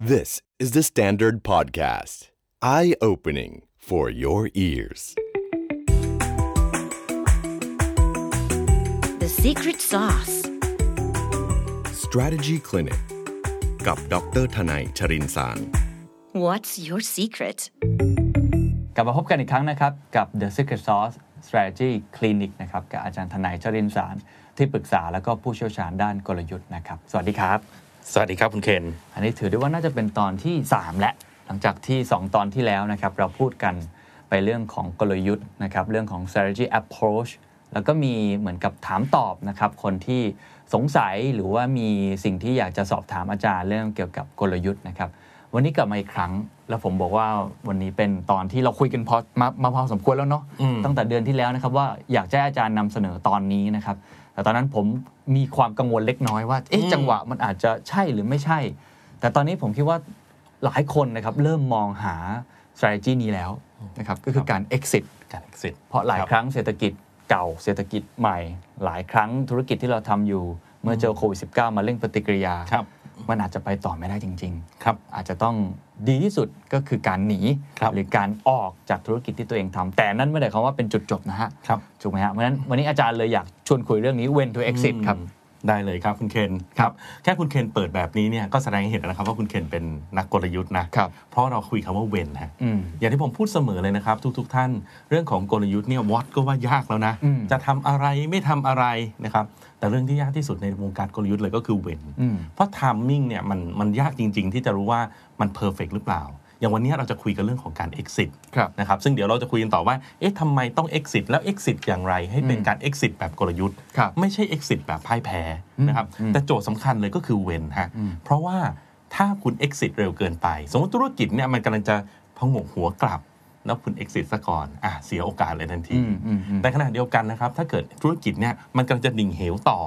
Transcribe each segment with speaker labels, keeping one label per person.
Speaker 1: This is the Standard Podcast. Eye opening for your ears.
Speaker 2: The secret sauce.
Speaker 1: Strategy Clinic กับดรทนายชรินสาร
Speaker 2: What's your secret?
Speaker 3: กลับมาพบกันอีกครั้งนะครับ กับ The Secret Sauce Strategy Clinic นะครับ กับอาจารย์ทนายชรินทร์สารที่ปรึกษาแล้วก็ผู้เชี่ยวชาญด้านกลยุทธ์นะครับ สวัสดีครับ
Speaker 4: สวัสดีครับ คุณเคน
Speaker 3: อันนี้ถือได้ว่าน่าจะเป็นตอนที่ 3 และหลังจากที่ 2 ตอนที่แล้วนะครับ เราพูดกันไปเรื่องของกลยุทธ์นะครับ เรื่องของ strategy approach แล้วก็มีเหมือนกับถามตอบนะครับ คนที่สงสัยหรือว่ามีสิ่งที่อยากจะสอบถามอาจารย์เรื่องเกี่ยวกับกลยุทธ์นะครับ วันนี้กลับมาอีกครั้ง แล้วผมบอกว่าวันนี้เป็นตอนที่เราคุยกันพอมามาพอสมควรแล้วเนาะ
Speaker 4: อืม
Speaker 3: ตั้งแต่เดือนที่แล้วนะครับ ว่าอยากจะให้อาจารย์นำเสนอตอนนี้นะครับ แต่ตอนนั้นผมมีความกังวลเล็กน้อยว่าเอ๊ะจังหวะมันอาจจะใช่หรือไม่ใช่ แต่ตอนนี้ผมคิดว่าหลายคนนะครับเริ่มมองหา strategy นี้แล้วนะครับก็คือการ exit
Speaker 4: การ exit
Speaker 3: เพราะหลาย
Speaker 4: ครับ
Speaker 3: ครั้งเศรษฐกิจเก่าเศรษฐกิจใหม่ หลายครั้งธุรกิจที่เราทำอยู่ เมื่อเจอโควิด -19 มาเร่งปฏิกิริยา
Speaker 4: ครับ
Speaker 3: มันอาจจะไปต่อไม่ได้จริง
Speaker 4: ครับ
Speaker 3: ๆ อาจจะต้องดีที่สุดก็คือการหนี
Speaker 4: ครับ
Speaker 3: หรือการออกจากธุรกิจที่ตัวเองทำแต่นั่นไม่ได้คำว่าเป็นจุดจบนะฮะ
Speaker 4: ครับ
Speaker 3: ถูกไหมฮะเพราะฉะนั้นวันนี้อาจารย์เลยอยากชวนคุยเรื่องนี้ when to exit ครับ
Speaker 4: ได้เลยครับคุณเคนครับแค่คุณเคนเปิดแบบนี้เนี่ยก็แสดงให้เห็นแล้วนะครับว่าคุณเคนเป็นนักกลยุทธ์นะครับ เพราะเราคุยคำว่าเวนฮะ
Speaker 3: อืม
Speaker 4: อย่างที่ผมพูดเสมอเลยนะครับ ทุกๆท่าน เรื่องของกลยุทธ์เนี่ยวัดก็ว่ายากแล้วนะ
Speaker 3: อืม
Speaker 4: จะทำอะไรไม่ทำอะไรนะครับแต่เรื่องที่ยากที่สุดในวงการกลยุทธ์เลยก็คือเวน
Speaker 3: อืม
Speaker 4: เพราะไทมิ่งเนี่ยมันมันยากจริง ๆ ที่จะรู้ว่ามันเพอร์เฟกหรือเปล่า อย่างวันนี้เราจะคุยกันเรื่องของการ Exit
Speaker 3: ครับ
Speaker 4: นะครับซึ่งเดี๋ยวเราจะคุยกันต่อว่า เอ๊ะทำไมต้อง Exit แล้ว Exit อย่างไร ให้เป็นการ Exit แบบกลยุทธ์
Speaker 3: ครับ
Speaker 4: ไม่ใช่ Exit แบบพ่ายแพ้
Speaker 3: อืม
Speaker 4: นะครับ
Speaker 3: อืม
Speaker 4: แต่โจทย์สำคัญเลยก็คือเวนฮะ
Speaker 3: อืม
Speaker 4: เพราะว่าถ้าคุณ Exit เร็วเกินไป สมมติธุรกิจเนี่ยมันกำลังจะพงกหัวกลับ แล้วคุณ Exit ซะก่อนอ่ะเสียโอกาสเลยทันที
Speaker 3: อืมอืมอืม
Speaker 4: แต่ขณะเดียวกันนะครับ ถ้าเกิดธุรกิจเนี่ยมันกำลังจะดิ่งเหวต่อ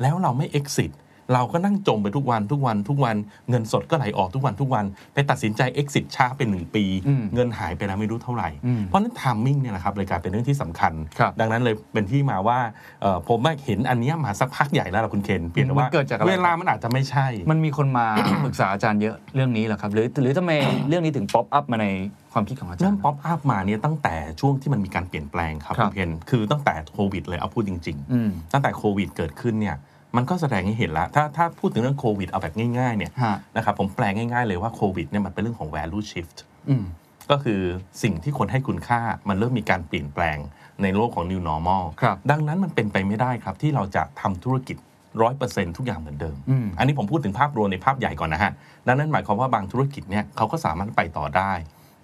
Speaker 4: แล้วเราไม่ exit เราก็นั่งจมไปทุกวันทุกวันทุกวันเงินสดก็ไหลออกทุกวันทุกวัน ไปตัดสินใจ exit ช้าเป็นหนึ่งปี
Speaker 3: อืม
Speaker 4: เงินหายไปแล้วไม่รู้เท่าไหร่
Speaker 3: อืม
Speaker 4: เพราะฉะนั้น timing เนี่ยนะครับเลยกลายเป็นเรื่องที่สำคัญ
Speaker 3: ครับ
Speaker 4: ดังนั้นเลยเป็นที่มาว่าเอ่อผมมาเห็นอันเนี้ยมาสักพักใหญ่แล้วล่ะคุณเคนเปลี่ยนแต่ว่า
Speaker 3: มันเกิดจากอะไร
Speaker 4: เวลามันอาจจะไม่ใช่
Speaker 3: มันมีคนมา ปรึกษาอาจารย์เยอะเรื่องนี้เหรอครับ หรือหรือทำไม เรื่องนี้ถึงป๊อปอัพมาในความคิดของอาจาร
Speaker 4: เริ่ม
Speaker 3: ย์
Speaker 4: ป๊อปอัพมาเนี่ยตั้งแต่ช่วงที่มันมีการเปลี่ยนแปลงครับ
Speaker 3: ครั
Speaker 4: คุ
Speaker 3: บ
Speaker 4: ณเคนคือตั้งแต่โควิดเลยเอาพูดจริง ๆ
Speaker 3: อืม
Speaker 4: ตั้งแต่โควิดเกิดขึ้นเนี่ยมันก็แสดงให้เห็นละถ้าถ้าพูดถึงเรื่องโควิดเอาแบบง่ายๆเนี่ย
Speaker 3: ฮะ
Speaker 4: นะครับผมแปลง่ายๆเลยว่าโควิดเนี่ยมันเป็นเรื่องของ value shift
Speaker 3: อืม
Speaker 4: ก็คือสิ่งที่คนให้คุณค่ามันเริ่มมีการเปลี่ยนแปลงในโลกของ new normal
Speaker 3: ครับ
Speaker 4: ดังนั้นมันเป็นไปไม่ได้ครับที่เราจะทำธุรกิจ 100%ทุกอย่างเหมือนเดิม
Speaker 3: อืม
Speaker 4: อันนี้ผมพูดถึงภาพรวมในภาพใหญ่ก่อนนะฮะ ดังนั้นหมายความว่าบางธุรกิจเนี่ยเขาก็สามารถไปต่อได้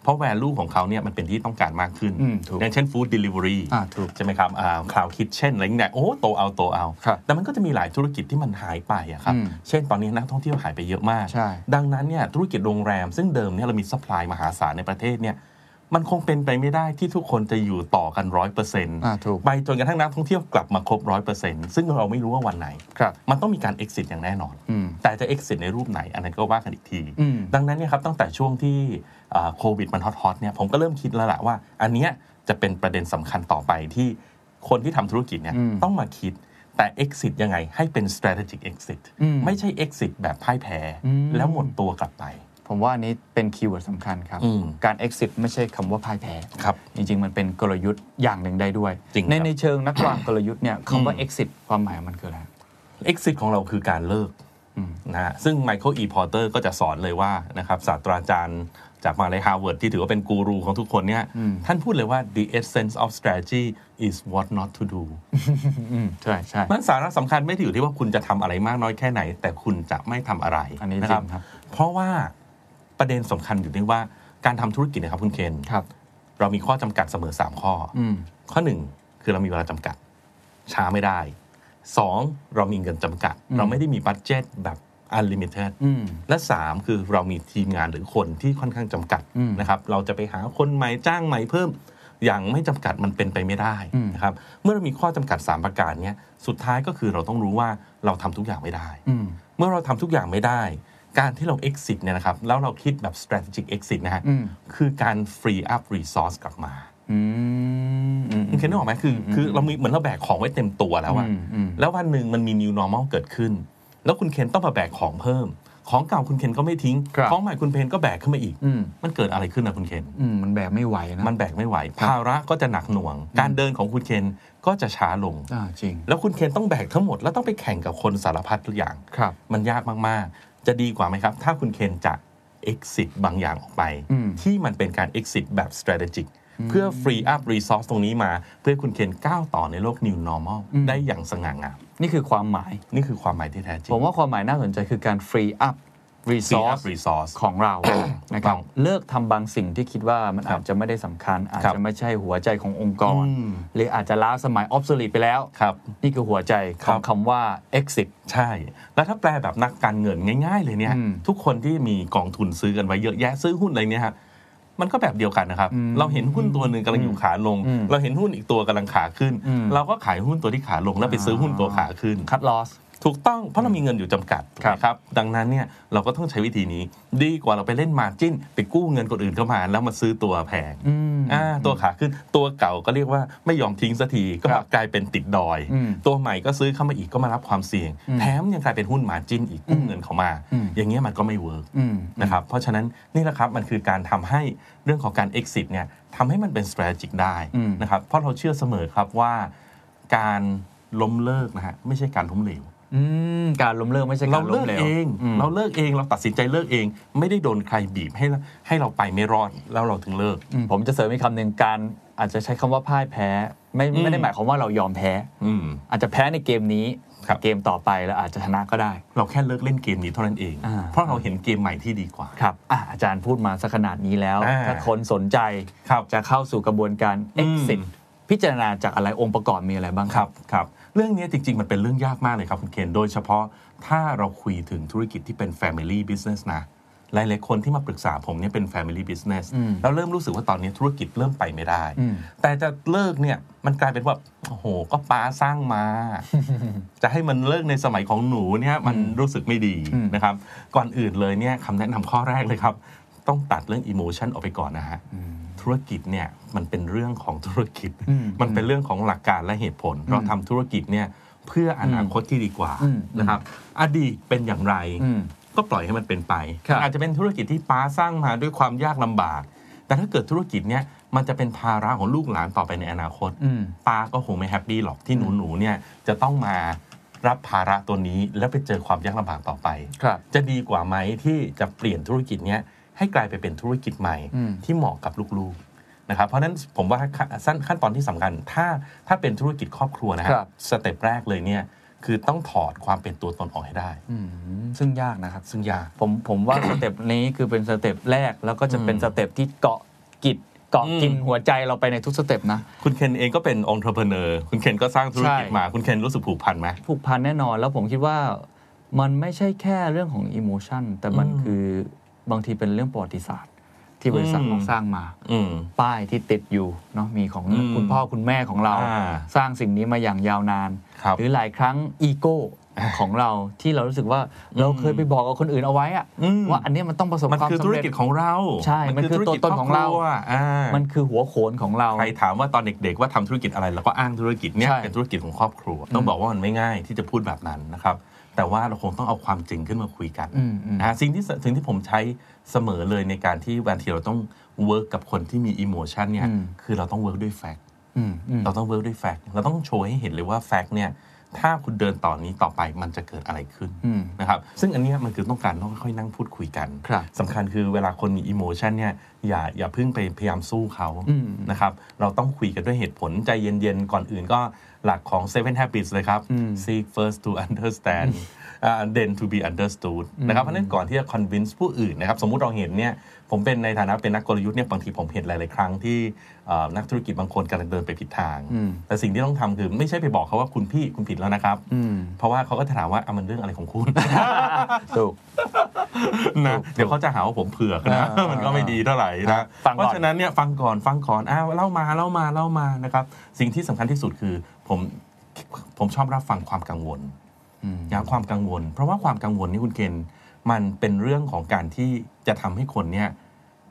Speaker 4: เพราะ value ของเขาเนี่ยมันเป็นที่ต้องการมากขึ้น
Speaker 3: อืมถูก
Speaker 4: อย่างเช่น food delivery
Speaker 3: อ่าถูก
Speaker 4: ใช่ไหมครับคลาวด์คิทเช่นอะไรอย่างเงี้ยโอ้โตเอาโตเอา
Speaker 3: ครับ
Speaker 4: แต่มันก็จะมีหลายธุรกิจที่มันหายไปอะครับ
Speaker 3: อืม
Speaker 4: เช่นตอนนี้นักท่องเที่ยวหายไปเยอะมาก
Speaker 3: ใช่
Speaker 4: ดังนั้นเนี่ยธุรกิจโรงแรม ซึ่งเดิมเนี่ยเรามี supply มหาศาลในประเทศเนี่ยมันคงเป็นไปไม่ได้ที่ทุกคนจะอยู่ต่อกันร้อยเปอร์เซ็นต์
Speaker 3: อ่าถูก
Speaker 4: ไปจนกระทั่งนักท่องเที่ยวกลับมาครบร้อยเปอร์เซ็นต์ซึ่งเราไม่รู้ว่าวันไหน
Speaker 3: ครับ
Speaker 4: มันต้องมีการ exit อย่างแน่นอน
Speaker 3: อืม
Speaker 4: แต่จะ exit ในรูปไหน อันนั้นก็ว่ากันอีกที
Speaker 3: อืม
Speaker 4: ดังนั้นเนี่ยครับตั้งแต่ช่วงที่อ่าโควิดมันฮอตๆเนี่ยผมก็เริ่มคิดแล้วล่ะว่า อันเนี้ยจะเป็นประเด็นสำคัญต่อไปที่คนที่ทำธุรกิจเนี่ย
Speaker 3: อืม
Speaker 4: ต้องมาคิดแต่ exit ยังไงให้เป็น strategic exit
Speaker 3: อืม
Speaker 4: ไม่ใช่ exit แบบพ่ายแพ้
Speaker 3: อืม
Speaker 4: แล้วหมดตัวกลับไป
Speaker 3: ผมว่าอันนี้เป็นคีย์เวิร์ดสำคัญครับ
Speaker 4: อืม
Speaker 3: การ exit ไม่ใช่คำว่าพ่ายแพ้
Speaker 4: ครับ
Speaker 3: จริง ๆ มันเป็นกลยุทธ์อย่างหนึ่งได้ด้วย
Speaker 4: จริง
Speaker 3: ใน
Speaker 4: ครับ
Speaker 3: ในเชิงนักวางกลยุทธ์เนี่ยคำว่า
Speaker 4: อืม
Speaker 3: exit ความหมายมันคืออะไร
Speaker 4: exit ของเราคือการเลิก
Speaker 3: อืม
Speaker 4: นะฮะซึ่งไมเคิลอีพอร์เตอร์ก็จะสอนเลยว่านะครับศาสตราจารย์จากมหาเลยฮาร์วาร์ดที่ถือว่าเป็นกูรูของทุกคนเนี่ย
Speaker 3: อืม
Speaker 4: ท่านพูดเลยว่า the essence of strategy is what not to do
Speaker 3: อืมใช่ใช่
Speaker 4: มันสาระสำคัญไม่ได้อยู่ที่ว่าคุณจะทำอะไรมากน้อยแค่ไหน แต่คุณจะไม่ทำอะไร
Speaker 3: อันนี้จริง
Speaker 4: ะ
Speaker 3: ครับ
Speaker 4: เพราะว่าประเด็นสำคัญอยู่ที่ว่าการทำธุรกิจนะครับคุณเคน
Speaker 3: ครับ
Speaker 4: เรามีข้อจำกัดเสมอ 3 ข้ออ
Speaker 3: อืม
Speaker 4: ข้อ 1 คือเรามีเวลาจำกัด ช้าไม่ได้ 2 เรามีเงินจำกัด เราไม่ได้มีบัตเจตแบบอันลิมิเต็ด
Speaker 3: อืม
Speaker 4: และ 3 คือเรามีทีมงานหรือคนที่ค่อนข้างจำกัด
Speaker 3: อืม
Speaker 4: นะครับเราจะไปหาคนใหม่จ้างใหม่เพิ่ม อย่างไม่จำกัดมันเป็นไปไม่ได้
Speaker 3: อืม
Speaker 4: นะครับเมื่อเรามีข้อจำกัด 3 ประการเนี้ยสุดท้ายก็คือเราต้องรู้ว่าเราทำทุกอย่างไม่ได้
Speaker 3: อืม
Speaker 4: เมื่อเราทำทุกอย่างไม่ได้ การที่เรา exit เนี่ยนะครับแล้วเราคิดแบบ strategic exit นะฮะ
Speaker 3: อืม
Speaker 4: คือการ free up resource กลับมา
Speaker 3: อืมอืม
Speaker 4: คุณเคนนึกออกไหมคือคือเรามีเหมือนเราแบกของไว้เต็มตัวแล้วอะ
Speaker 3: อืมอืม
Speaker 4: แล้ววันหนึ่งมันมี new normal เกิดขึ้น แล้วคุณเคนต้องมาแบกของเพิ่ม ของเก่าคุณเคนก็ไม่ทิ้ง
Speaker 3: ครับ
Speaker 4: ของใหม่คุณเพนก็แบกขึ้นมาอีก
Speaker 3: อืม
Speaker 4: มันเกิดอะไรขึ้นนะคุณเคน
Speaker 3: อืมมันแบกไม่ไหวนะ
Speaker 4: มันแบกไม่ไหว
Speaker 3: ครับ
Speaker 4: ภาระก็จะหนักหน่วง การเดินของคุณเคนก็จะช้าลง
Speaker 3: อ่าจริง
Speaker 4: แล้วคุณเคนต้องแบกทั้งหมดแล้วต้องไปแข่งกับคนสารพัดทุกอย่าง
Speaker 3: ครับ
Speaker 4: มันยากมาก ๆ จะดีกว่าไหมครับ ถ้าคุณเคนจะ exit บางอย่างออกไป
Speaker 3: อืม
Speaker 4: ที่มันเป็นการ exit แบบ strategic เพื่อ free up resource ตรงนี้มา เพื่อให้คุณเคนก้าวต่อในโลก new normal ได้อย่างสง่างาม
Speaker 3: นี่คือความหมาย
Speaker 4: นี่คือความหมายที่แท้จริง
Speaker 3: ผมว่าความหมายน่าสนใจคือการ free up
Speaker 4: free up
Speaker 3: resource
Speaker 4: resource
Speaker 3: ของเรา นะครับ
Speaker 4: ถูกต้อง
Speaker 3: เลิกทำบางสิ่งที่คิดว่ามันอาจจะไม่ได้สำคัญ อาจ
Speaker 4: ครับ
Speaker 3: จะไม่ใช่หัวใจขององค์กร
Speaker 4: อืม
Speaker 3: หรืออาจจะล้าสมัย obsolete ไปแล้ว
Speaker 4: ครับ
Speaker 3: นี่คือหัวใจข
Speaker 4: ครั
Speaker 3: อง
Speaker 4: บ
Speaker 3: คำว่า exit
Speaker 4: ใช่ แล้วถ้าแปลแบบนักการเงินง่าย ๆ เลยเนี่ย
Speaker 3: อืม
Speaker 4: ทุกคนที่มีกองทุนซื้อกันไว้เยอะแยะซื้อหุ้นอะไรเนี่ยฮะมันก็แบบเดียวกันนะครับ เราเห็นหุ้นตัวหนึ่งกำลังอยู่ขาลง
Speaker 3: อืม
Speaker 4: เราเห็นหุ้นอีกตัวกำลังขาขึ้น
Speaker 3: อืม
Speaker 4: เราก็ขายหุ้นตัวที่ขาลงแล้วไปซื้อหุ้นตัวขาขึ้น
Speaker 3: cut loss
Speaker 4: ถูกต้องเพราะเรามีเงินอยู่จำกัดถูกไหมครับ ดังนั้นเนี่ยเราก็ต้องใช้วิธีนี้ ดีกว่าเราไปเล่นมาจิ้น ไปกู้เงินคนอื่นเข้ามา แล้วมาซื้อตัวแพง
Speaker 3: อืม
Speaker 4: อ่าตัวขาขึ้นตัวเก่าก็เรียกว่าไม่ยอมทิ้งสักทีก็
Speaker 3: ครับ
Speaker 4: กลายเป็นติดดอย
Speaker 3: อืม
Speaker 4: ตัวใหม่ก็ซื้อเข้ามาอีกก็มารับความเสี่ยง แถมยังกลายเป็นหุ้นมาจิ้นอีกกู้เงินเขามา
Speaker 3: อืม
Speaker 4: อย่างเงี้ยมันก็ไม่เวิร์ก
Speaker 3: อืม
Speaker 4: นะครับเพราะฉะนั้นนี่แหละครับมันคือการทำให้เรื่องของการ exit เนี่ยทำให้มันเป็น strategic ได้
Speaker 3: อืม
Speaker 4: นะครับเพราะเราเชื่อเสมอครับว่าการล้มเลิกนะฮะไม่ใช่การล้มเหลว
Speaker 3: อืมการล้มเลิกไม่ใช่กา
Speaker 4: เรา
Speaker 3: รล้
Speaker 4: เลิ
Speaker 3: ม
Speaker 4: ก
Speaker 3: เหลว
Speaker 4: เอง
Speaker 3: อืม
Speaker 4: เราเลิกเองเราตัดสินใจเลิกเอง ไม่ได้โดนใครบีบให้เราให้เราไปไม่รอดแล้วเราถึงเลิก
Speaker 3: อืมผมจะเสริมอีกคำหนึ่งการอาจจะใช้คำว่าพ่ายแพ้ ไม่
Speaker 4: อืม
Speaker 3: ไม่ได้หมายความว่าเรายอมแพ้
Speaker 4: อืม
Speaker 3: อาจจะแพ้ในเกมนี้
Speaker 4: ครับ
Speaker 3: เกมต่อไปแล้วอาจจะชนะก็ได้
Speaker 4: เราแค่เลิกเล่นเกมนี้เท่านั้นเอง
Speaker 3: อ่า
Speaker 4: เพราะเราเห็นเกมใหม่ที่ดีกว่า
Speaker 3: ครับอะอาจารย์พูดมาสักขนาดนี้แล้ว
Speaker 4: อ่า
Speaker 3: ถ้าคนสนใจ
Speaker 4: ครับ
Speaker 3: จะเข้าสู่กระบวนการ
Speaker 4: อืม
Speaker 3: exit พิจารณาจากอะไรองค์ประกอบมีอะไรบ้าง
Speaker 4: ครับครับเรื่องนี้จริง ๆ มันเป็นเรื่องยากมากเลยครับคุณเคนโดยเฉพาะถ้าเราคุยถึงธุรกิจที่เป็น Family Business นะ หลายๆคนที่มาปรึกษาผมเนี่ยเป็น Family Business แล้วเริ่มรู้สึกว่าตอนนี้ธุรกิจเริ่มไปไม่ได้ แต่จะเลิกเนี่ยมันกลายเป็นว่า โอ้โห ก็ป้าสร้างมา จะให้มันเลิกในสมัยของหนูเนี่ยมันรู้สึกไม่ดีนะครับ ก่อนอื่นเลยเนี่ยคำแนะนำข้อแรกเลยครับ ต้องตัดเรื่องอิโมชันออกไปก่อนนะฮะธุรกิจเนี่ยมันเป็นเรื่องของธุรกิจ มันเป็นเรื่องของหลักการและเหตุผล เราทำธุรกิจเนี่ยเพื่ออนาคตที่ดีกว่านะครับ อดีตเป็นอย่างไร
Speaker 3: อืม
Speaker 4: ก็ปล่อยให้มันเป็นไป
Speaker 3: ครับ
Speaker 4: อาจจะเป็นธุรกิจที่ป้าสร้างมาด้วยความยากลำบาก แต่ถ้าเกิดธุรกิจเนี้ยมันจะเป็นภาระของลูกหลานต่อไปในอนาคต
Speaker 3: อืม
Speaker 4: ป้าก็คงไม่แฮปปี้หรอกที่หนูหนูๆเนี่ยจะต้องมารับภาระตัวนี้ แล้วไปเจอความยากลำบากต่อไป
Speaker 3: ครับ
Speaker 4: จะดีกว่าไหมที่จะเปลี่ยนธุรกิจเนี้ยให้กลายไปเป็นธุรกิจใหม่
Speaker 3: อืม
Speaker 4: ที่เหมาะกับลูกๆนะครับเพราะฉะนั้นผมว่าขั้นขั้นขั้นตอนที่สำคัญถ้าถ้าเป็นธุรกิจครอบครัวนะฮะ
Speaker 3: ครับ
Speaker 4: สเต็ปแรกเลยเนี่ยคือต้องถอดความเป็นตัวตนออกให้ได้
Speaker 3: อืมซึ่งยากนะครับ
Speaker 4: ซึ่งยาก
Speaker 3: ผมผมว่า สเต็ปนี้คือเป็นสเต็ปแรกแล้วก็จะเป็นสเต็ปที่เกาะกิจเกาะกิน
Speaker 4: อืม
Speaker 3: หัวใจเราไปในทุกสเต็ปนะ
Speaker 4: คุณเคนเองก็เป็นองค์ประกอบคุณเคนก็สร้างธุรกิจ
Speaker 3: ใช่
Speaker 4: มา คุณเคนรู้สึกผูกพันไหม
Speaker 3: ผูกพันแน่นอนแล้วผมคิดว่ามันไม่ใช่แค่เรื่องของอิโมชันแต่มัน
Speaker 4: อืม
Speaker 3: คือบางทีเป็นเรื่องประวัติศาสตร์ ที่บริษัท
Speaker 4: อืม
Speaker 3: เราสร้างมา
Speaker 4: อืม
Speaker 3: ป้ายที่ติดอยู่เนาะมีของ
Speaker 4: อืม
Speaker 3: คุณพ่อคุณแม่ของเรา
Speaker 4: อ่า
Speaker 3: สร้างสิ่งนี้มาอย่างยาวนาน
Speaker 4: ครับ
Speaker 3: หรือหลายครั้งอีโก้ของเราที่เรารู้สึกว่าเราเคยไปบอกกับคนอื่นเอาไว้อะ
Speaker 4: อืม
Speaker 3: ว่าอันเนี้ยมันต้องประสบ
Speaker 4: มัน
Speaker 3: ความ
Speaker 4: คือ
Speaker 3: สำ
Speaker 4: ธุร
Speaker 3: เร็จ
Speaker 4: กิจของเรา
Speaker 3: ใช่มันคือตัวตนของเรา
Speaker 4: ธุกิจคบควอ่า
Speaker 3: มันคือหัวโขนของเรา
Speaker 4: ใครถามว่าตอนเด็กๆ ว่าทำธุรกิจอะไรแล้วก็อ้างธุรกิจเนี้ย
Speaker 3: ใช่
Speaker 4: เป็นธุรกิจของครอบครัว ต้องบอกว่ามันไม่ง่ายที่จะพูดแบบนั้นนะครับ แต่ว่าเราคงต้องเอาความจริงขึ้นมาคุยกัน
Speaker 3: อืมอืม
Speaker 4: นะฮะสิ่งที่สิ่งที่ผมใช้เสมอเลยในการที่บางทีเราต้องเวิร์กกับคนที่มีอิโมชันเนี่ย
Speaker 3: อืม
Speaker 4: คือเราต้องเวิร์กด้วยแฟก
Speaker 3: อืมอืม
Speaker 4: เราต้องเวิร์กด้วยแฟกต์เราต้องโชว์ให้เห็นเลยว่าแฟกต์เนี่ย ถ้าคุณเดินต่อนนี้ต่อไปมันจะเกิดอะไรขึ้น
Speaker 3: อืม
Speaker 4: นะครับ ซึ่งอันเนี้ยมันคือต้องการต้องค่อยๆนั่งพูดคุยกัน
Speaker 3: ครับ
Speaker 4: สำคัญคือเวลาคนมีอิโมชันเนี่ยอย่าอย่าเพิ่งไปพยายามสู้เขา
Speaker 3: อืม
Speaker 4: นะครับ เราต้องคุยกันด้วยเหตุผลใจเย็นๆ ก่อนอื่นก็หลักของ Seven Habits เลยครับ seek first to understand อ่า then to be understood นะครับเพราะฉะนั้นก่อนที่จะ convince ผู้อื่นนะครับ สมมุติเราเห็นเนี่ยผมเป็นในฐานะเป็นนักกลยุทธ์เนี่ยบางทีผมเห็นหลาย ๆ ครั้งที่เอ่อนักธุรกิจบางคนกำลังเดินไปผิดทาง
Speaker 3: อืม
Speaker 4: แต่สิ่งที่ต้องทำคือไม่ใช่ไปบอกเขาว่าคุณพี่คุณผิดแล้วนะครับ
Speaker 3: อืม
Speaker 4: เพราะว่าเขาก็จะถามว่าอ่ะมันเรื่องอะไรของ คุณ
Speaker 3: ถูก
Speaker 4: นะเดี๋ยวเขาจะหาว่าผมเผือกนะ
Speaker 3: อ่า
Speaker 4: มันก็ไม่ดีเท่าไหร่นะ
Speaker 3: ฟัง
Speaker 4: เพ
Speaker 3: ก่อ
Speaker 4: ราะ
Speaker 3: น
Speaker 4: ฉะนั้นเนี่ยฟังก่อนฟังก่อนอ้าวเล่ามาเล่ามาเล่ามานะครับสิ่งที่สำคัญที่สุดคือผมผมชอบรับฟังความกังวล
Speaker 3: อืม
Speaker 4: นะความกังวล เพราะว่าความกังวลนี่คุณเกณฑ์มันเป็นเรื่องของการที่จะทำให้คนเนี่ย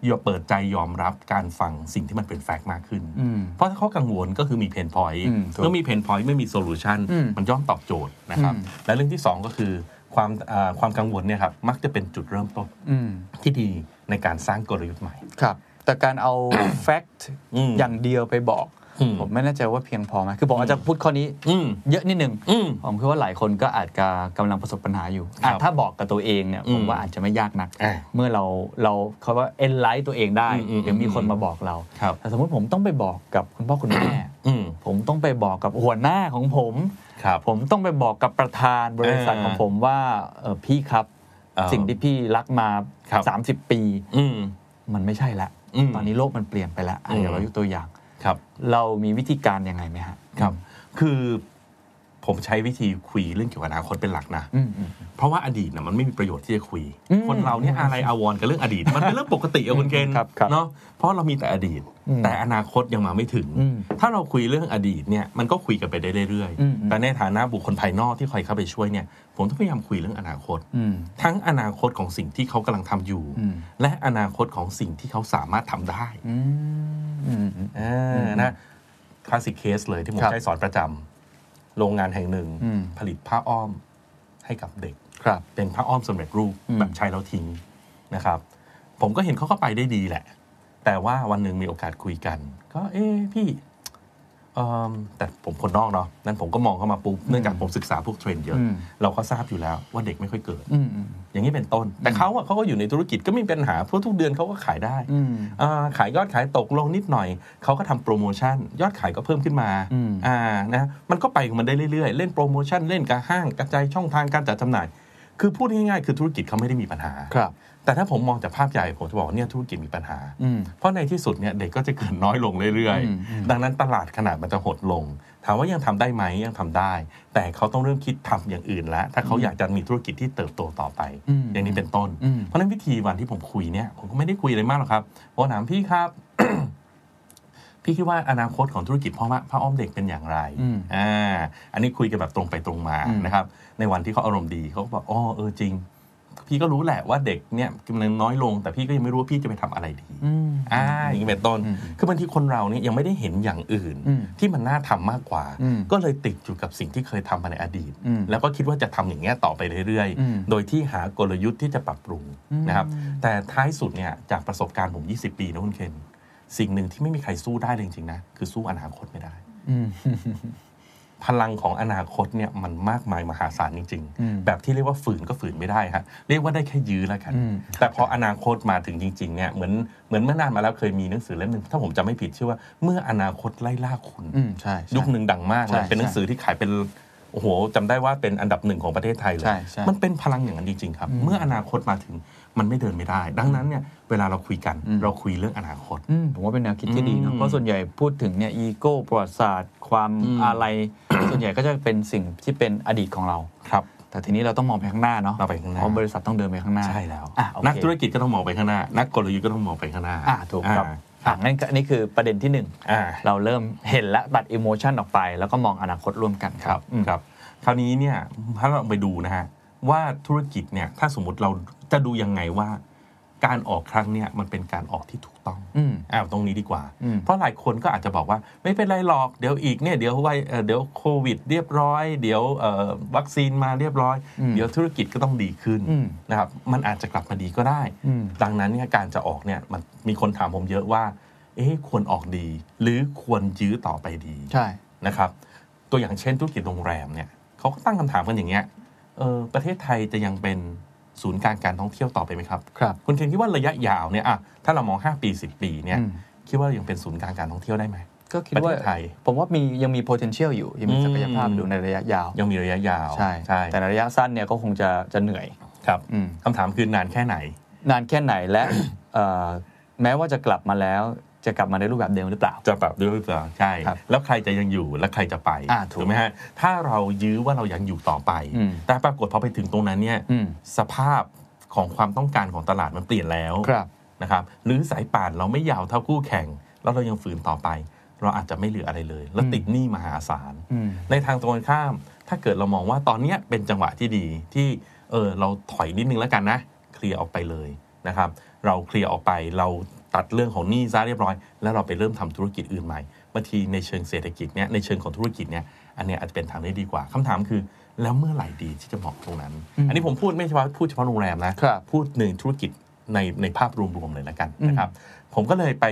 Speaker 4: ยอมเปิดใจยอมรับการฟังสิ่งที่มันเป็นแฟกต์มากขึ้น
Speaker 3: อืม
Speaker 4: เพราะถ้าเขากังวลก็คือมีเพนพอยต์
Speaker 3: อืมถูก
Speaker 4: เมื่อมีเพนพอยต์ไม่มีโซลูชัน
Speaker 3: อืม
Speaker 4: มันย่อมตอบโจทย์นะครับ
Speaker 3: อืม
Speaker 4: และเรื่องที่ 2 ก็คือ ความเอ่อความกังวลเนี่ยครับมักจะเป็นจุดเริ่มต้น
Speaker 3: อืม
Speaker 4: ที่ดีในการสร้างกลยุทธ์ใหม่
Speaker 3: ครับ แต่การ เอา แฟกต์
Speaker 4: อืม
Speaker 3: อย่างเดียวไปบอก
Speaker 4: อืม
Speaker 3: ผมไม่แน่ใจว่าเพียงพอไหมคือผมอาจจะพูดข้อนี้
Speaker 4: อืม
Speaker 3: เยอะนิดนึง
Speaker 4: อืม
Speaker 3: ผมคิดว่าหลายคนก็อาจจะกำลังประสบปัญหาอยู่
Speaker 4: ครับ
Speaker 3: อ่ะถ้าบอกกับตัวเองเนี่ย
Speaker 4: อื
Speaker 3: ผม มว่าอาจจะไม่ยากนัก
Speaker 4: อ่ะ
Speaker 3: เมื่อเราเราเขาว่าเอ็นไลท์ตัวเองได้
Speaker 4: อืมอืม
Speaker 3: เดี๋ยวมีคนมาบอกเรา
Speaker 4: ครับ
Speaker 3: แต่สมมติผมต้องไปบอกกับคุณพ่อคุณแม่
Speaker 4: อืม
Speaker 3: ผมต้องไปบอกกับหัวหน้าของผม
Speaker 4: ครับ
Speaker 3: ผมต้องไปบอกกับประธานบริษัท
Speaker 4: เออ
Speaker 3: ของผมว่าเอ่อพี่ครับ
Speaker 4: เอ่อ
Speaker 3: สิ่งที่พี่รักมา
Speaker 4: ครับ
Speaker 3: 30 ปี
Speaker 4: อืม
Speaker 3: มันไม่ใช่ละ
Speaker 4: อืม
Speaker 3: ตอนนี้โลกมันเปลี่ยนไปแล้วอ่ะเดี๋ยว
Speaker 4: อืม
Speaker 3: เรายกตัวอย่าง
Speaker 4: ครับ
Speaker 3: เรามีวิธีการยังไงไหมฮะ
Speaker 4: ครับ คือผมใช้วิธีคุยเรื่องเกี่ยวกับอนาคตเป็นหลักนะ
Speaker 3: อืมอืม
Speaker 4: เพราะว่าอดีตนะมันไม่มีประโยชน์ที่จะคุย
Speaker 3: อืม
Speaker 4: คนเราเนี่ยอะไรอาวรณ์กับเรื่องอดีต มันเป็นเรื่องปกติอะคุณเกณฑ์
Speaker 3: ครับครับ
Speaker 4: เนาะเพราะเรามีแต่อดีต
Speaker 3: อืม
Speaker 4: แต่อนาคตยังมาไม่ถึง
Speaker 3: อืม
Speaker 4: ถ้าเราคุยเรื่องอดีตเนี่ยมันก็คุยกันไปได้เรื่อย
Speaker 3: อืม
Speaker 4: ๆแต่ในฐานะบุคคลภายนอกที่คอยเข้าไปช่วยเนี่ย ผมต้องพยายามคุยเรื่องอนาคต
Speaker 3: อืม
Speaker 4: ทั้งอนาคตของสิ่งที่เขากำลังทำอยู่
Speaker 3: อืม
Speaker 4: และอนาคตของสิ่งที่เขาสามารถทำได้
Speaker 3: อืมอืมอืม
Speaker 4: เออนะคลาสสิกเคสเลยที่ผม
Speaker 3: ครับ
Speaker 4: ใช้สอนประจำโรงงานแห่งหนึ่ง
Speaker 3: อืม
Speaker 4: ผลิตผ้าอ้อมให้กับเด็ก
Speaker 3: ครับ
Speaker 4: เป็นผ้าอ้อมสำเร็จรูป
Speaker 3: อืม
Speaker 4: แบบใช้แล้วทิ้งนะครับ ผมก็เห็นเขาก็ไปได้ดีแหละ แต่ว่าวันหนึ่งมีโอกาสคุยกัน ก็เอ๊ะพี่เอิ่มแต่ผมคนนอกเนาะนั้นผมก็มองเข้ามาปุ๊บเนื่องจากผมศึกษาพวกเทรนด์เยอะ เราก็ทราบอยู่แล้วว่าเด็กไม่ค่อยเกิด
Speaker 3: อืมอืม
Speaker 4: อย่างนี้เป็นต้น แต่เขาอะเขาก็อยู่ในธุรกิจก็ไมมีปัญหาเพราะทุกเดือนเขาก็ขายได้
Speaker 3: อืม
Speaker 4: อ่าขายยอดขายตกลงนิดหน่อย เขาก็ทำโปรโมชั่น ยอดขายก็เพิ่มขึ้นมา
Speaker 3: อืม
Speaker 4: อ่านะมันก็ไปของมันได้เรื่อยๆ เล่นโปรโมชั่นเล่นกับห้างกระจายช่องทางการจัดจำหน่าย คือพูดง่ายๆ คือธุรกิจเขาไม่ได้มีปัญหา
Speaker 3: ครับ
Speaker 4: แต่ถ้าผมมองจากภาพใหญ่ผมจะบอกว่าเนี่ยธุรกิจมีปัญหา
Speaker 3: อืม
Speaker 4: เพราะในที่สุดเนี่ยเด็กก็จะเกิดน้อยลงเรื่อย
Speaker 3: อืมอืม
Speaker 4: ๆ ดังนั้นตลาดขนาดมันจะหดลง ถามว่ายังทำได้ไหมยังทำได้ แต่เขาต้องเริ่มคิดทำอย่างอื่นแล้ว ถ้าเขาอยากจะมีธุรกิจที่เติบโตต่อไป
Speaker 3: อืม
Speaker 4: อย่างนี้เป็นต้น
Speaker 3: อืม
Speaker 4: เพราะฉะนั้นวิธีวันที่ผมคุยเนี่ยผมก็ไม่ได้คุยอะไรมากหรอกครับผมถามพี่ครับ พี่คิดว่าอนาคตของธุรกิจพ่อมะพ่ออ้อมเด็กเป็นอย่างไร
Speaker 3: อืม
Speaker 4: อ่าอันนี้คุยกันแบบตรงไปตรงมา
Speaker 3: อืม
Speaker 4: นะครับ ในวันที่เขาอารมณ์ดีเขาก็บอกอ๋อเออจริง พี่ก็รู้แหละว่าเด็กเนี่ยกำลังน้อยลง แต่พี่ก็ยังไม่รู้ว่าพี่จะไปทำอะไรดี
Speaker 3: อืม
Speaker 4: อ่าอย่างนี้เป็นต้น
Speaker 3: อืม
Speaker 4: คือบางทีคนเราเนี่ยยังไม่ได้เห็นอย่างอื่น
Speaker 3: อืม
Speaker 4: ที่มันน่าทำมากกว่า
Speaker 3: อืม
Speaker 4: ก็เลยติดอยู่กับสิ่งที่เคยทำมาในอดีต
Speaker 3: อืม
Speaker 4: แล้วก็คิดว่าจะทำอย่างเงี้ยต่อไปเรื่อย
Speaker 3: อืม
Speaker 4: โดยที่หากลยุทธ์ที่จะปรับปรุง
Speaker 3: อืม
Speaker 4: นะครับ แต่ท้ายสุดเนี่ยจากประสบการณ์ผม 20 ปีนะคุณเคน สิ่งหนึ่งที่ไม่มีใครสู้ได้เลยจริงๆนะคือสู้อนาคตไม่ได้
Speaker 3: อืม
Speaker 4: พลังของอนาคตเนี่ยมันมากมายมหาศาลจริง
Speaker 3: อืม
Speaker 4: ๆ แบบที่เรียกว่าฝืนก็ฝืนไม่ได้ฮะเรียกว่าได้แค่ยื้อแล้วกัน
Speaker 3: อืม
Speaker 4: แต่พออนาคตมาถึงจริง ๆ เนี่ยเหมือนเหมือนเมื่อนานมาแล้วเคยมีหนังสือเล่มหนึ่งถ้าผมจำไม่ผิดชื่อว่าเมื่ออนาคตไล่ล่าคุณ
Speaker 3: อืม ใช่ใช่
Speaker 4: ยุคหนึ่งดังมากเล
Speaker 3: ใช่
Speaker 4: ยเป็นหนังสือที่ขายเป็นโอ้โหจำได้ว่าเป็นอันดับหนึ่งของประเทศไทยเลย
Speaker 3: ใช่ใช่
Speaker 4: มันเป็นพลังอย่างนั้นจริง ๆ ครับ เมื่ออนาคตมาถึงมันไม่เดินไม่ได้ ดังนั้นเนี่ยเวลาเราคุยกัน
Speaker 3: อืม
Speaker 4: เราคุยเรื่องอนาคต
Speaker 3: อืมผมว่าเป็นแนวคิดที่ดี
Speaker 4: อื
Speaker 3: เนาะ
Speaker 4: ม
Speaker 3: เพราะส่วนใหญ่พูดถึงเนี่ยอีโก้ประวัติศาสตร์ ความ
Speaker 4: อืม
Speaker 3: อะไร ส่วนใหญ่ก็จะเป็นสิ่งที่เป็นอดีตของเรา
Speaker 4: ครับ
Speaker 3: แต่ทีนี้เราต้องมองไปข้างหน้าเนาะ
Speaker 4: เราไปข้างหน้า
Speaker 3: เพราะบริษัทต้องเดินไปข้างหน้า
Speaker 4: ใช่แล้ว
Speaker 3: อ่ะโอเค
Speaker 4: นักธุรกิจก็ต้องมองไปข้างหน้า นักกลยุทธ์ก็ต้องมองไปข้างหน้า
Speaker 3: อ่ะถูกครับ
Speaker 4: อ่า
Speaker 3: อ่ะงั้นก็อันนี้คือประเด็นที่หนึ่ง
Speaker 4: อ่า
Speaker 3: เราเริ่มเห็นและตัดอิโมชันออกไป แล้วก็มองอนาคตร่วมกันค
Speaker 4: ค
Speaker 3: รั
Speaker 4: รั
Speaker 3: บบ อืม
Speaker 4: ครับคราวนี้เนี่ยถ้าเราไปดูนะฮะว่าธุรกิจเนี่ยถ้าสมมติเราจะดูยังไงว่า การออกครั้งเนี่ยมันเป็นการออกที่ถูกต้อง
Speaker 3: อืม
Speaker 4: อ้าวตรงนี้ดีกว่า
Speaker 3: อืม
Speaker 4: เพราะหลายคนก็อาจจะบอกว่าไม่เป็นไรหรอกเดี๋ยวอีกเนี่ยเดี๋ยวไวเอ่อเดี๋ยวโควิด เรียบร้อย เดี๋ยวเอ่อวัคซีนมาเรียบร้อย
Speaker 3: อืม
Speaker 4: เดี๋ยวธุรกิจก็ต้องดีขึ้น
Speaker 3: อืม
Speaker 4: นะครับมันอาจจะกลับมาดีก็ได้
Speaker 3: อืม
Speaker 4: ดังนั้นเนี่ยการจะออกเนี่ยมันมีคนถามผมเยอะว่า เอ๊ะควรออกดี หรือควรยื้อต่อไปดี
Speaker 3: ใช่
Speaker 4: นะครับตัวอย่างเช่นธุรกิจโรงแรมเนี่ยเขาก็ตั้งคำถามกันอย่างเงี้ยเออประเทศไทยจะยังเป็นศูนย์กลางการท่องเที่ยวต่อไปไหมครับ
Speaker 3: ครับ
Speaker 4: คุณเคนคิดว่าระยะยาวเนี่ยอะถ้าเรามอง 5 ปี 10 ปีเนี่ย
Speaker 3: อืม
Speaker 4: คิดว่ายังเป็นศูนย์กลางการท่องเที่ยวได้ไหม
Speaker 3: ก็คิด
Speaker 4: ประ
Speaker 3: ว่า
Speaker 4: เทศไทย
Speaker 3: ผมว่ามียังมี potential อยู่ ยังมีศักยภาพ
Speaker 4: อืม
Speaker 3: อยู่ในระยะยาว
Speaker 4: ยังมีระยะยาว
Speaker 3: ใช่
Speaker 4: ใช่
Speaker 3: แต่ในระยะสั้นเนี่ยก็คงจะจะเหนื่อย
Speaker 4: ครับ
Speaker 3: อืม
Speaker 4: คำถามคือนานแค่ไหน
Speaker 3: นานแค่ไหนและ เอ่อแม้ว่าจะกลับมาแล้วจะกลับมาในรูปแบบเดิมหรือเปล่า
Speaker 4: จะปรับด้วยหรือเปล่าใช่
Speaker 3: ครับ
Speaker 4: แล้วใครจะยังอยู่และใครจะไป
Speaker 3: อ่าถูก
Speaker 4: ไหมฮะถ้าเรายื้อว่าเรายังอยู่ต่อไป
Speaker 3: อืม
Speaker 4: แต่ปรากฏพอไปถึงตรงนั้นเนี่ย
Speaker 3: อืม
Speaker 4: สภาพของความต้องการของตลาดมันเปลี่ยนแล้ว นะครับหรือสายป่านเราไม่ยาวเท่าคู่แข่ง แล้วเรายังฝืนต่อไป เราอาจจะไม่เหลืออะไรเลย แล้วติดหนี้มหาศาล
Speaker 3: อืม
Speaker 4: ในทางตรงกันข้าม ถ้าเกิดเรามองว่าตอนเนี้ยเป็นจังหวะที่ดีที่เออเราถอยนิดนึงแล้วกันนะ เคลียร์ออกไปเลยนะครับ เราเคลียร์ออกไปเราตัดเรื่องของหนี้ซะเรียบร้อย แล้วเราไปเริ่มทำธุรกิจอื่นใหม่บางทีในเชิงเศรษฐกิจเนี่ยในเชิงของธุรกิจเนี่ยอันเนี้ยอาจจะเป็นทางที่ดีกว่าคำถามคือ แล้วเมื่อไหร่ดีที่จะเหมาะตรงนั้น อันนี้ผมพูดไม่เฉพาะพูดเฉพาะโรงแรมนะครับ พูดในธุรกิจในในภาพรวมๆเลยละกันนะครับ ผมก็เลยไป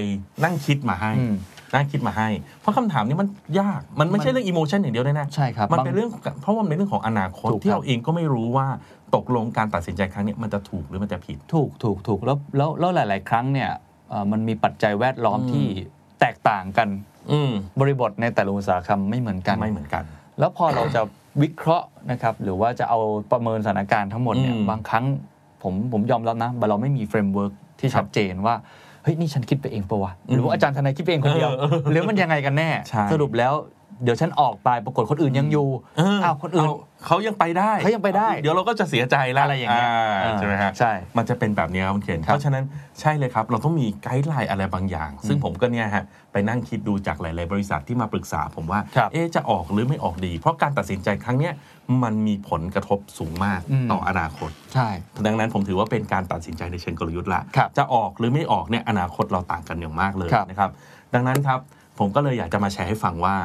Speaker 4: นั่งคิดมาให้
Speaker 3: อืม
Speaker 4: นั่งคิดมาให้ เพราะคำถามนี้มันยากมันไม่ใช่เรื่องอิโมชันอย่างเดียวด้วยนะ
Speaker 3: ใช่ครับ
Speaker 4: มัน
Speaker 3: บาง
Speaker 4: เป็นเรื่องของเพราะว่ามันเป็นเรื่องของอนาคต
Speaker 3: ถูกครับ
Speaker 4: ที่เราเองก็ไม่รู้ว่าตกลงการตัดสินใจครั้งเนี้ยมันจะถูกหรือมันจะผิด
Speaker 3: ถูกถูกถูกแล้วแล้วแล้วหลาย ๆ ครั้งเนี่ยเอ่อมันมีปัจจัยแวดล้อม
Speaker 4: อืม
Speaker 3: ที่แตกต่างกัน
Speaker 4: อืม
Speaker 3: บริบทในแต่ละอุตสาหกรรมไม่เหมือนกัน
Speaker 4: ไม่เหมือนกัน
Speaker 3: แล้วพอเราจะวิเคราะห์นะครับหรือว่าจะเอาประเมินสถานการณ์ทั้งหมดเนี่ย
Speaker 4: อืม
Speaker 3: บางครั้งผมผมยอมรับนะเราไม่มีเฟรมเวิร์กที่ชัดเจนว่า เฮ้ย นี่ฉันคิดไปเองปะวะ หรือว่าอาจารย์ทนายคิดไปเองคนเดียว
Speaker 4: เออเออ
Speaker 3: หรือมันยังไงกันแน่
Speaker 4: ใช่
Speaker 3: สรุปแล้วเดี๋ยวฉันออกไปปรากฏคนอื่นยังอยู่
Speaker 4: เ
Speaker 3: อ้าวคนอื่น
Speaker 4: เเขายังไปได้
Speaker 3: เขายังไปได้
Speaker 4: เดี๋ยวเราก็จะเสียใจละ
Speaker 3: อะไรอย่างเงี้ยอ่า
Speaker 4: ใช่ไหมฮะ
Speaker 3: ใช่
Speaker 4: มันจะเป็นแบบนี้ครับคุณเขียน
Speaker 3: ครับ
Speaker 4: เพราะฉะนั้นใช่เลยครับ เราต้องมีไกด์ไลน์อะไรบางอย่าง ซึ่งผมก็เนี่ยฮะไปนั่งคิดดูจากหลาย ๆ บริษัทที่มาปรึกษาผมว่า
Speaker 3: ครับ
Speaker 4: เอ๊ะจะออกหรือไม่ออกดี เพราะการตัดสินใจครั้งเนี้ยมันมีผลกระทบสูงมาก
Speaker 3: อืม
Speaker 4: ต่ออนาคต
Speaker 3: ใช่
Speaker 4: ดังนั้นผมถือว่าเป็นการตัดสินใจในเชิงกลยุทธ์ละ
Speaker 3: ครับ
Speaker 4: จะออกหรือไม่ออกเนี่ยอนาคตเราต่างกันอย่างมากเลย
Speaker 3: ครับ
Speaker 4: นะครับ ดังนั้นครับผมก็เลยอยากจะมาแชร์ให้ฟังว่า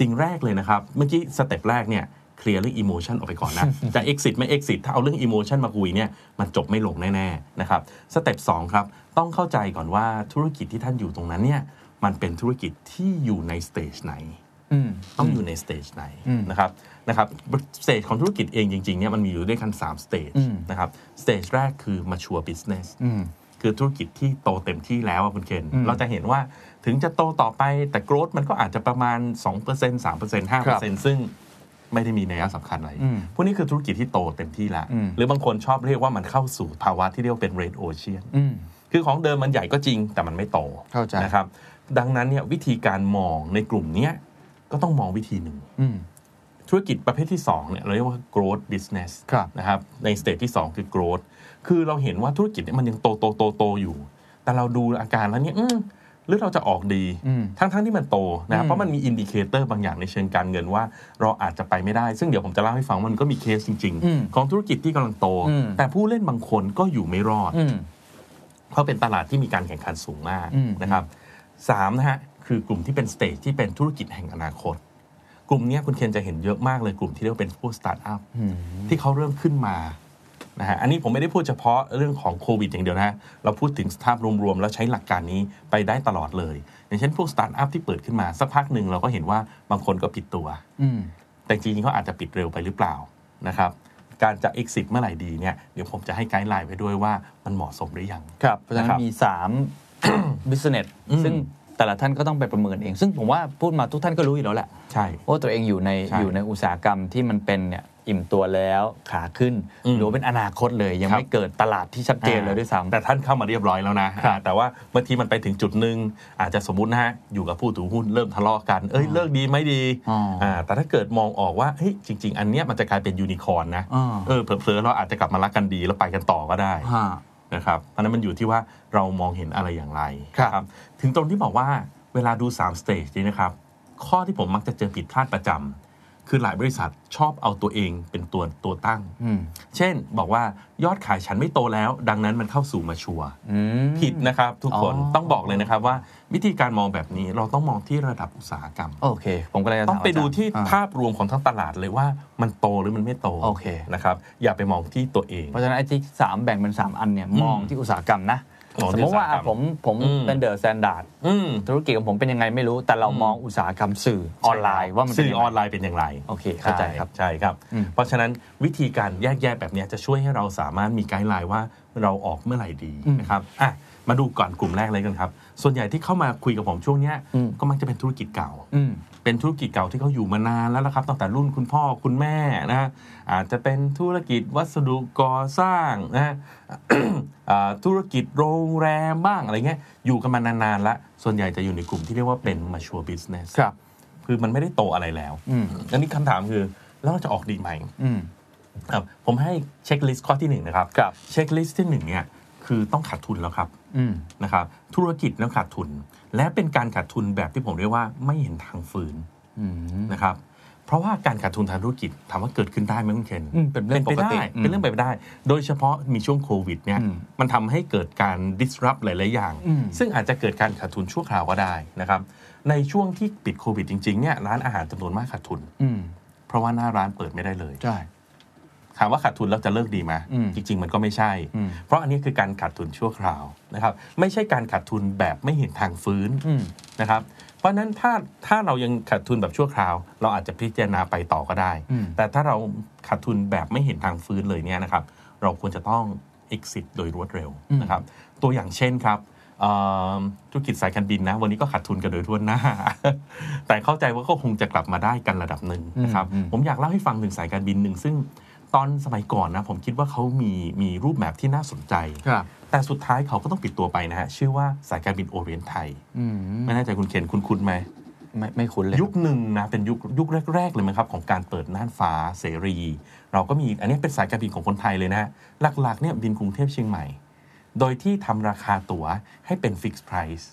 Speaker 4: สิ่งแรกเลยนะครับ เมื่อกี้สเต็ปแรกเนี่ยเคลียร์เรื่องอิโมชันออกไป ก่อนนะ จะ exit ไม่ exit ถ้าเอาเรื่องอิโมชันมาคุยเนี่ยมันจบไม่ลงแน่ๆนะครับสเต็ปสองครับต้องเข้าใจก่อนว่าธุรกิจที่ท่านอยู่ตรงนั้นเนี่ยมันเป็นธุรกิจที่อยู่ในสเตจไหน ต้องอยู่ในสเตจไหน
Speaker 3: อืม
Speaker 4: นะครับนะครับสเตจของธุรกิจเองจริงๆเนี่ยมันมีอยู่ด้วยกัน3สเตจ
Speaker 3: อืม
Speaker 4: นะครับสเตจแรกคือ mature business
Speaker 3: อืม
Speaker 4: คือธุรกิจที่โตเต็มที่แล้วอะคุณเคน
Speaker 3: อืม
Speaker 4: เราจะเห็นว่าถึงจะโตต่อไปแต่ growth มันก็อาจจะประมาณ 2% 3% 5%ซึ่งไม่ได้มีนัยสำคัญอะไร
Speaker 3: อืม
Speaker 4: พวกนี้คือธุรกิจที่โตเต็มที่แล้ว
Speaker 3: อืม
Speaker 4: หรือบางคนชอบเรียกว่ามันเข้าสู่ภาวะที่เรียกว่าเป็น red ocean
Speaker 3: อืม
Speaker 4: คือของเดิมมันใหญ่ก็จริงแต่มันไม่โต
Speaker 3: เข้าใจ
Speaker 4: นะครับ ดังนั้นเนี่ยวิธีการมองในกลุ่มเนี้ยก็ต้องมองวิธีหนึ่ง
Speaker 3: อืม
Speaker 4: ธุรกิจประเภทที่2เนี่ยเราเรียกว่า growth business
Speaker 3: ครับ
Speaker 4: นะครับในสเตจที่ 2 คือ growth คือเราเห็นว่าธุรกิจเนี่ยมันยังโตโตโตโตอยู่ แต่เราดูอาการแล้วเนี่ยอืมหรือเราจะออกดี
Speaker 3: อืม
Speaker 4: ทั้งๆที่มันโตนะครับ
Speaker 3: อืม
Speaker 4: เพราะมันมีอินดิเคเตอร์บางอย่างในเชิงการเงินว่า เราอาจจะไปไม่ได้ ซึ่งเดี๋ยวผมจะเล่าให้ฟังว่ามันก็มีเคสจริง
Speaker 3: อืม
Speaker 4: ๆ ของธุรกิจที่กำลังโต
Speaker 3: อืม
Speaker 4: แต่ผู้เล่นบางคนก็อยู่ไม่รอด
Speaker 3: อืม
Speaker 4: เพราะเป็นตลาดที่มีการแข่งขันสูงมาก
Speaker 3: อืม
Speaker 4: นะครับสามนะฮะคือกลุ่มที่เป็นสเตจที่เป็นธุรกิจแห่งอนาคต กลุ่มเนี้ยคุณเคนจะเห็นเยอะมากเลยกลุ่มที่เรียกว่าเป็นพวกสตาร์ทอัพที่เขาเริ่มขึ้นมานะฮะอันนี้ผมไม่ได้พูดเฉพาะเรื่องของโควิดอย่างเดียวนะฮะเราพูดถึงสภาพรวมๆ แล้วใช้หลักการนี้ไปได้ตลอดเลย อย่างเช่นพวกสตาร์ทอัพที่เปิดขึ้นมาสักพักหนึ่งเราก็เห็นว่าบางคนก็ปิดตัว
Speaker 3: อืม
Speaker 4: แต่จริงๆเขาอาจจะปิดเร็วไปหรือเปล่านะครับ การจะ exit เมื่อไหร่ดีเนี่ยเดี๋ยวผมจะให้ไกด์ไลน์ไว้ด้วยว่ามันเหมาะสมหรือยัง
Speaker 3: ครับเพราะฉะนั้
Speaker 4: นะครั
Speaker 3: น
Speaker 4: บ
Speaker 3: มี 3 business
Speaker 4: อืม
Speaker 3: ซึ่งแต่ละท่านก็ต้องไปประเมินเอง ซึ่งผมว่าพูดมาทุกท่านก็รู้อยู่แล้วแหละ
Speaker 4: ใช่
Speaker 3: ว่าตัวเองอยู่ใน
Speaker 4: ใช่
Speaker 3: อยู่ในอุตสาหกรรมที่มันเป็นเนี่ยอิ่มตัวแล้วขาขึ้น
Speaker 4: อืม
Speaker 3: หรือว่าเป็นอนาคตเลยยัง
Speaker 4: ครับ
Speaker 3: ไม่เกิดตลาดที่ชัดเจนเลยด้วยซ้ำ
Speaker 4: แต่ท่านเข้ามาเรียบร้อยแล้วนะ
Speaker 3: ครับ
Speaker 4: แต่ว่าบางทีมันไปถึงจุดหนึ่งอาจจะสมมตินะฮะ อยู่กับผู้ถือหุ้นเริ่มทะเลาะกัน เอ้ย เลิกดีไม่ดี
Speaker 3: อ๋ออ่
Speaker 4: าแต่ถ้าเกิดมองออกว่าเฮ้ยจริง ๆ อันเนี้ยมันจะกลายเป็นยูนิคอร์นนะ
Speaker 3: อ่า
Speaker 4: เออเผลอๆเราอาจจะกลับมารักกันดีแล้วไปกันต่อก็ได้
Speaker 3: ฮะ
Speaker 4: นะครับเพราะฉะนั้นมันอยู่ที่ว่าเรามองเห็นอะไรอย่างไร
Speaker 3: ครับ
Speaker 4: ถึงตรงที่บอกว่าเวลาดู3 stage นี้นะครับ ข้อที่ผมมักจะเจอผิดพลาดประจำคือหลายบริษัทชอบเอาตัวเองเป็นตัวตัวตั้ง
Speaker 3: อืม
Speaker 4: เช่นบอกว่ายอดขายฉันไม่โตแล้ว ดังนั้นมันเข้าสู่มาชัวร์
Speaker 3: อืม
Speaker 4: ผิดนะครับทุกคน
Speaker 3: อ๋อ
Speaker 4: ต้องบอกเลยนะครับว่าวิธีการมองแบบนี้เราต้องมองที่ระดับอุตสาหกรรม
Speaker 3: โอเค ผมก็เลยจะ
Speaker 4: ต้อ
Speaker 3: ถาง ม
Speaker 4: ไปดูที่
Speaker 3: อจรย์อ่
Speaker 4: ภาพรวมของทั้งตลาดเลยว่ามันโตหรือมันไม่โต
Speaker 3: โอเค
Speaker 4: นะครับอย่าไปมองที่ตัวเอง
Speaker 3: เพราะฉะนั้นไอ้ที่สามแบ่งเป็น 3 อันเนี่ยมองที่อุตสาหกรรมนะ
Speaker 4: มอง
Speaker 3: สม
Speaker 4: ที่
Speaker 3: มติว่า
Speaker 4: อุตสาหกรรม
Speaker 3: ผมผม
Speaker 4: อืม
Speaker 3: เป็นเดอะแซนด์ด
Speaker 4: อืม
Speaker 3: ธุรกิจของผมเป็นยังไงไม่รู้ แต่เรามองอุตสาหกรรมสื่อออนไลน์ว่ามันเป็น
Speaker 4: สื่อ
Speaker 3: ยัง
Speaker 4: อ
Speaker 3: ไง
Speaker 4: อนไลน์เป็นอย่างไร
Speaker 3: โอเคเข้าใจครับ
Speaker 4: ใช่ครับ
Speaker 3: อืม
Speaker 4: เพราะฉะนั้นวิธีการแยกแยะแบบเนี้ยจะช่วยให้เราสามารถมีไกด์ไลน์ว่าเราออกเมื่อไหร่ดี
Speaker 3: อืม
Speaker 4: นะครับอ่ะมาดูก่อนกลุ่มแรกเลยกันครับ ส่วนใหญ่ที่เข้ามาคุยกับผมช่วงเนี้ย
Speaker 3: อืม
Speaker 4: ก็มักจะเป็นธุรกิจเก่า
Speaker 3: อืม
Speaker 4: เป็นธุรกิจเก่าที่เขาอยู่มานานแล้วละครับตั้งแต่รุ่นคุณพ่อคุณแม่นะฮะอาจจะเป็นธุรกิจวัสดุก่อสร้างนะฮ ะ อ่าธุรกิจโรงแรมบ้างอะไรเงี้ยอยู่กันมานานๆแล้วส่วนใหญ่จะอยู่ในกลุ่มที่เรียกว่าเป็น mature business
Speaker 3: ครับ
Speaker 4: คือมันไม่ได้โตอะไรแล้ว
Speaker 3: อืม
Speaker 4: อันนี้คำถามคือแล้วเราจะออกดีไหม
Speaker 3: อืม
Speaker 4: ครับผมให้เช็คลิสต์ข้อที่หนึ่งนะครับ
Speaker 3: ครับ
Speaker 4: เช็คลิสต์ที่หนึ่งเนี่ยคือต้องขาดทุนแล้วครับ
Speaker 3: อืม
Speaker 4: นะครับ ธุรกิจต้องขาดทุน และเป็นการขาดทุนแบบที่ผมเรียกว่าไม่เห็นทางฟื้น
Speaker 3: อืม
Speaker 4: นะครับ เพราะว่าการขาดทุนทางธุรกิจถามว่าเกิดขึ้นได้ไหมคุณเคน
Speaker 3: อืมเป็นเรื่อง
Speaker 4: ไป
Speaker 3: ป
Speaker 4: ได้
Speaker 3: กติ
Speaker 4: เป็นเรื่องไปได้ โดยเฉพาะมีช่วงโควิดเนี่ย
Speaker 3: อืม
Speaker 4: มันทำให้เกิดการ disrupt หลายๆอย่าง
Speaker 3: อืม
Speaker 4: ซึ่งอาจจะเกิดการขาดทุนชั่วคราวก็ได้นะครับในช่วงที่ปิดโควิดจริงๆเนี่ยร้านอาหารจำนวนมากขาดทุน
Speaker 3: อืม
Speaker 4: เพราะว่าหน้าร้านเปิดไม่ได้เลย
Speaker 3: ใช่
Speaker 4: ถามว่าขาดทุนแล้วจะเลิกดีไหม
Speaker 3: อืม
Speaker 4: จริง ๆ มันก็ไม่ใช่
Speaker 3: อืม
Speaker 4: เพราะอันนี้คือการขาดทุนชั่วคราวนะครับ ไม่ใช่การขาดทุนแบบไม่เห็นทางฟื้น
Speaker 3: อืม
Speaker 4: นะครับ เพราะฉะนั้นถ้าถ้าเรายังขาดทุนแบบชั่วคราว เราอาจจะพิจารณาไปต่อก็ได้
Speaker 3: อืม
Speaker 4: แต่ถ้าเราขาดทุนแบบไม่เห็นทางฟื้นเลยเนี่ยนะครับ เราควรจะต้อง exit โดยรวดเร็วนะครับ ตัวอย่างเช่นครับเอิ่มธุรกิจสายการบินนะ วันนี้ก็ขาดทุนกันโดยทั่วหน้า แต่เข้าใจว่าก็คงจะกลับมาได้กันระดับหนึ่งนะครับ
Speaker 3: อืมอืม
Speaker 4: ผมอยากเล่าให้ฟังถึงสายการบินหนึ่ง ซึ่งตอนสมัยก่อนนะ ผมคิดว่าเขามีมีรูปแบบที่น่าสนใจ
Speaker 3: ครับ
Speaker 4: แต่สุดท้ายเขาก็ต้องปิดตัวไปนะฮะชื่อว่าสายการบินโอเรียนไทย
Speaker 3: อืม
Speaker 4: ไม่แน่ใจคุณเคนคุณคุณไหม
Speaker 3: ไม่ไม่คุ้นเลย
Speaker 4: ยุคหนึ่งนะเป็นยุคยุคแรก ๆ เลยมั้งครับ ของการเปิดน่านฟ้าเสรี เราก็มีอันนี้เป็นสายการบินของคนไทยเลยนะ หลักๆเนี่ยบินกรุงเทพเชียงใหม่ โดยที่ทำราคาตั๋วให้เป็นฟิกซ์ไพรซ์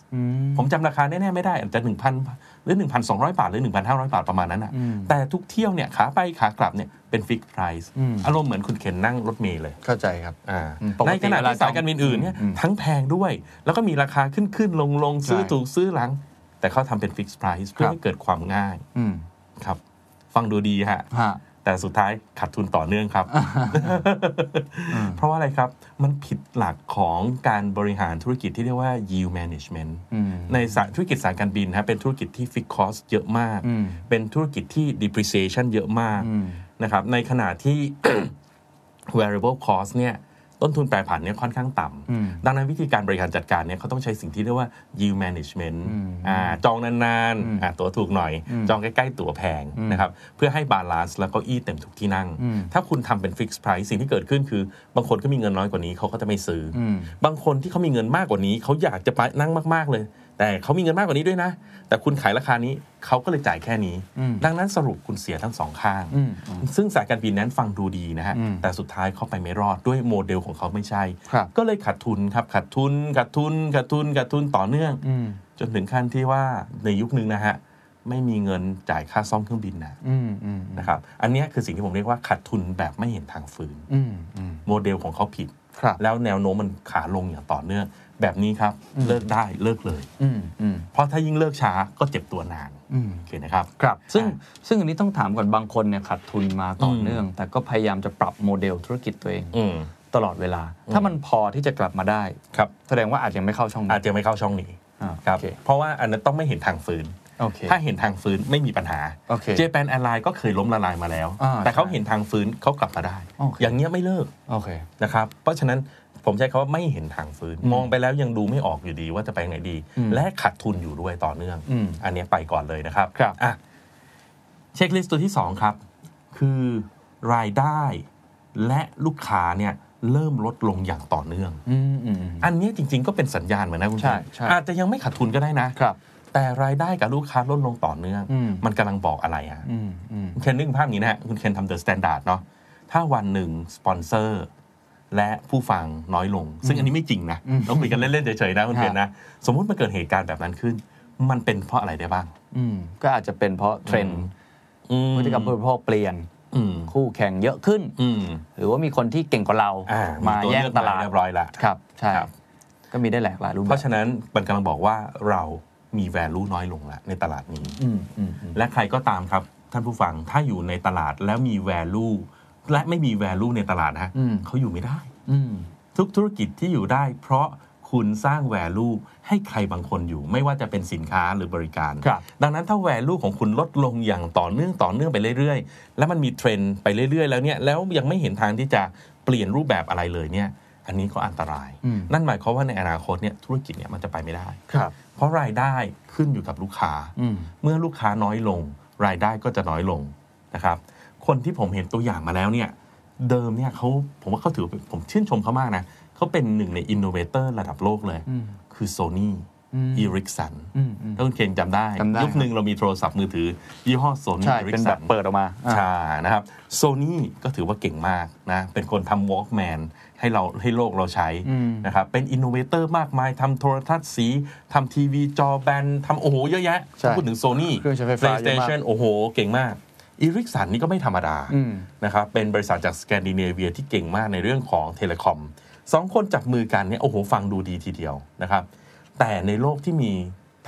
Speaker 4: ผมจำราคาแน่ๆไม่ได้อาจจะ 1,000 หรือ 1,200 บาท หรือ 1,500 บาทประมาณนั้นอ่ะแต่ทุกเที่ยวเนี่ยขาไปขากลับเนี่ยเป็นฟิกซ์ไพรซ์
Speaker 3: อืม
Speaker 4: อารมณ์เหมือนคุณเข็นนั่งรถเมล์เลย
Speaker 3: เข้าใจครับ
Speaker 4: อ่า
Speaker 3: อืมปก
Speaker 4: ใน
Speaker 3: ติ
Speaker 4: ขณะ
Speaker 3: เวลา
Speaker 4: ที่สายการบินอื่นเนี่ย
Speaker 3: อืม
Speaker 4: ทั้งแพงด้วย แล้วก็มีราคาขึ้นขึ้นลงลง
Speaker 3: ใช่
Speaker 4: ซื้อถูกซื้อหลัง แต่เขาทำเป็นฟิกซ์ไพรซ์เพื่
Speaker 3: ค
Speaker 4: อ
Speaker 3: รับ
Speaker 4: ให้เกิดความง่าย
Speaker 3: อืม
Speaker 4: ครับ ฟังดูดีฮะ
Speaker 3: ฮะ
Speaker 4: แต่สุดท้ายขาดทุนต่อเนื่องครับ เพราะว่าอะไรครับ มันผิดหลักของการบริหารธุรกิจที่เรียกว่า yield management
Speaker 3: อืม
Speaker 4: ในสายธุรกิจสายการบินนะฮะเป็นธุรกิจที่ fixed cost เยอะมาก
Speaker 3: อืม
Speaker 4: เป็นธุรกิจที่ depreciation เยอะมาก
Speaker 3: อืม
Speaker 4: นะครับในขณะที่ variable cost เนี่ยต้นทุนแปรผันเนี่ยค่อนข้างต่
Speaker 3: อืม
Speaker 4: ำดังนั้นวิธีการบริหารจัดการเนี่ยเขาต้องใช้สิ่งที่เรียกว่า yield management
Speaker 3: อืม
Speaker 4: อาจองนานๆอ่าตั๋วถูกหน่อย จองใกล้ๆตั๋วแพงนะครับเพื่อให้บาลานซ์แล้วก็อี้เต็มทุกที่นั่ง
Speaker 3: อืม
Speaker 4: ถ้าคุณทำเป็น fixed price สิ่งที่เกิดขึ้นคือบางคนก็มีเงินน้อยกว่านี้เขาก็จะไม่ซื้ออ
Speaker 3: อืม
Speaker 4: บางคนที่เขามีเงินมากกว่านี้ เขาอยากจะไปนั่งมาก ๆ เลย แต่เขามีเงินมากกว่านี้ด้วยนะ แต่คุณขายราคานี้เขาก็เลยจ่ายแค่นี้
Speaker 3: อืม
Speaker 4: ดังนั้นสรุปคุณเสียทั้งสองข้าง
Speaker 3: อืมอืม
Speaker 4: ซึ่งสายการบินนั้นฟังดูดีนะฮะ
Speaker 3: อืม
Speaker 4: แต่สุดท้ายเขาไปไม่รอดด้วยโมเดลของเขาไม่ใช่
Speaker 3: ครับ
Speaker 4: ก็เลยขาดทุนครับขาดทุนขาดทุนขาดทุนขาดทุนต่อเนื่อง
Speaker 3: อืม
Speaker 4: จนถึงขั้นที่ว่าในยุคนึงนะฮะไม่มีเงินจ่ายค่าซ่อมเครื่องบินนะ
Speaker 3: อืมอืม
Speaker 4: นะครับอันเนี้ยคือสิ่งที่ผมเรียกว่าขาดทุนแบบไม่เห็นทางฟื้น
Speaker 3: อืมอืม
Speaker 4: โมเดลของเขาผิด
Speaker 3: ครับ
Speaker 4: แล้วแนวโน้มมันขาลงอย่างต่อเนื่อง แบบนี้ครับ เลิกได้เลิกเลย
Speaker 3: อืมอืม
Speaker 4: เพราะถ้ายิ่งเลิกช้าก็เจ็บตัวนาน
Speaker 3: อืม
Speaker 4: โอเคนะครับ
Speaker 3: ครับซึ่ง
Speaker 4: อ่า
Speaker 3: ซึ่งอันนี้ต้องถามก่อนบางคนเนี่ยขาดทุนมาต่ออ
Speaker 4: ม
Speaker 3: เนื่อง แต่ก็พยายามจะปรับโมเดลธุรกิจตัวเอง
Speaker 4: อืม
Speaker 3: ตลอดเวลา ถ้ามันพอที่จะกลับมาได้
Speaker 4: ครับ
Speaker 3: แสดงว่าอาจยังไม่เข้าช่องนี้
Speaker 4: อาจจะไม่เข้าช่องนี้
Speaker 3: อ่า
Speaker 4: ครับ
Speaker 3: โอเค
Speaker 4: เพราะว่าอันนั้นต้องไม่เห็นทางฟื้น
Speaker 3: โอเค
Speaker 4: ถ้าเห็นทางฟื้นไม่มีปัญหา
Speaker 3: โอเค
Speaker 4: เจแปนแอร์ไลน์ก็เคยล้มละลายมาแล้ว
Speaker 3: อ่า
Speaker 4: แต่เขา
Speaker 3: ใช่
Speaker 4: เห็นทางฟื้นเขากลับมาได้
Speaker 3: โอเค
Speaker 4: อย่างเงี้ยไม่เลิก
Speaker 3: โอเค
Speaker 4: นะครับ เพราะฉะนั้นผมใช้คำว่าไม่เห็นทางฟื้น
Speaker 3: อืม
Speaker 4: มองไปแล้วยังดูไม่ออกอยู่ดีว่าจะไปยังไงดี
Speaker 3: อืม
Speaker 4: และขาดทุนอยู่ด้วยต่อเนื่อง
Speaker 3: อืม
Speaker 4: นเนี้ยไปก่อนเลยนะครับ
Speaker 3: ครับ
Speaker 4: อ่ะ เช็คลิสต์ตัวที่ 2 ครับ คือรายได้และลูกค้าเนี่ยเริ่มลดลงอย่างต่อเนื่อง
Speaker 3: อืมอืม
Speaker 4: อันเนี้ยจริง ๆ ก็เป็นสัญญาณเหมือนนะคุณ
Speaker 3: ใช่
Speaker 4: ผู้ม
Speaker 3: ใช่
Speaker 4: อาจจะยังไม่ขาดทุนก็ได้นะ
Speaker 3: ครับ
Speaker 4: แต่รายได้กับลูกค้าลดลงต่อเนื่อง
Speaker 3: อืม
Speaker 4: มันกำลังบอกอะไรอ่ะ
Speaker 3: อืมอืม
Speaker 4: คุณเคนนึกภาพนี้นะฮะคุณเคนทำเดอะสแตนดาร์ดเนาะถ้าวันหนึ่งสปอนเซอร์ และผู้ฟังน้อยลง ซึ่งอันนี้ไม่จริงนะเราคุยกันเล่นๆเฉยๆนะคุณเคนนะสมมุติมันเกิดเหตุการณ์แบบนั้นขึ้น มันเป็นเพราะอะไรได้บ้าง
Speaker 3: อืมก็อาจจะเป็นเพราะเทรนด์
Speaker 4: อื
Speaker 3: พฤติกรรมผู้บริโภคเปลี่ยน
Speaker 4: อืม
Speaker 3: คู่แข่งเยอะขึ้น
Speaker 4: อืม
Speaker 3: หรือว่ามีคนที่เก่งกว่าเรา
Speaker 4: อ่า
Speaker 3: มา
Speaker 4: ตัว
Speaker 3: แย่ง
Speaker 4: เลือก
Speaker 3: ตลาด
Speaker 4: เรียบร้อยละ
Speaker 3: ครับ ใช่
Speaker 4: ครับ
Speaker 3: ก็มีได้หลากหลายรูป
Speaker 4: เพ
Speaker 3: แบบ
Speaker 4: ราะฉะนั้นมันกำลังบอกว่าเรามี value น้อยลงละในตลาดนี้
Speaker 3: อืมอืมอืม
Speaker 4: และใครก็ตามครับ ท่านผู้ฟังถ้าอยู่ในตลาดแล้วมี value และไม่มี value ในตลาดนะฮะเขาอยู่ไม่ได้
Speaker 3: อืม
Speaker 4: ทุกธุรกิจที่อยู่ได้ เพราะคุณสร้าง value ให้ใครบางคนอยู่ ไม่ว่าจะเป็นสินค้าหรือบริการ
Speaker 3: ครับ
Speaker 4: ดังนั้นถ้า value ของคุณลดลงอย่างต่อเนื่องต่อเนื่องไปเรื่อยๆ และมันมีเทรนด์ไปเรื่อยๆ แล้วเนี่ยแล้วยังไม่เห็นทางที่จะเปลี่ยนรูปแบบอะไรเลยเนี่ยอันนี้ก็อันตราย นั่นหมายความว่าในอนาคตเนี่ยธุรกิจเนี่ยมันจะไปไม่ได้
Speaker 3: ครับ
Speaker 4: เพราะรายได้ขึ้นอยู่กับลูกค้า
Speaker 3: อืม
Speaker 4: เมื่อลูกค้าน้อยลง รายได้ก็จะน้อยลงนะครับ คนที่ผมเห็นตัวอย่างมาแล้วเนี่ย เดิมเนี่ยเขาผมว่าเขาถือเป็นผมชื่นชมเขามากนะเขาเป็นหนึ่งในอินโนเวเตอร์ระดับโลกเลย คือโซนี่อีริกสัน
Speaker 3: อืมอืม
Speaker 4: ถ้าคุณเคนจำได้
Speaker 3: จำได้
Speaker 4: ยุคหนึ่งเรามีโทรศัพท์มือถือ ยี่ห้อโซนี่
Speaker 3: ใช่
Speaker 4: อีริ
Speaker 3: เป็
Speaker 4: ก
Speaker 3: น
Speaker 4: สั
Speaker 3: แบ
Speaker 4: น
Speaker 3: บเปิดออกมาอ่า
Speaker 4: ใช่นะครับโซนี่ก็ถือว่าเก่งมากนะเป็นคนทำ Walkman ให้เราให้โลกเราใช้
Speaker 3: อืม
Speaker 4: นะครับเป็นอินโนเวเตอร์มากมายทำโทรทัศน์สีทำทีวีจอแบนทำโอ้โหเยอะแยะ
Speaker 3: ใช่
Speaker 4: พูดถึงโซนี่
Speaker 3: เครื่องใช้ไฟฟ้าเยอะมาก
Speaker 4: PlayStation โอ้โห เก่งมากอีริกสันนี่ก็ไม่ธรรมดา
Speaker 3: อืม
Speaker 4: นะครับเป็นบริษัทจากสแกนดิเนเวียที่เก่งมากในเรื่องของเทเลคอมสองคนจับมือกันเนี่ยโอ้โหฟังดูดีทีเดียวนะครับแต่ในโลกที่มี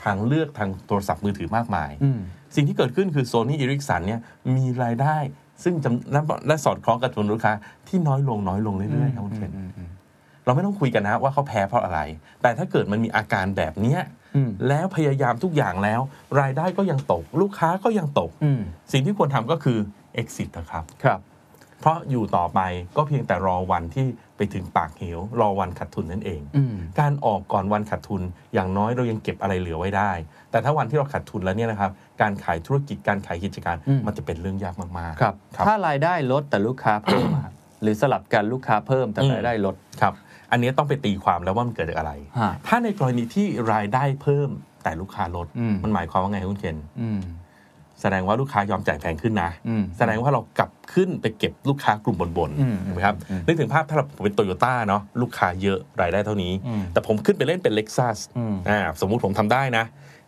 Speaker 4: ทางเลือกทางโทรศัพท์มือถือมากมาย
Speaker 3: อืม
Speaker 4: สิ่งที่เกิดขึ้นคือโซนี่อ r ริกสันเนี่ยมีรายได้ ซึ่งจำและและสอดคล้องกับจำนวนลูกค้าที่น้อยลงน้อยลงเรื่อยๆครับคุณเคนเราไม่ต้องคุยกันนะว่าเขาแพ้เพราะอะไร แต่ถ้าเกิดมันมีอาการแบบเนี้ย
Speaker 3: อืม
Speaker 4: แล้วพยายามทุกอย่างแล้ว รายได้ก็ยังตก ลูกค้าก็ยังตก
Speaker 3: อืม
Speaker 4: สิ่งที่ควรทำก็คือ exit นะครับ
Speaker 3: ครับ
Speaker 4: เพราะอยู่ต่อไปก็เพียงแต่รอวันที่ไปถึงปากเหว รอวันขาดทุนนั่นเอง
Speaker 3: อืม
Speaker 4: การออกก่อนวันขาดทุนอย่างน้อยเรายังเก็บอะไรเหลือไว้ได้ แต่ถ้าวันที่เราขาดทุนแล้วเนี่ยนะครับการขายธุรกิจการขายกิจการ
Speaker 3: อืม
Speaker 4: มันจะเป็นเรื่องยากมากๆ
Speaker 3: ครับ
Speaker 4: ครับ
Speaker 3: ถ้ารายได้ลดแต่ลูกค้าเพิ่มอะครับหรือสลับกันลูกค้าเพิ่มแต่
Speaker 4: อืม
Speaker 3: รายได้ลด
Speaker 4: ครับ อันนี้ต้องไปตีความแล้วว่ามันเกิดจากอะไร
Speaker 3: ฮะ
Speaker 4: ถ้าในกรณีที่รายได้เพิ่มแต่ลูกค้าลด
Speaker 3: อืม
Speaker 4: มันหมายความว่าไงคุณเคน
Speaker 3: อืม
Speaker 4: แสดงว่าลูกค้ายอมจ่ายแพงขึ้นนะ
Speaker 3: อืม
Speaker 4: แสดงว่าเรากลับขึ้นไปเก็บลูกค้ากลุ่มบน
Speaker 3: อืม
Speaker 4: ๆถูกไหมครับ
Speaker 3: อืม
Speaker 4: นึกถึงภาพถ้าเราผมเป็นโตโยต้าเนาะลูกค้าเยอะรายได้เท่านี้
Speaker 3: อืม
Speaker 4: แต่ผมขึ้นไปเล่นเป็นเล็กซัส
Speaker 3: อืม
Speaker 4: อ่าสมมุติผมทำได้นะ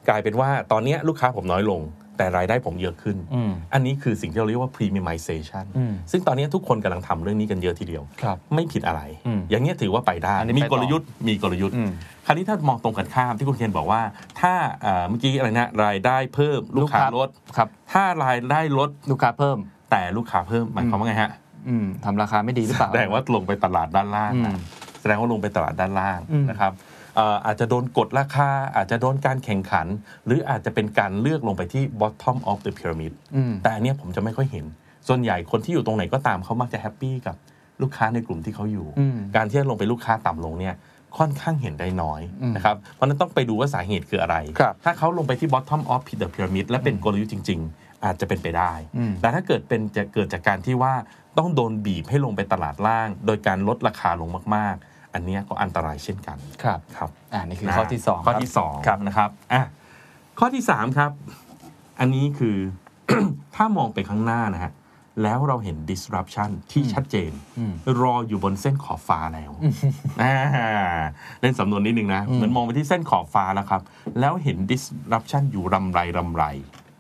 Speaker 4: กลายเป็นว่าตอนเนี้ยลูกค้าผมน้อยลง แต่รายได้ผมเยอะขึ้น
Speaker 3: อืม
Speaker 4: อันนี้คือสิ่งที่เราเรียกว่า premiumization
Speaker 3: อืม
Speaker 4: ซึ่งตอนเนี้ยทุกคนกำลังทำเรื่องนี้กันเยอะทีเดียว
Speaker 3: ครับ
Speaker 4: ไม่ผิดอะไร
Speaker 3: อืม
Speaker 4: อย่างเงี้ยถือว่าไปได้
Speaker 3: อันนี้
Speaker 4: มี
Speaker 3: ไปต่
Speaker 4: ก
Speaker 3: อ
Speaker 4: ลยุทธ์ มีกลยุทธ์
Speaker 3: อืม
Speaker 4: คราวนี้ถ้ามองตรงกันข้ามที่คุณเคนบอกว่า ถ้าเอ่อเมื่อกี้อะไรนะ รายได้เพิ่มลูก
Speaker 3: ลูก
Speaker 4: ค้า
Speaker 3: ค้า
Speaker 4: ลด
Speaker 3: ครับ
Speaker 4: ถ้ารายได้ลด
Speaker 3: ลูกค้าเพิ่ม
Speaker 4: แต่ลูกค้าเพิ่มหมายความว่าไงฮะ
Speaker 3: อืมทำราคาไม่ดีหรือเปล่า
Speaker 4: แสดงว่าลงไปตลาดด้านล่าง
Speaker 3: อื
Speaker 4: นะ
Speaker 3: ม
Speaker 4: แสดงว่าลงไปตลาดด้านล่าง
Speaker 3: อืม
Speaker 4: นะครับเอ่ออาจจะโดนกดราคา อาจจะโดนการแข่งขัน หรืออาจจะเป็นการเลือกลงไปที่ bottom of the pyramid
Speaker 3: อืม
Speaker 4: แต่อันเนี้ยผมจะไม่ค่อยเห็น ส่วนใหญ่คนที่อยู่ตรงไหนก็ตามเขามักจะแฮปปี้กับลูกค้าในกลุ่มที่เขาอยู่
Speaker 3: อืม
Speaker 4: การที่จะลงไปลูกค้าต่ำลงเนี่ยค่อนข้างเห็นได้น้อยนะครับเพราะฉะนั้นต้องไปดูว่าสาเหตุคืออะไร
Speaker 3: ครับ
Speaker 4: ถ้าเขาลงไปที่ bottom of the pyramid และเป็นกลยุทธ์จริง ๆ อาจจะเป็นไปได้
Speaker 3: อืม
Speaker 4: แต่ถ้าเกิดเป็นจะเกิดจากการที่ว่าต้องโดนบีบให้ลงไปตลาดล่าง โดยการลดราคาลงมากๆ อันเนี้ยก็อันตรายเช่นกัน
Speaker 3: ครับ
Speaker 4: ครับ
Speaker 3: อ่านี่คือ
Speaker 4: นะ
Speaker 3: ข้อที่สอง
Speaker 4: ข้อ
Speaker 3: ครับ
Speaker 4: ที่สองนะครับอ่ะข้อที่สามครับ อันนี้คือ ถ้ามองไปข้างหน้านะฮะแล้วเราเห็น disruption ที่ชัดเจน
Speaker 3: อืม
Speaker 4: รออยู่บนเส้นขอบฟ้าแล้ว อ่าเล่นสำนวนนิดนึงนะ
Speaker 3: อืม
Speaker 4: เหมือนมองไปที่เส้นขอบฟ้าแล้วครับ แล้วเห็น disruption อยู่รำไรรำไร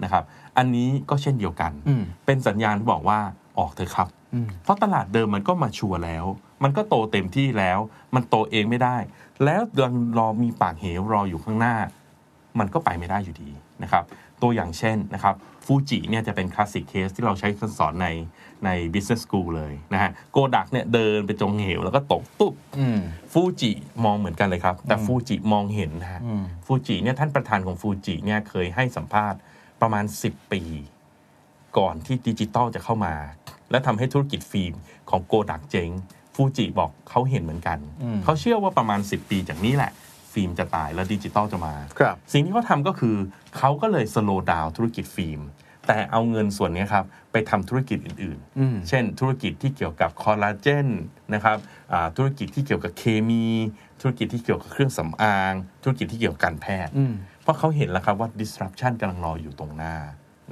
Speaker 4: นะครับ อันนี้ก็เช่นเดียวกัน
Speaker 3: อืม
Speaker 4: เป็นสัญญาณที่บอกว่าออกเถอะครับ
Speaker 3: อืม
Speaker 4: เพราะตลาดเดิมมันก็มาชัวร์แล้ว มันก็โตเต็มที่แล้ว มันโตเองไม่ได้ แล้วยังรอมีปากเหวรออยู่ข้างหน้า มันก็ไปไม่ได้อยู่ดีนะครับ ตัวอย่างเช่นนะครับฟูจิเนี่ยจะเป็นคลาสสิกเคสที่เราใช้สอนในใน business school เลยนะฮะโกดักเนี่ยเดินไปจงเหวแล้วก็ตกตุ๊บ
Speaker 3: อืม
Speaker 4: ฟูจิมองเหมือนกันเลยครับ แต่ฟูจิมองเห็นนะฮะ
Speaker 3: อืม
Speaker 4: ฟูจิเนี่ยท่านประธานของฟูจิเนี่ยเคยให้สัมภาษณ์ประมาณ 10 ปี ก่อนที่ดิจิตอลจะเข้ามา และทำให้ธุรกิจฟิล์มของโกดักเจ๊งฟูจิบอกเขาเห็นเหมือนกัน เขาเชื่อว่าประมาณ 10 ปีจากนี้แหละ ฟิล์มจะตายแล้วดิจิตอลจะมา
Speaker 3: ครับ
Speaker 4: สิ่งที่เขาทำก็คือเขาก็เลยสโลว์ดาวน์ธุรกิจฟิล์ม แต่เอาเงินส่วนเนี้ยครับ ไปทำธุรกิจอื่น
Speaker 3: อืม
Speaker 4: ๆ เช่น ธุรกิจที่เกี่ยวกับคอลลาเจนนะครับอ่าธุรกิจที่เกี่ยวกับเคมี ธุรกิจที่เกี่ยวกับเครื่องสำอาง ธุรกิจที่เกี่ยวกับการแพทย์
Speaker 3: อืม
Speaker 4: เพราะเขาเห็นแล้วครับว่า disruption กำลังรออยู่ตรงหน้า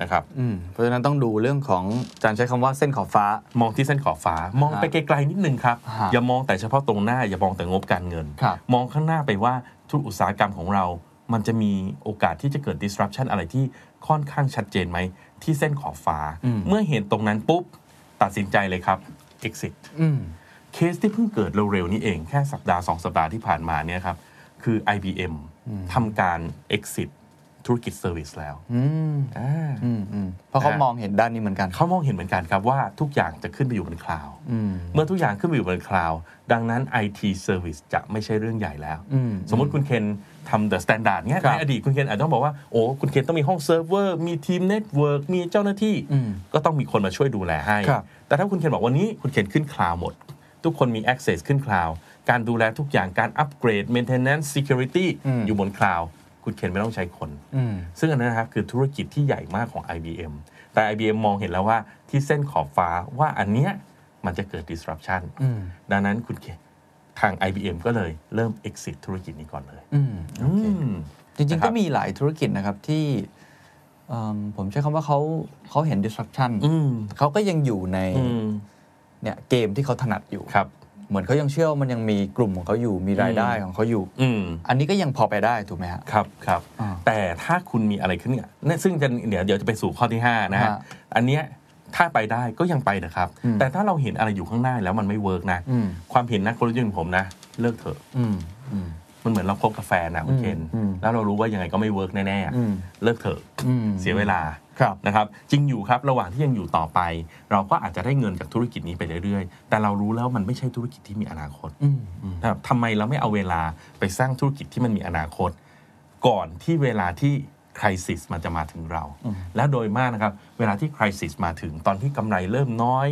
Speaker 4: นะครับ
Speaker 3: อืมเพราะฉะนั้นต้องดูเรื่องของอาจารย์ใช้คำว่าเส้นขอบฟ้า
Speaker 4: มองที่เส้นขอบฟ้ามองไปไกลๆนิดนึงครับ
Speaker 3: ฮะ
Speaker 4: อย่ามองแต่เฉพาะตรงหน้า อย่ามองแต่งบการเงิน
Speaker 3: ครับ
Speaker 4: มองข้างหน้าไปว่าธุรกิจอุตสาหกรรมของเรา มันจะมีโอกาสที่จะเกิด disruption อะไรที่ค่อนข้างชัดเจนไหม ที่เส้นขอบฟ้า
Speaker 3: อืม
Speaker 4: เมื่อเห็นตรงนั้นปุ๊บ ตัดสินใจเลยครับ exit
Speaker 3: อืม
Speaker 4: เคสที่เพิ่งเกิดเร็วๆนี้เองแค่สัปดาห์ 2 สัปดาห์ที่ผ่านมาเนี่ยครับ คือ IBM ทำการ exit ธุรกิจ service แล้ว
Speaker 3: อืม
Speaker 4: อ่า
Speaker 3: อืมอืมเพราะเขา
Speaker 4: อ่ะ
Speaker 3: มองเห็นด้านนี้เหมือนกัน
Speaker 4: เขามองเห็นเหมือนกันครับว่าทุกอย่างจะขึ้นไปอยู่บนคลาวด์
Speaker 3: อืม
Speaker 4: เมื่อทุกอย่างขึ้นไปอยู่บนคลาวด์ดังนั้น IT Service จะไม่ใช่เรื่องใหญ่แล้ว
Speaker 3: อืม
Speaker 4: สมมติคุณเคนทำ The Standard เนี้ย
Speaker 3: ครับ
Speaker 4: ในอดีตคุณเคนอาจจะต้องบอกว่า โอ้ คุณเคนต้องมีห้องเซิร์ฟเวอร์ มีทีมเน็ตเวิร์กมีเจ้าหน้าที่
Speaker 3: อืม
Speaker 4: ก็ต้องมีคนมาช่วยดูแลให้
Speaker 3: ครับ
Speaker 4: แต่ถ้าคุณเคนบอกวันนี้คุณเคนขึ้นคลาวด์หมด ทุกคนมี Access ขึ้นคลาวด์การดูแลทุกอย่างการอัปเกรด Maintenance Security อยู่บนคลาวด์คุณเคนไม่ต้องใช้คน
Speaker 3: อืม
Speaker 4: ซึ่งอันนั้นนะครับคือธุรกิจที่ใหญ่มากของ IBM แต่ IBM มองเห็นแล้วว่าที่เส้นขอบฟ้าว่าอันเนี้ยมันจะเกิด disruption
Speaker 3: อืม
Speaker 4: ดังนั้นคุณเคทาง IBM ก็เลยเริ่ม exit ธุรกิจนี้ก่อนเลย
Speaker 3: อืมโอเค
Speaker 4: อืม
Speaker 3: จริง
Speaker 4: นะ
Speaker 3: ๆ
Speaker 4: ครับ
Speaker 3: ก็มีหลายธุรกิจนะครับที่เอิ่มผมใช้คำว่าเขาเขาเห็น disruption
Speaker 4: อืม
Speaker 3: เขาก็ยังอยู่ใน
Speaker 4: อืม
Speaker 3: เนี่ยเกมที่เขาถนัดอยู่
Speaker 4: ครับ
Speaker 3: เหมือนเขายังเชื่อว่ามันยังมีกลุ่มของเขาอยู่มีรายได้ของเขาอยู่
Speaker 4: อืม
Speaker 3: อันนี้ก็ยังพอไปได้ถูกไหมฮะ
Speaker 4: ครับครับ
Speaker 3: อ่า
Speaker 4: แต่ถ้าคุณมีอะไรขึ้นเนี่ยเนี่ยซึ่งจะเดี๋ยวเดี๋ยวจะไปสู่ข้อที่ 5 นะฮะ
Speaker 3: ฮะ
Speaker 4: อันเนี้ยถ้าไปได้ก็ยังไปนะครับ
Speaker 3: อืม
Speaker 4: แต่ถ้าเราเห็นอะไรอยู่ข้างหน้าแล้วมันไม่เวิร์กนะ
Speaker 3: อืม
Speaker 4: ความเห็นนักกลยุทธ์ของผมนะ เลิกเถอะ
Speaker 3: อืมอืม
Speaker 4: มันเหมือนเราคบกับแฟนนะคุณเคน แล้วเรารู้ว่ายังไงก็ไม่เวิร์กแน่ๆอะเลิกเถอะ
Speaker 3: อืม
Speaker 4: เสียเวลา
Speaker 3: ครับ
Speaker 4: นะครับจริงอยู่ครับระหว่างที่ยังอยู่ต่อไป เราก็อาจจะได้เงินจากธุรกิจนี้ไปเรื่อยๆ แต่เรารู้แล้วมันไม่ใช่ธุรกิจที่มีอนาคต
Speaker 3: อืม
Speaker 4: นะครับทำไมเราไม่เอาเวลาไปสร้างธุรกิจที่มันมีอนาคต ก่อนที่เวลาที่คริสิสมันจะมาถึงเรา และโดยมากนะครับเวลาที่คริสิสมาถึง ตอนที่กำไรเริ่มน้อย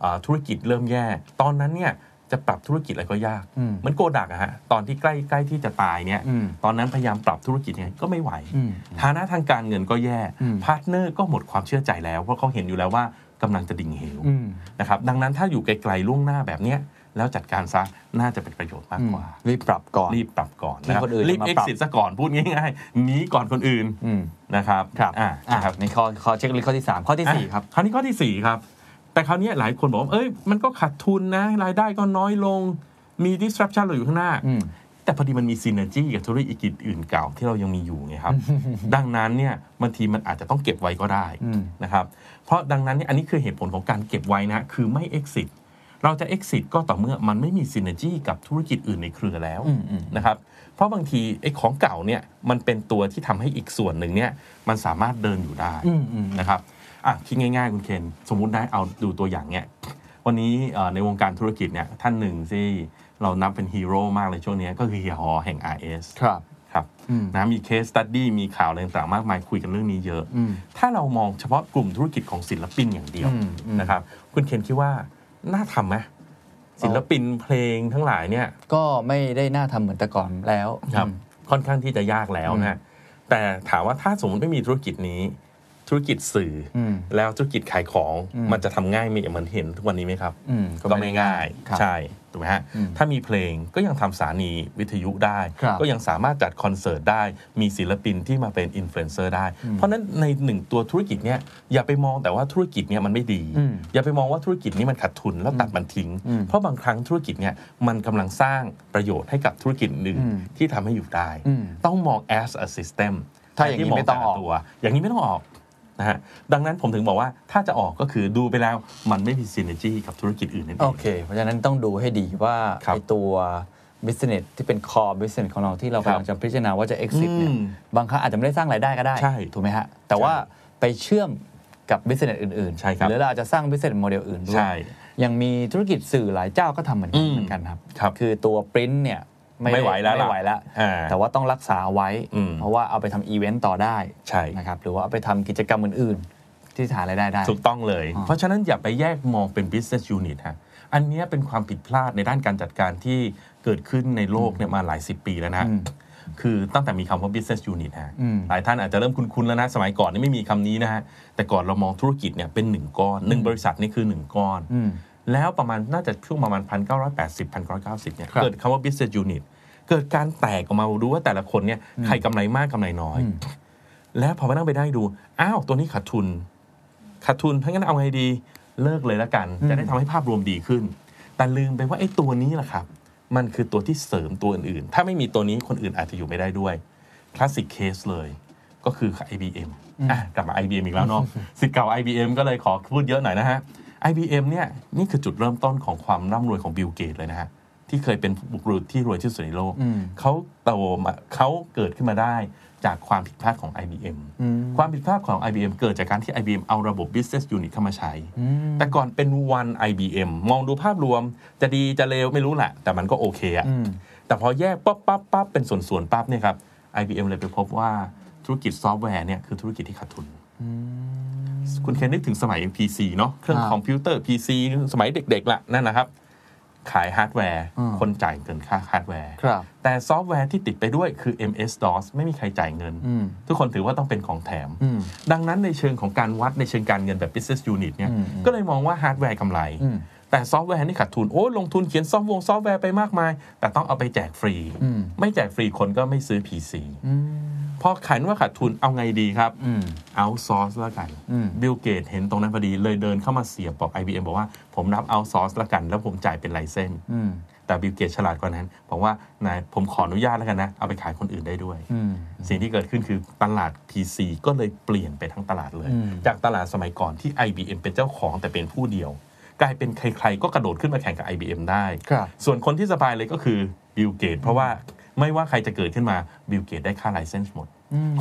Speaker 4: เอ่อธุรกิจเริ่มแย่ ตอนนั้นเนี่ยจะปรับธุรกิจอะไรก็ยาก
Speaker 3: อืม
Speaker 4: เหมือนโกดักอะฮะตอนที่ใกล้ใกล้ที่จะตายเนี่ย
Speaker 3: อืม
Speaker 4: ตอนนั้นพยายามปรับธุรกิจยังไงก็ไม่ไหว
Speaker 3: อืม
Speaker 4: ฐานะทางการเงินก็แย่
Speaker 3: อืม
Speaker 4: พาร์ทเนอร์ก็หมดความเชื่อใจแล้ว เพราะเขาเห็นอยู่แล้วว่ากำลังจะดิ่งเหว
Speaker 3: อืม
Speaker 4: นะครับดังนั้นถ้าอยู่ไกลๆล่วงหน้าแบบเนี้ยแล้วจัดการซะน่าจะเป็นประโยชน์มากกว่า
Speaker 3: รีบปรับก่อน
Speaker 4: รีบปรับก่อนนะครับ
Speaker 3: ให้คนอื่น
Speaker 4: รีบ
Speaker 3: มา
Speaker 4: เอ็ก
Speaker 3: ปรับ
Speaker 4: ซิสซะก่อนพูดง่ายๆหนีก่อนคนอื่น
Speaker 3: อืม
Speaker 4: นะครับ
Speaker 3: ครับ
Speaker 4: อ่า
Speaker 3: อ่ะ
Speaker 4: นะครับ
Speaker 3: ในข้อข้อเช็คลิสต์ข้อที่ 3 ข้อที่ 4 ครับ
Speaker 4: อ่ะคราวนี้ข้อที่สี่ครับ แต่คราวเนี้ยหลายคนบอกว่าเอ้ยมันก็ขาดทุนนะรายได้ก็น้อยลงมี disruption เราอยู่ข้างหน้า
Speaker 3: อืม
Speaker 4: แต่พอดีมันมีซีเนอร์จีกับธุรกิจอื่นเก่าที่เรายังมีอยู่ไง ครับ ดังนั้นเนี่ยบางทีมันอาจจะต้องเก็บไว้ก็ได้
Speaker 3: อืม
Speaker 4: นะครับ เพราะดังนั้นเนี่ยอันนี้คือเหตุผลของการเก็บไว้นะคือไม่ Exit เราจะ Exit ก็ต่อเมื่อมันไม่มีซีเนอร์จีกับธุรกิจอื่นในเครือแล้ว
Speaker 3: อืมอืม
Speaker 4: นะครับ เพราะบางทีไอ้ของเก่าเนี่ยมันเป็นตัวที่ทำให้อีกส่วนหนึ่งเนี่ยมันสามารถเดินอยู่ได้
Speaker 3: อืมอืม
Speaker 4: นะครับอ่ะคิดง่ายๆคุณเคนสมมุติได้เอาดูตัวอย่างเนี่ย วันนี้เอ่อในวงการธุรกิจเนี่ยท่านหนึ่งที่เรานับเป็นฮีโร่มากเลยช่วงนี้ก็คือเฮียฮอแห่ง RS
Speaker 3: ครับ
Speaker 4: ครับ
Speaker 3: อืม
Speaker 4: นะมีเคสตัดดี้มีข่าวอะไรต่างๆมากมายคุยกันเรื่องนี้เยอะ
Speaker 3: อืม
Speaker 4: ถ้าเรามองเฉพาะกลุ่มธุรกิจของศิลปินอย่างเดียว
Speaker 3: อืมอืม
Speaker 4: นะครับคุณเคนคิดว่าน่าทำไหมศิลปินเพลงทั้งหลายเนี่ย
Speaker 3: ก็ไม่ได้น่าทำเหมือนแต่ก่อนแล้ว
Speaker 4: ครับ
Speaker 3: อืม
Speaker 4: ค่อนข้างที่จะยากแล้วนะแต่ถามว่าถ้าสมมติไม่มีธุรกิจนี้ ธุรกิจสื่ออ
Speaker 3: ม
Speaker 4: แล้วธุรกิจขายของ
Speaker 3: อืม
Speaker 4: มันจะทำง่ายไหมเหมือนเห็นทุกวันนี้ไหมครับ
Speaker 3: อืม
Speaker 4: ก็
Speaker 3: ด้
Speaker 4: ไม่ง่าย
Speaker 3: ครับ
Speaker 4: ใช่ถูกไหมฮะ
Speaker 3: อืม
Speaker 4: ถ้ามีเพลงก็ยังทำสถานีวิทยุได้
Speaker 3: ครับ
Speaker 4: ก็ยังสามารถจัดคอนเสิร์ตได้ มีศิลปินที่มาเป็นอินฟลูเอนเซอร์ได้ เพราะฉะนั้นในหนึ่งตัวธุรกิจเนี่ยอย่าไปมองแต่ว่าธุรกิจเนี่ยมันไม่ดี
Speaker 3: อืม
Speaker 4: อย่าไปมองว่าธุรกิจนี้มันขาดทุนแล้วตัดมันทิ้ง
Speaker 3: อืม
Speaker 4: เพราะบางครั้งธุรกิจเนี่ยมันกำลังสร้างประโยชน์ให้กับธุรกิจอื่น
Speaker 3: อืม
Speaker 4: ที่ทำให้อยู่ได้
Speaker 3: อืม
Speaker 4: ต้องมอง as a system
Speaker 3: ถ้าอย่างนี้ไม่ต้องออก
Speaker 4: แที่มแต่ละวอย่างนี้ไม่ต้องออกนะฮะดังนั้นผมถึงบอกว่าถ้าจะออกก็คือดูไปแล้วมันไม่มีซีเนจีกับธุรกิจอื่นนั่นเอง
Speaker 3: โอเค เพราะฉะนั้นต้องดูให้ดีว่า
Speaker 4: ครับ
Speaker 3: ไอตัว business ที่เป็น core business ของเราที่เรา
Speaker 4: ครั
Speaker 3: กำ
Speaker 4: บ
Speaker 3: ลังจะพิจารณาว่าจะ exit เนี่ย
Speaker 4: อืม
Speaker 3: บางครั้งอาจจะไม่ได้สร้างรายได้ก็ได้
Speaker 4: ใช่
Speaker 3: ถูกไหมฮะ แต่ว่าไปเชื่อมกับ business อื่นๆ
Speaker 4: ใช่ครับ
Speaker 3: หรือเราอาจจะสร้าง business model อื่นด้วย
Speaker 4: ใช่
Speaker 3: ยังมีธุรกิจสื่อหลายเจ้าก็ทำเหมือนกั
Speaker 4: อื
Speaker 3: น
Speaker 4: ม
Speaker 3: เหมือนกันครับ
Speaker 4: ครับ
Speaker 3: คือตัว print เนี่ยด้
Speaker 4: ไม่ไหวแล้วล่ะ
Speaker 3: ไม่ไหวแล้ว
Speaker 4: อ่า
Speaker 3: แต่ว่าต้องรักษาไว้
Speaker 4: อืม
Speaker 3: เพราะว่าเอาไปทำอีเวนต์ต่อได้
Speaker 4: ใช่
Speaker 3: นะครับหรือว่าเอาไปทำกิจกรรมอื่นๆ ที่หารายได้ได้
Speaker 4: ถูกต้องเลย เพราะฉะนั้นอย่าไปแยกมองเป็น business unit ฮะ อันเนี้ยเป็นความผิดพลาดในด้านการจัดการที่เกิดขึ้นในโลกเนี่ยมาหลายสิบปีแล้วนะ คือตั้งแต่มีคำว่า business unit ฮะ
Speaker 3: อืม
Speaker 4: หลายท่านอาจจะเริ่มคุ้นๆแล้วนะ สมัยก่อนนี่ไม่มีคำนี้นะฮะ แต่ก่อนเรามองธุรกิจเนี่ยเป็นหนึ่งก้อนหนึ่งบริษัทนี่คือหนึ่งก้อน
Speaker 3: อืม
Speaker 4: แล้วประมาณน่าจะช่วงประมาณ 1980 1990เนี่ย
Speaker 3: ครับ
Speaker 4: เกิดคำว่า business unit เกิดการแตกออกมาดูว่าแต่ละคนเนี่ยใครกำไรมากกำไรน้อย แล้วพอมานั่งไปได้ดู อ้าว ตัวนี้ขาดทุน ขาดทุนทั้างนั้นเอาไงดี เลิกเลยละกัน จะได้ทำให้ภาพรวมดีขึ้น แต่ลืมไปว่าไอ้ตัวนี้แหละครับ มันคือตัวที่เสริมตัวอื่นๆ ถ้าไม่มีตัวนี้คนอื่นอาจจะอยู่ไม่ได้ด้วย คลาสสิกเคสเลย ก็คือ IBM อ่ะกลับมา IBM อีกแล้ว เนาะ สิทธิ์เก่า IBM ก็เลยขอพูดเยอะหน่อยนะฮะ IBM เนี่ยนี่คือจุดเริ่มต้นของความร่ำรวยของบิลเกตเลยนะฮะ ที่เคยเป็นบุคคลที่รวยที่สุดในโลก
Speaker 3: อืม
Speaker 4: เขาโตมาเขาเกิดขึ้นมาได้จากความผิดพลาดของ IBM
Speaker 3: อืม
Speaker 4: ความผิดพลาดของ IBM เกิดจากการที่ IBM เอาระบบ business unit เข้ามาใช้
Speaker 3: อืม
Speaker 4: แต่ก่อนเป็น one IBM มองดูภาพรวมจะดีจะเลวไม่รู้แหละ แต่มันก็โอเคอะ
Speaker 3: อืม
Speaker 4: แต่พอแยกปั๊บปั๊บปั๊บเป็นส่วนๆปั๊บเนี่ยครับ IBM เลยไปพบว่าธุรกิจซอฟต์แวร์เนี่ยคือธุรกิจที่ขาดทุน คุณเคนนึกถึงสมัย PC เนาะเครื่อง
Speaker 3: ครับ
Speaker 4: คอมพิวเตอร์ PC สมัยเด็กๆละนั่นนะครับ ขายฮาร์ดแวร์
Speaker 3: อืม
Speaker 4: คนจ่ายเงินค่าฮาร์ดแวร์
Speaker 3: ครับ
Speaker 4: แต่ซอฟต์แวร์ที่ติดไปด้วยคือ MS-DOS ไม่มีใครจ่ายเงิน
Speaker 3: อืม
Speaker 4: ทุกคนถือว่าต้องเป็นของแถม
Speaker 3: อืม
Speaker 4: ดังนั้นในเชิงของการวัดในเชิงการเงินแบบ business unit เนี่ย
Speaker 3: อืมอืม
Speaker 4: ก็เลยมองว่าฮาร์ดแวร์กำไร
Speaker 3: อืม
Speaker 4: แต่ซอฟต์แวร์นี่ขาดทุน โอ้ยลงทุนเขียนซอฟต์วงซอฟต์แวร์ไปมากมาย แต่ต้องเอาไปแจกฟรี
Speaker 3: อืม
Speaker 4: ไม่แจกฟรีคนก็ไม่ซื้อ PC
Speaker 3: อืม
Speaker 4: พอขันว่าขาดทุนเอาไงดีครับ
Speaker 3: อืม
Speaker 4: เอาซอร์สแล้วกัน
Speaker 3: อืม
Speaker 4: บิลเกตเห็นตรงนั้นพอดีเลยเดินเข้ามาเสียบบอก IBM บอกว่าผมรับเอาซอร์สแล้วกัน แล้วผมจ่ายเป็นไลเซนส์
Speaker 3: อืม
Speaker 4: แต่บิลเกตฉลาดกว่านั้นบอกว่านายผมขออนุญาตแล้วกันนะเอาไปขายคนอื่นได้ด้วย
Speaker 3: อืม
Speaker 4: สิ่งที่เกิดขึ้นคือตลาด PC ก็เลยเปลี่ยนไปทั้งตลาดเลย
Speaker 3: อืม
Speaker 4: จากตลาดสมัยก่อนที่ IBM เป็นเจ้าของแต่เป็นผู้เดียว กลายเป็นใครๆ ก็กระโดดขึ้นมาแข่งกับ IBM ได้
Speaker 3: ครับ
Speaker 4: ส่วนคนที่สบายเลยก็คือบิลเกตเพราะว่า ไม่ว่าใครจะเกิดขึ้นมาบิลเกตได้ค่าไลเซนส์หมด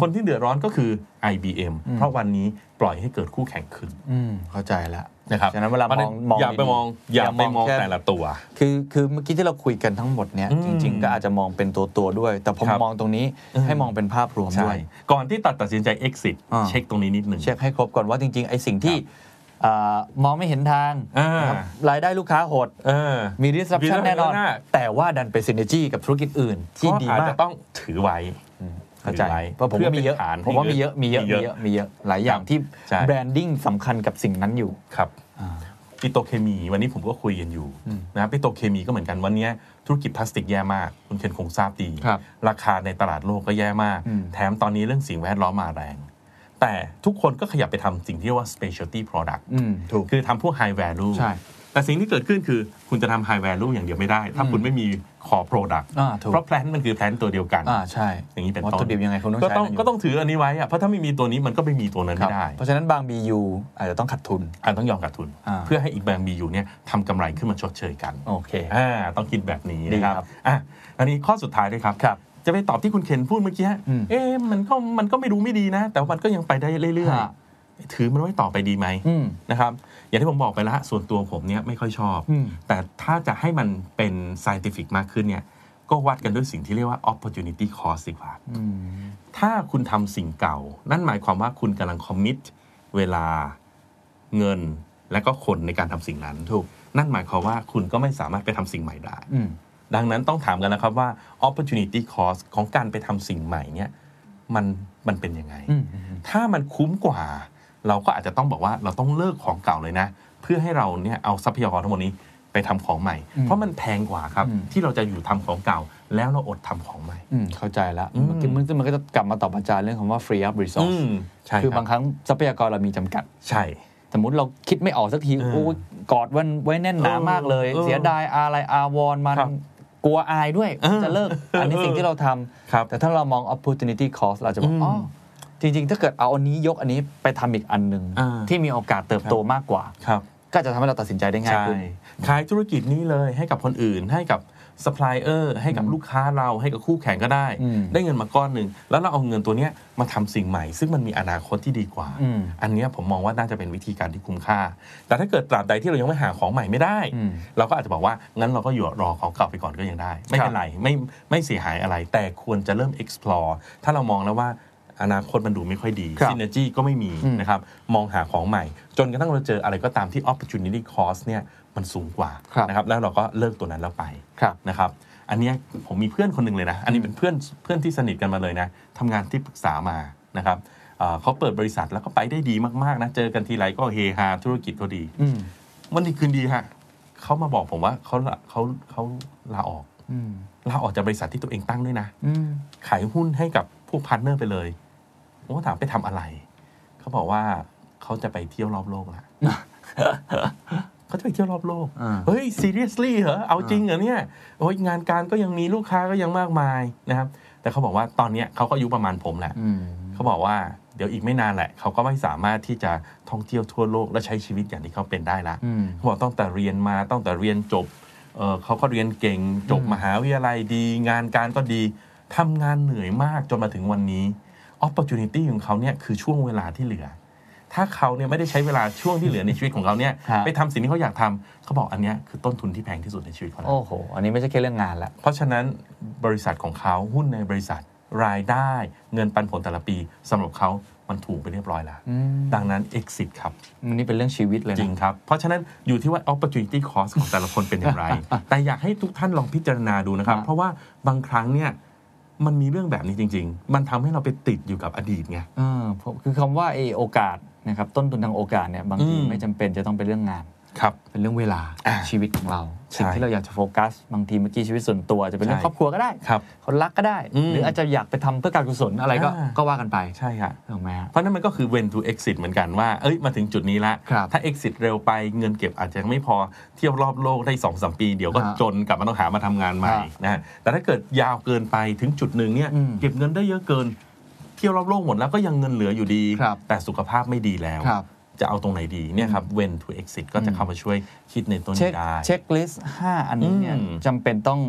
Speaker 4: คนที่เดือดร้อนก็คือ IBM เพราะวันนี้ปล่อยให้เกิดคู่แข่งขึ้น
Speaker 3: อืมเข้าใจแล้ว
Speaker 4: นะครับ
Speaker 3: ฉะนั้นเวลามอง
Speaker 4: พระฉะ
Speaker 3: มอง
Speaker 4: อย่าไปมอง
Speaker 3: ดีๆ
Speaker 4: อย่าไปม
Speaker 3: อ
Speaker 4: อง
Speaker 3: ย่ามองแค่
Speaker 4: แต่ละตัว
Speaker 3: คือคือเมื่อกี้ที่เราคุยกันทั้งหมดเนี่ย
Speaker 4: อืม
Speaker 3: จริง ๆ ก็อาจจะมองเป็นตัวตัวๆด้วย แต่ผม
Speaker 4: ครับ
Speaker 3: มองตรงนี้
Speaker 4: อืม
Speaker 3: ให้มองเป็นภาพรวมด้
Speaker 4: ใช่
Speaker 3: วย
Speaker 4: ก่อนที่ตัดตัดสินใจ exit
Speaker 3: อ่า
Speaker 4: เช็คตรงนี้นิดหนึ่ง
Speaker 3: เช็คให้ครบก่อนว่าจริง ๆ ไอ้สิ่งที่
Speaker 4: ครับ
Speaker 3: เอ่อมองไม่เห็นทาง
Speaker 4: อ่าน
Speaker 3: นะครับรายได้ลูกค้าหด
Speaker 4: เออ
Speaker 3: มี disruption
Speaker 4: disruption
Speaker 3: แน่นอน
Speaker 4: แน่
Speaker 3: แต่ว่าดันเป็น synergy กับธุรกิจอื่น ที่
Speaker 4: ก็
Speaker 3: ดี
Speaker 4: อาจ
Speaker 3: มา
Speaker 4: จะ
Speaker 3: ก
Speaker 4: ต้องถือไว้
Speaker 3: เข้าใจ
Speaker 4: ถือไว้
Speaker 3: เพราะผม
Speaker 4: เพื่อ
Speaker 3: ว่ามีเยอะ
Speaker 4: เป็นฐาน
Speaker 3: ผมว่ามีเยอะ
Speaker 4: มี
Speaker 3: มีเย
Speaker 4: เย
Speaker 3: อะ
Speaker 4: อะ
Speaker 3: มีเยอะมีเยอะหลายอย่างที่
Speaker 4: ใช่
Speaker 3: แบรนดิ้งสำคัญกับสิ่งนั้นอยู่
Speaker 4: ครับปิโตรเคมีวันนี้ผมก็คุยกันอยู่นะครับปิโตรเคมีก็เหมือนกันวันนี้ธุรกิจพลาสติกแย่มาก คุณเคนคงทราบดี
Speaker 3: ครับ
Speaker 4: ราคาในตลาดโลกก็แย่มาก
Speaker 3: อืม
Speaker 4: แถมตอนนี้เรื่องสิ่งแวดล้อมมาแรง แต่ทุกคนก็ขยับไปทำสิ่งที่เรียกว่า specialty product
Speaker 3: อืมถูก
Speaker 4: คือทำพวก high value
Speaker 3: ใช่
Speaker 4: แต่สิ่งที่เกิดขึ้นคือคุณจะทำ high value อย่างเดียวไม่ได้ ถ้าคุณไม่มี core product
Speaker 3: อ่าถูก
Speaker 4: เพราะ plan มันคือ plan ตัวเดียวกัน
Speaker 3: อ่าใช่
Speaker 4: อย่างนี้เป็น
Speaker 3: วัต
Speaker 4: ต้น
Speaker 3: ถุดิบยังไงคงต้อง
Speaker 4: ก็
Speaker 3: ใช้
Speaker 4: ต้อง
Speaker 3: มันยู่
Speaker 4: ก็ต้องถืออันนี้ไว้อะเพราะถ้าไม่มีตัวนี้มันก็ไม่มีตัวนั้น
Speaker 3: ครั
Speaker 4: ไม่
Speaker 3: บ
Speaker 4: ได้
Speaker 3: เพราะฉะนั้นบาง BU อาจจะต้องขัดทุน
Speaker 4: อันต้องยอมขาดทุน
Speaker 3: อ่า
Speaker 4: เพื่อให้อีกแบรนด์บีอยู่เนี่ยทำกำไรขึ้นมาชดเชยกัน
Speaker 3: โอเค
Speaker 4: อ่าต้องคิดแบบนี้นะครั
Speaker 3: ดีครับ
Speaker 4: บอ่ะอันนี้ข้อสุดท้ายด้วยครับ
Speaker 3: ครับ
Speaker 4: จะไปตอบที่คุณเคนพูดเมื่อกี้
Speaker 3: อืม
Speaker 4: เอ๊ะมันก็มันก็ไม่ดูไม่ดีนะ แต่ว่ามันก็ยังไปได้เรื่อย
Speaker 3: ฮะ
Speaker 4: ๆ ถือมันไว้ต่อไปดีไหม
Speaker 3: อืม
Speaker 4: นะครับ อย่างที่ผมบอกไปละส่วนตัวผมเนี่ยไม่ค่อยชอบ
Speaker 3: อืม
Speaker 4: แต่ถ้าจะให้มันเป็น scientific มากขึ้นเนี่ยก็วัดกันด้วยสิ่งที่เรียกว่า opportunity cost ดีกว่า
Speaker 3: อืม
Speaker 4: ถ้าคุณทำสิ่งเก่า นั่นหมายความว่าคุณกำลังคอมมิตเวลาเงินและก็คนในการทำสิ่งนั้นถูกนั่นหมายความว่าคุณก็ไม่สามารถไปทำสิ่งใหม่ได้
Speaker 3: อืม
Speaker 4: ดังนั้นต้องถามกันนะครับว่า opportunity cost ของการไปทำสิ่งใหม่เนี่ยมันมันเป็นยังไง
Speaker 3: อืม
Speaker 4: ถ้ามันคุ้มกว่า เราก็อาจจะต้องบอกว่าเราต้องเลิกของเก่าเลยนะ เพื่อให้เราเนี่ยเอาทรัพยากรทั้งหมดนี้ไปทำของใหม่ เพราะมันแพงกว่าครับ
Speaker 3: อืม
Speaker 4: ที่เราจะอยู่ทำของเก่า แล้วเราอดทำของใหม่
Speaker 3: อืม เข้าใจแล้ว
Speaker 4: อืม
Speaker 3: เมื่อกี้มันมันก็จะกลับมาตอบอาจารย์เรื่องคำว่า free up
Speaker 4: อื
Speaker 3: resource
Speaker 4: มใช่
Speaker 3: คื
Speaker 4: ครับ
Speaker 3: อางครั้งทรัพยากรเรามีจำกัด
Speaker 4: ใช่
Speaker 3: สมมติเราคิดไม่ออกสักที
Speaker 4: เออ
Speaker 3: โอ้ยกอดวันไว้แน่นหนา
Speaker 4: เออ
Speaker 3: มากเลย
Speaker 4: เออ
Speaker 3: เสียดายอะไรอาวรณ์มัน
Speaker 4: ครับ
Speaker 3: กลัวอายด้วย
Speaker 4: เออ
Speaker 3: จะเลิก อันนี้สิ่งที่เราท
Speaker 4: ครับ
Speaker 3: ำแต่ถ้าเรามอง opportunity cost เราจะบอก
Speaker 4: อืม
Speaker 3: อ๋อจริง ๆ ถ้าเกิดเอาอันนี้ยกอันนี้ไปทำอีกอันหนึ่ง
Speaker 4: อ่า
Speaker 3: ที่มีโอกาสเติบโตมากกว่า
Speaker 4: ครับ
Speaker 3: ก็จะทำให้เราตัดสินใจได้ง่าย
Speaker 4: ใช่
Speaker 3: ขึ้น
Speaker 4: ขายธุรกิจนี้เลยให้กับคนอื่น ให้กับซัพพลายเออร์ให้กับลูกค้าเราให้กับคู่แข่งก็ได้
Speaker 3: อืม
Speaker 4: ได้เงินมาก้อนหนึ่งแล้วเราเอาเงินตัวเนี้ยมาทำสิ่งใหม่ ซึ่งมันมีอนาคตที่ดีกว่า
Speaker 3: อืม
Speaker 4: อันเนี้ยผมมองว่าน่าจะเป็นวิธีการที่คุ้มค่า แต่ถ้าเกิดตราบใดที่เรายังไม่หาของใหม่ไม่ได้
Speaker 3: อืม
Speaker 4: เราก็อาจจะบอกว่างั้นเราก็อยู่รอของเก่าไปก่อนก็ยังได้ ไม่เป็นไรไม่ไม่เสียหายอะไร แต่ควรจะเริ่ม explore ถ้าเรามองแล้วว่าอนาคตมันดูไม่ค่อยดี
Speaker 3: ครับ
Speaker 4: synergy จีก็ไม่มี
Speaker 3: อืม
Speaker 4: นะครับ มองหาของใหม่ จนกระทั่งเราเจออะไรก็ตามที่ opportunity cost เนี่ยมันสูงกว่า
Speaker 3: ครับ
Speaker 4: นะครับแล้วเราก็เลิกตัวนั้นแล้วไป
Speaker 3: ครับ
Speaker 4: นะครับอันเนี้ยผมมีเพื่อนคนหนึ่งเลยนะ อันนี้เป็นเพื่อนเพื่อนที่สนิทกันมาเลยนะทำงานที่ปรึกษามานะครับเอ่อเขาเปิดบริษัทแล้วก็ไปได้ดีมากๆนะเจอกันทีไรก็เฮฮาธุรกิจเขาดี
Speaker 3: อืม
Speaker 4: วันดีคืนดีฮะเขามาบอกผมว่าเขาละเขาเขาลาออก
Speaker 3: อืม
Speaker 4: ลาออกจากบริษัทที่ตัวเองตั้งด้วยนะ
Speaker 3: อืม
Speaker 4: ขายหุ้นให้กับพวกพาร์ทเนอร์ไปเลย ผมก็ถามไปทำอะไร เขาบอกว่าเขาจะไปเที่ยวรอบโลก ละ เขาจะไปเที่ยวรอบโลก
Speaker 3: อ่า
Speaker 4: เฮ้ย seriously เหรอ เอาจริงเหรอเนี่ย โอ้ยงานการก็ยังมีลูกค้าก็ยังมากมายนะครับ แต่เขาบอกว่าตอนเนี้ยเขาก็อายุประมาณผมแหละ
Speaker 3: อืม
Speaker 4: เขาบอกว่าเดี๋ยวอีกไม่นานแหละ เขาก็ไม่สามารถที่จะท่องเที่ยวทั่วโลกและใช้ชีวิตอย่างที่เขาเป็นได้ละ
Speaker 3: อืม
Speaker 4: เขาบอกตั้งแต่เรียนมาตั้งแต่เรียนจบเอ่อเขาก็เรียนเก่งจบมหาวิทยาลัยดี งานการก็ดีทำงานเหนื่อยมากจนมาถึงวันนี้ opportunity ของเขาเนี่ยคือช่วงเวลาที่เหลือ ถ้าเขาเนี่ยไม่ได้ใช้เวลาช่วงที่เหลือในชีวิตของเขาเนี่ย
Speaker 3: ครับ
Speaker 4: ไปทำสิ่งที่เขาอยากทำเขาบอกอันเนี้ยคือต้นทุนที่แพงที่สุดในชีวิตเขาแล้ว
Speaker 3: โอ้โห อันนี้ไม่ใช่แค่เรื่องงานละ
Speaker 4: เพราะฉะนั้นบริษัทของเขาหุ้นในบริษัทรายได้เงินปันผลแต่ละปีสำหรับเขามันถูกไปเรียบร้อยแล้ว
Speaker 3: อืม
Speaker 4: ดังนั้น exit ครับ
Speaker 3: อันนี้เป็นเรื่องชีวิตเลย
Speaker 4: จริ
Speaker 3: นะ
Speaker 4: งครับ เพราะฉะนั้นอยู่ที่ว่า opportunity cost ของแต่ละคนเป็นอย่าง ไร แต่อยากให้ทุกท่านลองพิจารณาดูนะครับ
Speaker 3: ครับ
Speaker 4: เพราะว่าบางครั้งเนี่ยมันมีเรื่องแบบนี้จริง ๆ มันทำให้เราไปติดอยู่กับอดีตไง
Speaker 3: าผมคือคำว่าเออโอกาสนะครับต้นทุนทางโอกาสเนี่ยบางที
Speaker 4: อืม
Speaker 3: ไม่จำเป็นจะต้องเป็นเรื่องงาน
Speaker 4: ครับ
Speaker 3: เป็นเรื่องเวลา
Speaker 4: อ่า
Speaker 3: ชีวิตของเรา
Speaker 4: ใช่
Speaker 3: สิ่งที่เราอยากจะโฟกัส บางทีเมื่อกี้ชีวิตส่วนตัวอาจจะเป็นเรื่อง
Speaker 4: ใช่
Speaker 3: ครอบครัวก็ได้
Speaker 4: ครับ
Speaker 3: คนรักก็ได้
Speaker 4: อืม
Speaker 3: หรืออาจจะอยากไปทำเพื่อการกุศลอะไรก็
Speaker 4: อ่า
Speaker 3: ก็ว่ากันไป
Speaker 4: ใช่ค่ะ
Speaker 3: ถูกไหมฮะ
Speaker 4: เพราะนั่นมันก็คือ when to exit เหมือนกันว่า เอ้ย มาถึงจุดนี้ละ
Speaker 3: ครับ
Speaker 4: ถ้า exit เร็วไปเงินเก็บอาจจะยังไม่พอเที่ยวรอบโลกได้2อสปี เดี๋ยวก็
Speaker 3: ฮะ
Speaker 4: จนกลับมาต้องหามาทำงานใหม่
Speaker 3: ฮะ
Speaker 4: นะฮะแต่ถ้าเกิดยาวเกินไปถึงจุดหนึ่งเนี่ย
Speaker 3: อืม
Speaker 4: เก็บเงินได้เยอะเกิน เที่ยวรอบโลกหมดแล้วก็ยังเงินเหลืออยู่ดี
Speaker 3: ครับ
Speaker 4: แต่สุขภาพไม่ดีแล้ว
Speaker 3: ครับ
Speaker 4: จะเอาตรงไหนดีเนี่ยครับ when to exit ก็จะเข้ามาช่วยคิดในต้น
Speaker 3: เช็ค
Speaker 4: ได้
Speaker 3: เช็คลิสต์ห้าอันนี้เนี่ย
Speaker 4: อืม
Speaker 3: จำเป็นต้อง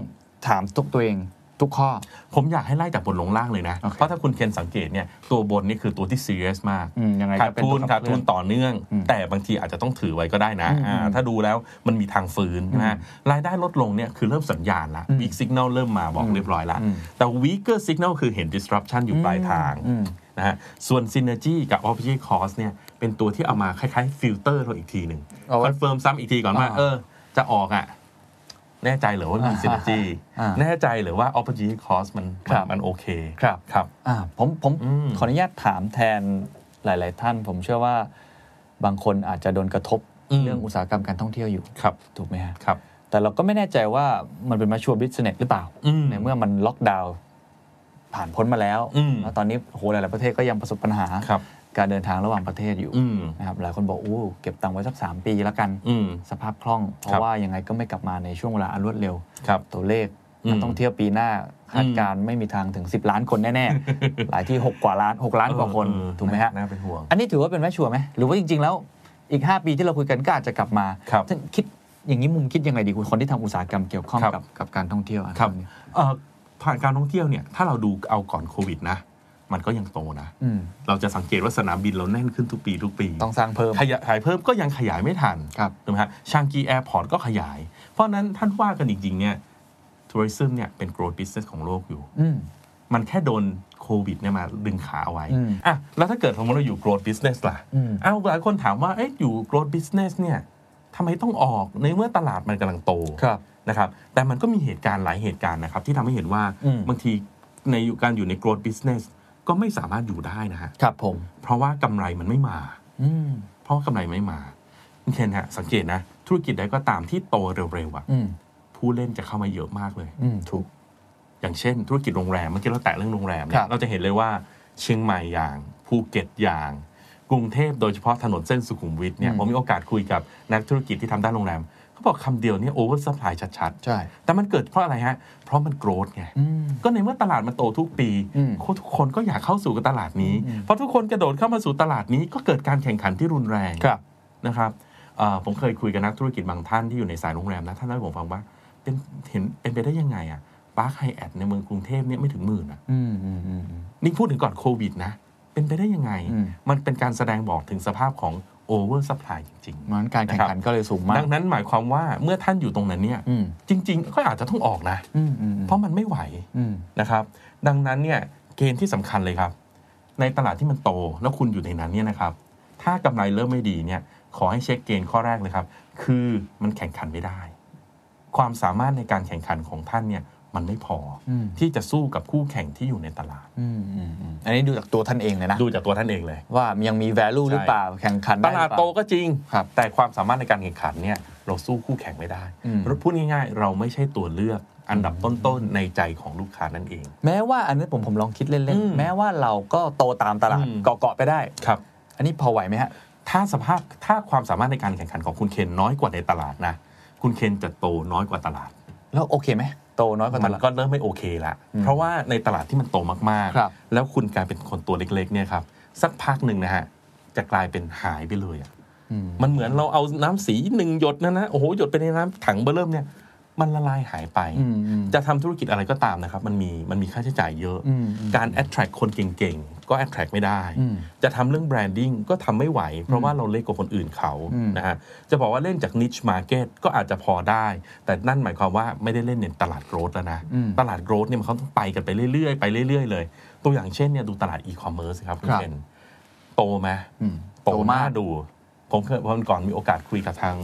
Speaker 3: ถามทุกตัวเอง ทุกข้อ
Speaker 4: ผมอยากให้ไล่จากบนลงล่างเลยนะ
Speaker 3: โอเค
Speaker 4: เพราะถ้าคุณเคนสังเกตเนี่ยตัวบนนี่คือตัวที่ serious มาก
Speaker 3: อืมยังไงก็
Speaker 4: ขาด
Speaker 3: เป็น
Speaker 4: ทุน
Speaker 3: ตัวขับ
Speaker 4: ขาด
Speaker 3: เคลื่
Speaker 4: ทุ
Speaker 3: อน
Speaker 4: นต่อเนื่อง แต่บางทีอาจจะต้องถือไว้ก็ได้นะอ่าถ้าดูแล้วมันมีทางฟื้นนะฮะรายได้ลดลงเนี่ยคือเริ่มสัญญาณละ weak signal เริ่มมาบอกเรียบร้อยละ แต่ weaker signal คือเห็น disruption อยู่ปลายทางนะฮะส่วน synergy กับ opportunity cost เนี่ยเป็นตัวที่เอามาคล้ายๆ ฟิลเตอร์เราอีกทีหนึ่ง
Speaker 3: เอาไว้
Speaker 4: คอนเฟิร์มซ้ำอีกทีก่อนว่า
Speaker 3: อ่า
Speaker 4: เออจะออกอ่ะ แน่ใจเหรือว่ามี synergy
Speaker 3: อ่า
Speaker 4: แน่ใจเหรือว่า opportunity cost มัน
Speaker 3: ครับ
Speaker 4: มันโอเค
Speaker 3: ครับ
Speaker 4: ครับ
Speaker 3: อ่าผมผม
Speaker 4: อืม
Speaker 3: ขออนุญาตถามแทนหลาย ๆ ท่าน ผมเชื่อว่าบางคนอาจจะโดนกระทบเรื่องอุตสาหกรรมการท่องเที่ยวอยู่
Speaker 4: ครับ
Speaker 3: ถูกไหมฮะ
Speaker 4: ครับ
Speaker 3: แต่เราก็ไม่แน่ใจว่ามันเป็นมาชัวร์บิสเนสหรือเปล่า
Speaker 4: อืม
Speaker 3: ในเมื่อมันล็อกดาวน์ผ่านพ้นมาแล้ว
Speaker 4: อืม
Speaker 3: แล้วตอนนี้โอ้โหหลายๆประเทศก็ยังประสบปัญหา
Speaker 4: ครับ
Speaker 3: การเดินทางระหว่างประเทศอยู่
Speaker 4: อืม
Speaker 3: นะครับหลายคนบอกโอ้เก็บตังค์ไว้สัก 3 ปีแล้วกัน
Speaker 4: อืม
Speaker 3: สภาพคล่อง เพ
Speaker 4: ครั
Speaker 3: ราะ
Speaker 4: บ
Speaker 3: ว่ายังไงก็ไม่กลับมาในช่วงเวลาอันรวดเร็ว
Speaker 4: ครับ
Speaker 3: ตัวเลข
Speaker 4: อืม
Speaker 3: นักท่องเที่ยวปีหน้าคาด
Speaker 4: อืม
Speaker 3: การณ์ไม่มีทางถึง 10 ล้านคนแน่ ๆ หลายที่ 6 กว่าล้าน 6 ล้านกว่าคน
Speaker 4: เออ
Speaker 3: ถูกไหมฮะ
Speaker 4: น่าเป็นห่วง
Speaker 3: อันนี้ถือว่าเป็นแม่ชัวร์ไหมหรือว่าจริง ๆ แล้วอีก 5 ปีที่เราคุยกันก็อาจจะกลับมา
Speaker 4: ครับ
Speaker 3: ท่านคิดอย่างนี้มุมคิดยังไงดีคุณคนที่ทำอุตสาหกรรมเกี่ยวข้องกับกับการท่องเที่ยวอะ
Speaker 4: ครับ
Speaker 3: เองนี้
Speaker 4: เอ่อผ่านการท่องเที่ยวเนี่ย ถ้าเราดูเอาก่อนโควิดนะ มันก็ยังโตนะ
Speaker 3: อืม
Speaker 4: เราจะสังเกตว่าสนามบินเราแน่นขึ้นทุกปีทุกปี
Speaker 3: ต้องสร้างเพิ่ม
Speaker 4: ขยายเพิ่มก็ยังขยายไม่ทัน
Speaker 3: ครับ
Speaker 4: ถูกไหมฮะชางกีแอร์พอร์ตก็ขยาย เพราะฉะนั้นท่านว่ากันจริงๆเนี่ยทัวริซึมเนี่ยเป็น growth business ของโลกอยู่
Speaker 3: อืม
Speaker 4: มันแค่โดนโควิดเนี่ยมาดึงขาเอาไว้
Speaker 3: อืม
Speaker 4: อ่ะแล้วถ้าเกิดสมมติเราอยู่ growth business ล่ะ
Speaker 3: อืม
Speaker 4: เอาหลายคนถามว่าเอ๊ะอยู่ growth business เนี่ยทำไมต้องออกในเมื่อตลาดมันกำลังโต
Speaker 3: ครับ
Speaker 4: นะครับ แต่มันก็มีเหตุการณ์หลายเหตุการณ์นะครับ ที่ทำให้เห็นว่า
Speaker 3: อืม
Speaker 4: บางทีในการอยู่ใน growth business ก็ไม่สามารถอยู่ได้นะฮะ
Speaker 3: ครับผม
Speaker 4: เพราะว่ากำไรมันไม่มา
Speaker 3: อืม
Speaker 4: เพราะว่ากำไรไม่มาคุณเคนฮะสังเกตนะ ธุรกิจใดก็ตามที่โตเร็วๆอะ
Speaker 3: อืม
Speaker 4: ผู้เล่นจะเข้ามาเยอะมากเลย
Speaker 3: อืมถูก
Speaker 4: อย่างเช่น ธุรกิจโรงแรมเมื่อกี้เราแตะเรื่องโรงแรมเนี่
Speaker 3: ครั
Speaker 4: ย
Speaker 3: บ
Speaker 4: เราจะเห็นเลยว่าเชียงใหม่อย่างภูเก็ตอย่าง กรุงเทพโดยเฉพาะถนนเส้นสุขุมวิทเนี่ย
Speaker 3: อืม
Speaker 4: ผมมีโอกาสคุยกับนักธุรกิจที่ทำด้านโรงแรมเขาบอกคำเดียวเนี่ยโอเวอร์ซัพพลายชัด
Speaker 3: ใช่
Speaker 4: ๆ แต่มันเกิดเพราะอะไรฮะ เพราะมันโกรธไง
Speaker 3: อืม
Speaker 4: ก็ในเมื่อตลาดมันโตทุกปี
Speaker 3: อืม
Speaker 4: คนทุกคนก็อยากเข้าสู่ตลาดนี้ เพราะทุกคนกระโดดเข้ามาสู่ตลาดนี้ก็เกิดการแข่งขันที่รุนแรง
Speaker 3: ครับ
Speaker 4: นะครับเอ่อผมเคยคุยกับนักธุรกิจบางท่านที่อยู่ในสายโรงแรมนะท่านเล่าให้ผมฟังว่าเป็นเห็นเป็นไปได้ยังไงอะปาร์คไฮแอทในเมืองกรุงเทพเนี่ยไม่ถึงหมื่นอะ
Speaker 3: อืมอืมอืม
Speaker 4: นี่พูดถึงก่อนโควิดนะ เป็นไปได้ยังไง
Speaker 3: อืม
Speaker 4: มันเป็นการแสดงบอกถึงสภาพของโอเวอร์ซัพพลายจริง
Speaker 3: เพราะฉะนั้นการแข่งขันก็เลยสูงมา
Speaker 4: ๆ ดั
Speaker 3: ก
Speaker 4: งนั้นหมายความว่าเมื่อท่านอยู่ตรงนั้นเนี่ย
Speaker 3: อืม
Speaker 4: จริง ๆ ก็อาจจะต้องออกนะ
Speaker 3: อืมอืมอืม
Speaker 4: เพราะมันไม่ไหว
Speaker 3: อืม
Speaker 4: นะครับดังนั้นเนี่ยเกณฑ์ที่สำคัญเลยครับ ในตลาดที่มันโตแล้วคุณอยู่ในนั้นเนี่ยนะครับ ถ้ากำไรเริ่มไม่ดีเนี่ยขอให้เช็คเกณฑ์ข้อแรกเลยครับ คือมันแข่งขันไม่ได้ ความสามารถในการแข่งขันของท่านเนี่ยมันไม่พออ
Speaker 3: ม
Speaker 4: ที่จะสู้กับคู่แข่งที่อยู่ในตลาด
Speaker 3: อืมอืมอืมอันนี้ดูจากตัวท่านเองเลยนะ
Speaker 4: ดูจากตัวท่านเองเลย
Speaker 3: ว่ายังมี value หรือเปล่าแข่งขัน
Speaker 4: ต
Speaker 3: ไหรือ
Speaker 4: ลาด
Speaker 3: เป
Speaker 4: โตก็จริง
Speaker 3: ครับ
Speaker 4: แต่ความสามารถในการแข่งขันเนี่ยเราสู้คู่แข่งไม่ได้
Speaker 3: อืม
Speaker 4: เราพูดง่ายๆ เราไม่ใช่ตัวเลือกอันดับต้นๆในใจของลูกค้านั่นเอง
Speaker 3: แม้ว่าอันนี้ผมผมลองคิดเล่
Speaker 4: อื
Speaker 3: น
Speaker 4: ม
Speaker 3: ๆ แม้ว่าเราก็โตตามตลาด
Speaker 4: อืม
Speaker 3: เกาะๆไปได้
Speaker 4: ครับ
Speaker 3: อันนี้พอไหวไหมฮะ
Speaker 4: ถ้าสภาพถ้าความสามารถในการแข่งขันของคุณเคนน้อยกว่าในตลาดนะ คุณเคนจะโตน้อยกว่าตลาด
Speaker 3: แล้วโอเคไหม โตน้อยกว่าต
Speaker 4: มัน
Speaker 3: ลาด
Speaker 4: ก็เริ่มไม่โอเคละ
Speaker 3: อืม
Speaker 4: เพราะว่าในตลาดที่มันโตมาก
Speaker 3: ครับ
Speaker 4: ๆ แล้วคุณกลายเป็นคนตัวเล็กๆเนี่ยครับสักพักหนึ่งนะฮะจะกลายเป็นหายไปเลยอะ
Speaker 3: อืม
Speaker 4: มันเหมือนเราเอาน้ำสีหนึ่งหยดนะนะโอ้โหหยดไปในน้ำถังเบอร์เริ่มเนี่ยมันละลายหายไป
Speaker 3: อืมอืม
Speaker 4: จะทำธุรกิจอะไรก็ตามนะครับ มันมีมันมีค่าใช้จ่ายเยอะ
Speaker 3: อืมอืม
Speaker 4: การ attract คนเก่งๆ ก็ attract ไม่ได้
Speaker 3: อืม
Speaker 4: จะทำเรื่อง branding ก็ทำไม่ไหว เพราะว่าเราเล็กกว่าคนอื่นเขา
Speaker 3: อืม
Speaker 4: นะฮะจะบอกว่าเล่นจาก niche market ก็อาจจะพอได้ แต่นั่นหมายความว่าไม่ได้เล่นในตลาด growth แล้วนะ ตลาด growth เนี่ยมันเขาต้องไปกันไปเรื่อยๆ ไปเรื่อยๆ เลย ตัวอย่างเช่นเนี่ยดูตลาด e-commerce ครับคุณเคนโตไหม
Speaker 3: อืม
Speaker 4: โตมากดู ผมเคยวันก่อนมีโอกาสคุยกับทาง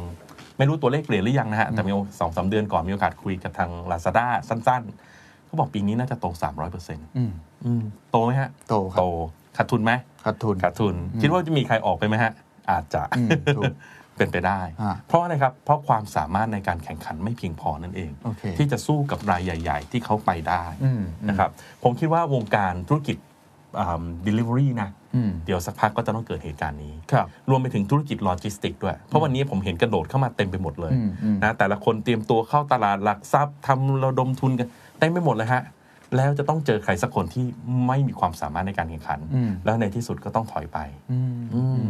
Speaker 4: ไม่รู้ตัวเลขเปลี่ยนหรือยังนะฮะ แต่มีสองสามเดือนก่อนมีโอกาสคุยกับทาง Lazada สั้นๆ เขาบอกปีนี้น่าจะโต 300เปอร์เซ็นต์
Speaker 3: อืม
Speaker 4: โตไหมฮะ
Speaker 3: โตครับ
Speaker 4: โตขาดทุนไหม
Speaker 3: ขาดทุน
Speaker 4: ขาดทุน คิดว่าจะมีใครออกไปไหมฮะ อาจจะ
Speaker 3: อืมถูก
Speaker 4: เป็นไปได้
Speaker 3: อ่า
Speaker 4: เพราะอะไรครับ เพราะความสามารถในการแข่งขันไม่เพียงพอนั่นเอง
Speaker 3: โอเค
Speaker 4: ที่จะสู้กับรายใหญ่ ๆ ที่เขาไปได้
Speaker 3: อืม
Speaker 4: นะครับ ผมคิดว่าวงการธุรกิจอ่า delivery นะ
Speaker 3: อืม
Speaker 4: เดี๋ยวสักพักก็จะต้องเกิดเหตุการณ์นี้
Speaker 3: ครับ
Speaker 4: รวมไปถึงธุรกิจโลจิสติกส์ด้วย เพราะวันนี้ผมเห็นกระโดดเข้ามาเต็มไปหมดเลย
Speaker 3: อืมอืม
Speaker 4: นะแต่ละคนเตรียมตัวเข้าตลาดหลักทรัพย์ทำระดมทุนกันเต็มไปหมดเลยฮะ แล้วจะต้องเจอใครสักคนที่ไม่มีความสามารถในการแข่งขัน
Speaker 3: อืม
Speaker 4: แล้วในที่สุดก็ต้องถอยไป
Speaker 3: อืม
Speaker 4: อืม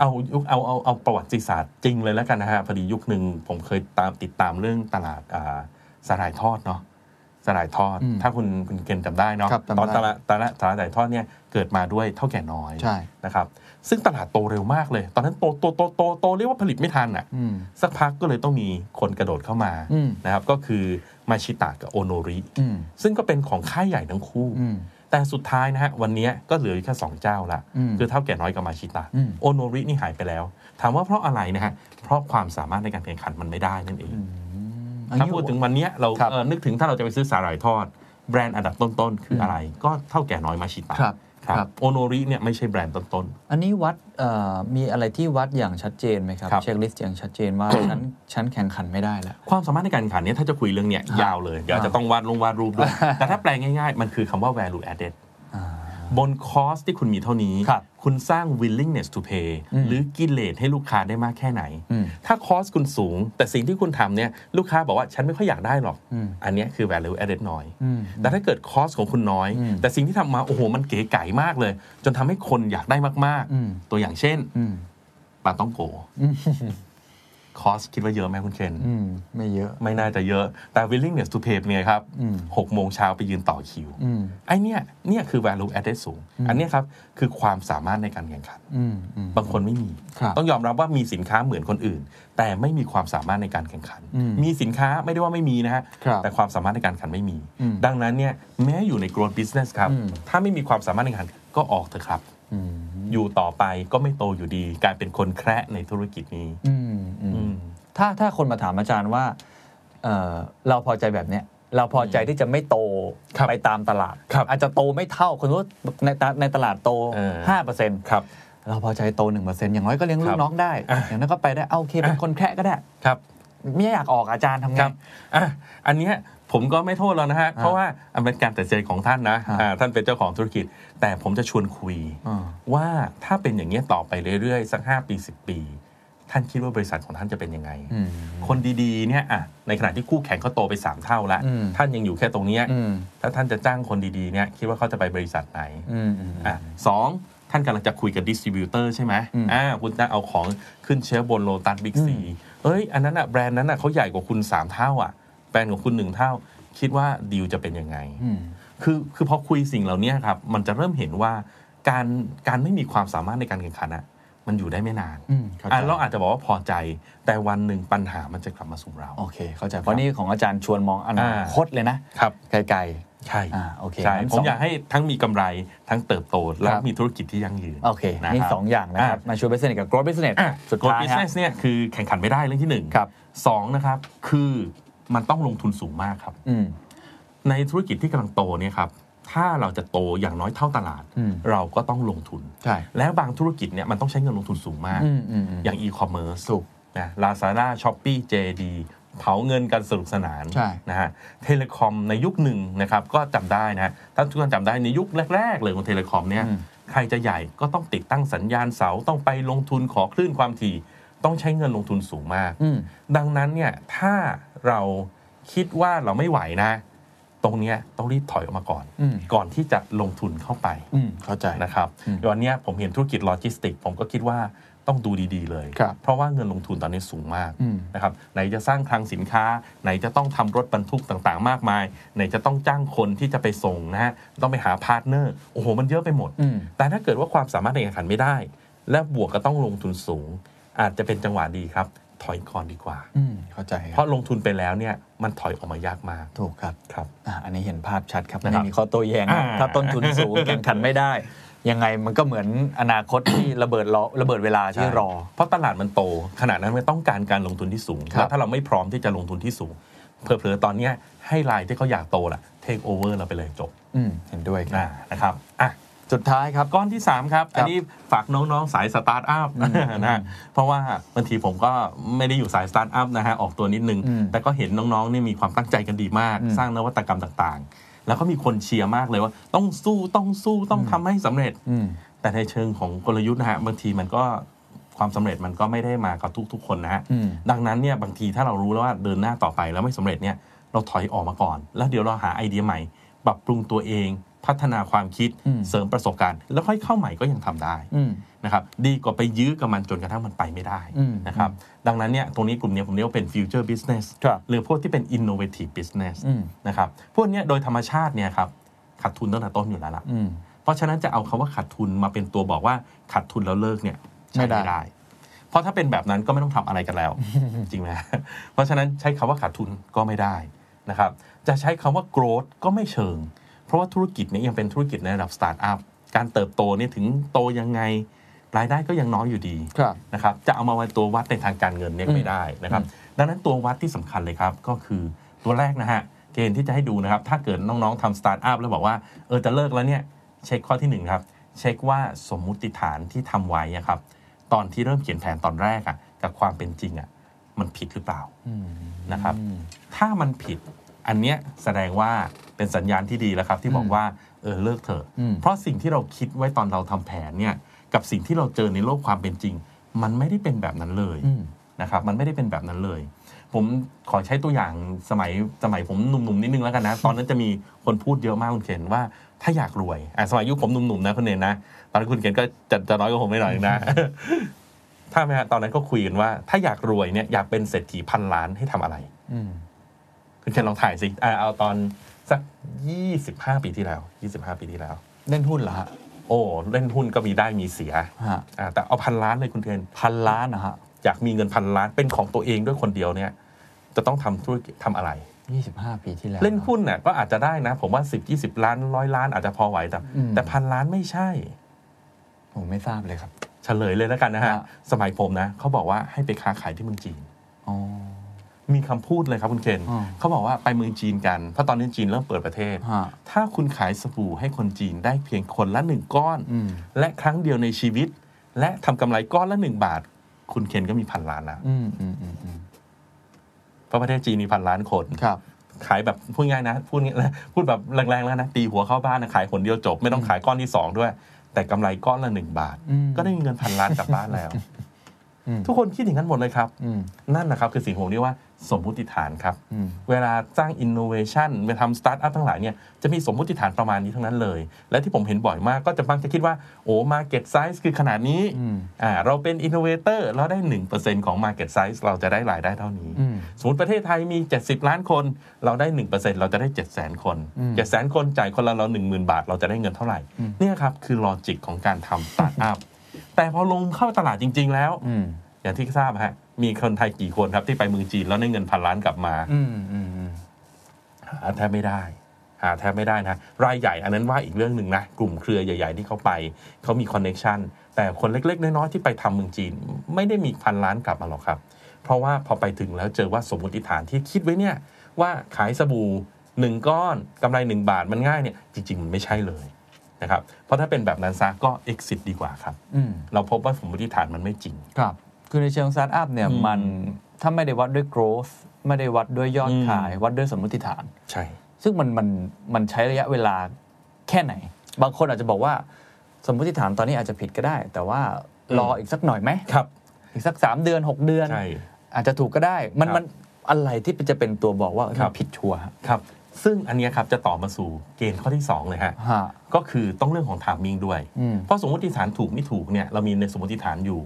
Speaker 4: เอายุคเอาเอาเอาประวัติศาสตร์จริงเลยแล้วกันนะฮะพอดียุคหนึ่งผมเคยตามติดตามเรื่องตลาดอ่าสาหร่ายทอดเนาะส สลายทอด
Speaker 3: อืม
Speaker 4: ถ้าคุณคุณเกณฑ์จำได้เนาะ
Speaker 3: ครับจำได้
Speaker 4: ตอนตลาดตลาดสลายทอดเนี่ยเกิดมาด้วยเท่าแก่น้อย
Speaker 3: ใช่
Speaker 4: นะครับซึ่งตลาดโตเร็วมากเลย ตอนนั้นโตโตโตโตโตเรียกว่าผลิตไม่ทันอ่ะ
Speaker 3: อืม
Speaker 4: สักพักก็เลยต้องมีคนกระโดดเข้ามา
Speaker 3: อืม
Speaker 4: นะครับก็คือมาชิตะกับโอโนริ
Speaker 3: อืม
Speaker 4: ซึ่งก็เป็นของค่ายใหญ่ทั้งคู่
Speaker 3: อืม
Speaker 4: แต่สุดท้ายนะฮะวันนี้ก็เหลืออยู่แค่ 2 เจ้าละ
Speaker 3: อืม
Speaker 4: คือเท่าแก่น้อยกับมาชิตะ
Speaker 3: อืม
Speaker 4: โอโนรินี่หายไปแล้ว ถามว่าเพราะอะไรนะฮะเพราะความสามารถในการแข่งขันมันไม่ได้นั่นเอง
Speaker 3: อันนี้
Speaker 4: ถ้าพูดถึงวันเนี้ยเรา
Speaker 3: ครับ
Speaker 4: เอ่อนึกถึงถ้าเราจะไปซื้อสาหร่ายทอด แบรนด์อันดับต้น ๆ คืออะไร ก็เท่าแก่น้อยมาชิตะ
Speaker 3: ครับครับ
Speaker 4: โอโนริเนี่ยไม่ใช่แบรนด์ต้น
Speaker 3: อันนี้วัดเอ่อมีอะไรที่วัดอย่างชัดเจนไหมครับ
Speaker 4: ครับ
Speaker 3: เช็คลิสต์อย่างชัดเจนว่าฉันฉันแข่งขันไม่ได้แล้ว
Speaker 4: ๆ ความสามารถในการแข่งขันเนี่ยถ้าจะคุยเรื่องเนี่ยยาวเลย เดี๋ยวอาจจะต้องวาดลงวาดรูป ด้วยแต่ถ้าแปลง่ายๆ มันคือคำว่า value added บนคอสที่คุณมีเท่านี้
Speaker 3: ครับ
Speaker 4: คุณสร้าง willingness to pay หรือกิเลสให้ลูกค้าได้มากแค่ไหน
Speaker 3: อืม
Speaker 4: ถ้าคอสคุณสูง แต่สิ่งที่คุณทำเนี่ยลูกค้าบอกว่าฉันไม่ค่อยอยากได้หรอก
Speaker 3: อืม
Speaker 4: อันเนี้ยคือ value added น้อย
Speaker 3: อืม
Speaker 4: แต่ถ้าเกิดคอสของคุณน้อย
Speaker 3: อืม
Speaker 4: แต่สิ่งที่ทำมาโอ้โหมันเก๋ไก๋มากเลย จนทำให้คนอยากได้มาก
Speaker 3: อืม
Speaker 4: ๆ ตัวอย่างเช่น
Speaker 3: อืม
Speaker 4: ปลา ต้องโกคอสคิดว่าเยอะไหมคุณเคน
Speaker 3: อืมไม่เยอะ
Speaker 4: ไม่น่าจะเยอะแต่ willingness to pay เป็นไงครับ
Speaker 3: อืม
Speaker 4: หกโมงเช้าไปยืนต่อคิว
Speaker 3: อืม
Speaker 4: ไอเนี่ยเนี่ยคือ value added สูง อันเนี้ยครับคือความสามารถในการแข่งขัน
Speaker 3: อืมอืม
Speaker 4: บางคนไม่มี
Speaker 3: ครับ
Speaker 4: ต้องยอมรับว่ามีสินค้าเหมือนคนอื่น แต่ไม่มีความสามารถในการแข่งขัน
Speaker 3: อืม
Speaker 4: มีสินค้าไม่ได้ว่าไม่มีนะฮะ
Speaker 3: ครับ
Speaker 4: แต่ความสามารถในการแข่งขันไม่มี
Speaker 3: อืม
Speaker 4: ดังนั้นเนี่ยแม้อยู่ใน growth business ครับ
Speaker 3: อืม
Speaker 4: ถ้าไม่มีความสามารถในการแข่งขันก็ออกเถอะครับ
Speaker 3: อืม
Speaker 4: อยู่ต่อไปก็ไม่โตอยู่ดี กลายเป็นคนแคระในธุรกิจนี้
Speaker 3: อืมอื
Speaker 4: อื
Speaker 3: ม
Speaker 4: ม
Speaker 3: ถ้าถ้าคนมาถามอาจารย์ว่าเอ่อเราพอใจแบบเนี้ยเราพอใจที่จะไม่โต
Speaker 4: ครับ
Speaker 3: ไปตามตลาด
Speaker 4: ครับ
Speaker 3: อาจจะโตไม่เท่า คนรู้ในตลาดในตลาดโต
Speaker 4: เออ
Speaker 3: 5%
Speaker 4: ครับ
Speaker 3: เราพอใจโต 1%อย่างน้อยก็เลี้ยงลู
Speaker 4: ครั
Speaker 3: ก
Speaker 4: บ
Speaker 3: น้องได้
Speaker 4: อ่ะ
Speaker 3: อย่างนั้นก็ไปได้เอาโอเค เป็นคนแคระก็ได้
Speaker 4: ครับ
Speaker 3: ไม่อยากออกอาจารย์ทำ
Speaker 4: ค
Speaker 3: ไง
Speaker 4: รับอ่ะอันเนี้ยผมก็ไม่โทษแล้วนะฮะ เพราะว่าอันเป็นการตัดสินใจของท่านนะ
Speaker 3: ฮะ
Speaker 4: อ่าท่านเป็นเจ้าของธุรกิจ แต่ผมจะชวนคุย
Speaker 3: อ่า
Speaker 4: ว่าถ้าเป็นอย่างนี้ยต่อไปเรื่อยๆ สัก 5 ปี 10 ปี ท่านคิดว่าบริษัทของท่านจะเป็นยังไง
Speaker 3: อืม
Speaker 4: คนดีๆเนี่ยอ่ะในขณะที่คู่แข่งเขาโตไป 3 เท่าแล้ว
Speaker 3: อืม
Speaker 4: ท่านยังอยู่แค่ตรงเนี้ย
Speaker 3: อืม
Speaker 4: ถ้าท่านจะจ้างคนดีๆเนี่ยคิดว่าเขาจะไปบริษัทไหน
Speaker 3: อืมอืม
Speaker 4: อ่ะสองท่านกำลังจะคุยกับดิสติบิวเตอร์ใช่ไหม
Speaker 3: อืม
Speaker 4: อ่าคุณจะเอาของขึ้นเชฟบนโลตัสบิ๊กซีเอ้ยอันนั้นอ่ะแบรนด์นั้นอ่ะเขาใหญ่กว่าคุณ 3 เท่าอ่ะแบรนด์ของคุณ 1 เท่า คิดว่าดีลจะเป็นยังไง
Speaker 3: อืม
Speaker 4: คือคือพอคุยสิ่งเหล่านี้ครับ มันจะเริ่มเห็นว่าการการไม่มีความสามารถในการแข่งขันอะมันอยู่ได้ไม่นาน
Speaker 3: อืมเข้าใจ
Speaker 4: อ่ะเราอาจจะบอกว่าพอใจ แต่วันหนึ่งปัญหามันจะกลับมาสู่เรา
Speaker 3: โอเค เข้าใจ เพราะนี่ของอาจารย์ชวนมองอนาคตเลยนะ
Speaker 4: ครับ
Speaker 3: ไกล
Speaker 4: ใช่
Speaker 3: อ่าโอเค
Speaker 4: ใช่
Speaker 3: งั้นส
Speaker 4: ผ
Speaker 3: อ
Speaker 4: ม
Speaker 3: ง
Speaker 4: อยากให้ทั้งมีกำไรทั้งเติบโต และ
Speaker 3: ครับ
Speaker 4: มีธุรกิจที่ยั่งยืน
Speaker 3: ๆ โอเค
Speaker 4: ะ
Speaker 3: นี่
Speaker 4: รับ
Speaker 3: สองอย่างนะครับ
Speaker 4: อ่ะ
Speaker 3: มาชวน business กับ growth business
Speaker 4: อ่ะ
Speaker 3: สุดท้าย
Speaker 4: กฎ
Speaker 3: ฮะ
Speaker 4: business เนี่ยคือแข่งขันไม่ได้เรื่องที่หนึ่ง
Speaker 3: ครับ
Speaker 4: สองนะครับ คือมันต้องลงทุนสูงมากครับ
Speaker 3: อืม
Speaker 4: ในธุรกิจที่กำลังโตเนี่ยครับถ้าเราจะโตอย่างน้อยเท่าตลาด
Speaker 3: อืม
Speaker 4: เราก็ต้องลงทุน
Speaker 3: ใช่
Speaker 4: แล้วบางธุรกิจเนี่ยมันต้องใช้เงินลงทุนสูงมาก
Speaker 3: อืมอืมอืม
Speaker 4: อย่างอีคอมเมิร์ซ
Speaker 3: ถูก
Speaker 4: นะ Lazada Shopee JD เผาเงินกันสนุกสนาน
Speaker 3: ใช่
Speaker 4: นะฮะเทเลคอมในยุคหนึ่งนะครับก็จำได้นะถ้าทุกคนจำได้ในยุคแรก ๆ เลยของเทเลคอมเนี่ยใครจะใหญ่ก็ต้องติดตั้งสัญญาณเสาต้องไปลงทุนขอคลื่นความถี่ ต้องใช้เงินลงทุนสูงมาก
Speaker 3: อืม
Speaker 4: ดังนั้นเนี่ยถ้าเราคิดว่าเราไม่ไหวนะ ตรงเนี้ยต้องรีบถอยออกมาก่อน
Speaker 3: อืม
Speaker 4: ก่อนที่จะลงทุนเข้าไป
Speaker 3: อืมเข้าใจ
Speaker 4: นะครับ
Speaker 3: อืม
Speaker 4: วันเนี้ยผมเห็นธุรกิจโลจิสติก ผมก็คิดว่าต้องดูดีๆเลย
Speaker 3: ครับ
Speaker 4: เพราะว่าเงินลงทุนตอนนี้สูงมาก
Speaker 3: อืม
Speaker 4: นะครับไหนจะสร้างคลังสินค้า ไหนจะต้องทำรถบรรทุกต่างๆ มากมาย ไหนจะต้องจ้างคนที่จะไปส่งนะฮะต้องไปหาพาร์ทเนอร์โอ้โหมันเยอะไปหมด
Speaker 3: อืม
Speaker 4: แต่ถ้าเกิดว่าความสามารถในการแข่งขันไม่ได้ และบวกก็ต้องลงทุนสูง อาจจะเป็นจังหวะดีครับ ถอยก่อนดีกว่า
Speaker 3: อืมเข้าใจค
Speaker 4: เพ
Speaker 3: รับ
Speaker 4: ราะลงทุนไปแล้วเนี่ยมันถอยออกมายากมาก
Speaker 3: ถูกครับ
Speaker 4: ครับ
Speaker 3: อ่ะอันนี้เห็นภาพชัดครับ
Speaker 4: นะครั
Speaker 3: ไม่
Speaker 4: บ
Speaker 3: มีข้อโต้แย้งนะ
Speaker 4: อ่า
Speaker 3: ถ้าต้นทุนสูง แข่งขันไม่ได้ ยังไงมันก็เหมือนอนาคตที่ ระเบิดรอระเบิดเวลาที่
Speaker 4: ใช่
Speaker 3: รอ
Speaker 4: เพราะตลาดมันโต ขนาดนั้นมันต้องการการลงทุนที่สูง
Speaker 3: ครับ
Speaker 4: แล้วถ้าเราไม่พร้อมที่จะลงทุนที่สูง เผลอๆ ตอนเนี้ยให้รายที่เขาอยากโตล่ะเทคโอเวอร์เราไปเลยจบ
Speaker 3: อืมเห็นด้วยครับ
Speaker 4: อ่านะครับอ่ะ
Speaker 3: สุดท้ายครับ
Speaker 4: ก้อนที่ 3 ครับ อันนี้ฝากน้อง ๆ สายสตาร์ทอัพ นะฮะเพราะว่าบางทีผมก็ไม่ได้อยู่สายสตาร์ทอัพนะฮะ ออกตัวนิดนึง
Speaker 3: อืม
Speaker 4: แต่ก็เห็นน้องๆนี่มีความตั้งใจกันดีมาก
Speaker 3: อืม
Speaker 4: สร้างนวัตกรรมต่างๆ แล้วก็มีคนเชียร์มากเลยว่าต้องสู้ต้องสู้ต้องทำให้สำเร็จ
Speaker 3: อืม
Speaker 4: แต่ในเชิงของกลยุทธ์นะฮะบางทีมันก็ความสำเร็จมันก็ไม่ได้มากับทุกทุกๆคนนะฮะ
Speaker 3: อืม
Speaker 4: ดังนั้นเนี่ยบางทีถ้าเรารู้แล้วว่าเดินหน้าต่อไปแล้วไม่สำเร็จเนี่ยเราถอยออกมาก่อน แล้วเดี๋ยวเราหาไอเดียใหม่ ปรับปรุงตัวเอง พัฒนาความคิด
Speaker 3: อืม
Speaker 4: เสริมประสบการณ์ แล้วค่อยเข้าใหม่ก็ยังทำได้
Speaker 3: อืม
Speaker 4: นะครับดีกว่าไปยื้อกับมันจนกระทั่งมันไปไม่ได้
Speaker 3: อืม
Speaker 4: นะครับดังนั้นเนี่ยตรงนี้กลุ่มเนี้ยผมเรียกว่าเป็น future business
Speaker 3: ครับ
Speaker 4: หรือพวกที่เป็น innovative business
Speaker 3: อืม
Speaker 4: นะครับพวกเนี้ยโดยธรรมชาติเนี่ยครับขาดทุนตั้งแต่ต้นอยู่แล้วล่ะ
Speaker 3: อืม
Speaker 4: เพราะฉะนั้นจะเอาคำว่าขาดทุนมาเป็นตัวบอกว่าขาดทุนแล้วเลิกเนี่ยใช้
Speaker 3: ไม่ได้
Speaker 4: ไม่ได้ เพราะถ้าเป็นแบบนั้นก็ไม่ต้องทำอะไรกันแล้ว จริงไหม เพราะฉะนั้นใช้คำว่าขาดทุนก็ไม่ได้นะครับจะใช้คำว่า growth ก็ไม่เชิง เพราะว่าธุรกิจเนี่ยยังเป็นธุรกิจในระดับสตาร์ทอัพการเติบโตเนี่ยถึงโตยังไงรายได้ก็ยังน้อยอยู่ดี
Speaker 3: ครับ
Speaker 4: นะครับจะเอามาเป็นตัววัดในทางการเงินเนี่ยไม่ได้นะครับ ดังนั้นตัววัดที่สำคัญเลยครับ ก็คือตัวแรกนะฮะเกณฑ์ที่จะให้ดูนะครับ ถ้าเกิดน้อง ๆทำสตาร์ทอัพแล้วบอกว่า เออจะเลิกแล้วเนี่ย เช็คข้อที่หนึ่งครับ เช็คว่าสมมุติฐานที่ทำไว้อะครับ ตอนที่เริ่มเขียนแผนตอนแรกอะกับความเป็นจริงอะมันผิดหรือเปล่านะครับ ถ้ามันผิดอันเนี้ยแสดงว่าเป็นสัญญาณที่ดีแล้วครับที่บอกว่าเออเลิกเถอะ
Speaker 3: อืม
Speaker 4: เพราะสิ่งที่เราคิดไว้ตอนเราทำแผนเนี่ยกับสิ่งที่เราเจอในโลกความเป็นจริง มันไม่ได้เป็นแบบนั้นเลย
Speaker 3: อืม
Speaker 4: นะครับมันไม่ได้เป็นแบบนั้นเลย ผมขอใช้ตัวอย่างสมัยสมัยผมหนุ่มๆนิดนึงแล้วกันนะ ตอนนั้นจะมีคนพูดเยอะมากคุณเคนว่าถ้าอยากรวยอ่ะสมัยยุคผมหนุ่มๆนะคุณเนนนะตอนนั้นคุณเคนก็จะจะน้อยกว่าผมไม่หน่อยนะ ถ้าไหมฮะตอนนั้นก็คุยกันว่า ถ้าอยากรวยเนี่ยอยากเป็นเศรษฐีพันล้านให้ทำอะไร
Speaker 3: อืม
Speaker 4: คุณเคนลองถ่ายสิอ่าเอาตอนสัก 25 ปีที่แล้ว 25 ปีที่แล้ว
Speaker 3: เล่นหุ้นเหรอฮะ
Speaker 4: โอ้เล่นหุ้นก็มีได้มีเสีย
Speaker 3: ฮะ
Speaker 4: อ่าแต่เอาพันล้านเลยคุณเคน
Speaker 3: พันล้านนะฮะ
Speaker 4: อยากมีเงินพันล้านเป็นของตัวเองด้วยคนเดียวเนี่ย จะต้องทำธุรกิจทำอะไร
Speaker 3: ยี่สิบห้าปีที่แล้ว
Speaker 4: เล่นหุ้นน่ะก็อาจจะได้นะ ผมว่า 10 20 ล้านร้อยล้านอาจจะพอไหวแต่
Speaker 3: อืม
Speaker 4: แต่พันล้านไม่ใช่
Speaker 3: ผมไม่ทราบเลยครับ
Speaker 4: เฉลยเลยแล้วกันนะฮะ
Speaker 3: ฮะ
Speaker 4: สมัยผมนะเขาบอกว่าให้ไปค้าขายที่เมืองจีน
Speaker 3: อ๋อ
Speaker 4: มีคำพูดเลยครับคุณเคน
Speaker 3: อ๋อ
Speaker 4: เขาบอกว่าไปเมืองจีนกันเพราะตอนนี้จีนเริ่มเปิดประเทศ
Speaker 3: ฮะ
Speaker 4: ถ้าคุณขายสบู่ให้คนจีนได้เพียงคนละหนึ่งก้อน
Speaker 3: อืม
Speaker 4: และครั้งเดียวในชีวิต และทำกำไรก้อนละหนึ่งบาท คุณเคนก็มีพันล้านแล้ว
Speaker 3: อืมอืมอืมอืม
Speaker 4: เพราะประเทศจีนมีพันล้านคน
Speaker 3: ครับ
Speaker 4: ขายแบบพูดง่ายนะ พูดง่ายพูดแบบแรงๆแล้วนะตีหัวเข้าบ้านนะขายคนเดียวจบ ไม่ต้องขายก้อนที่สองด้วย แต่กำไรก้อนละหนึ่งบาท
Speaker 3: อืม
Speaker 4: ก็ได้เงินพันล้านกลับบ้านแล้ว
Speaker 3: อืม
Speaker 4: ทุกคนคิดอย่างนั้นหมดเลยครับ
Speaker 3: อืม
Speaker 4: นั่นนะครับคือสิ่งที่ผมเรียกว่าสมมุติฐานครับ
Speaker 3: อืม
Speaker 4: เวลาสร้างอินโนเวชันเวลาทำสตาร์ทอัพทั้งหลายเนี่ยจะมีสมมติฐานประมาณนี้ทั้งนั้นเลย และที่ผมเห็นบ่อยมากก็จะมักจะคิดว่า โอ้มาเก็ตไซส์คือขนาดนี้
Speaker 3: อืม
Speaker 4: อ่าเราเป็นอินโนเวเตอร์เราได้ 1%ของมาเก็ตไซส์เราจะได้รายได้เท่านี้
Speaker 3: อืม
Speaker 4: สมมติประเทศไทยมี 70 ล้านคน เราได้ 1%เราจะได้ 7 0 0 0 0 0 คน
Speaker 3: อืม
Speaker 4: 7 0 0 0 0 0 คนจ่ายคนละเรา 10,000 บาท เราจะได้เงินเท่าไหร่
Speaker 3: อืม
Speaker 4: เนี่ยครับคือลอจิกของการทำสตาร์ทอัพแต่พอลงเข้าตลาดจริง ๆ แล้ว
Speaker 3: อืม
Speaker 4: อย่างที่ทราบฮะมีคนไทยกี่คนครับที่ไปเมืองจีนแล้วได้เงินพันล้านกลับมา
Speaker 3: อืมอืมอืม
Speaker 4: หาแทบไม่ได้ หาแทบไม่ได้นะ รายใหญ่อันนั้นว่าอีกเรื่องหนึ่งนะ กลุ่มเครือใหญ่ๆที่เขาไป เขามีคอนเน็ชันแต่คนเล็กๆ น้อยๆ ที่ไปทำเมืองจีน ไม่ได้มีพันล้านกลับมาหรอกครับ เพราะว่าพอไปถึงแล้วเจอว่าสมมติฐานที่คิดไว้เนี่ย ว่าขายสบู่หนึ่งก้อนกำไร 1 บาทมันง่ายเนี่ย จริง ๆ มันไม่ใช่เลยนะครับเพราะถ้าเป็นแบบนั้นซะก็ exit ดีกว่าครับ
Speaker 3: อืม
Speaker 4: เราพบว่าสมมติฐานมันไม่จริง
Speaker 3: ครับ คือในเชิงสตาร์ทอัพเนี่ย
Speaker 4: อืม
Speaker 3: มันถ้าไม่ได้วัดด้วย growth ไม่ได้วัดด้วยยอดขาย วัดด้วยสมมติฐาน
Speaker 4: ใช่
Speaker 3: ซึ่งมันมันมันใช้ระยะเวลาแค่ไหน บางคนอาจจะบอกว่า สมมติฐานตอนนี้อาจจะผิดก็ได้ แต่ว่ารออีกสักหน่อยไหม
Speaker 4: ครับ
Speaker 3: อีกสัก 3 เดือน 6 เดือน
Speaker 4: ใช่
Speaker 3: อาจจะถูกก็ได้ มัน
Speaker 4: ครับ
Speaker 3: มันอะไรที่จะเป็นตัวบอกว่าเอ้ย
Speaker 4: ครั
Speaker 3: มั
Speaker 4: บ
Speaker 3: นผิดชัวร์ฮะ
Speaker 4: ครับซึ่งอันเนี้ยครับจะต่อมาสู่เกณฑ์ข้อที่สองเลยฮะ
Speaker 3: ฮะ
Speaker 4: ก็คือต้องเรื่องของถามมิงด้วย
Speaker 3: อืม
Speaker 4: เพราะสมมติฐานถูกไม่ถูกเนี่ยเรามีในสมมติฐานอยู่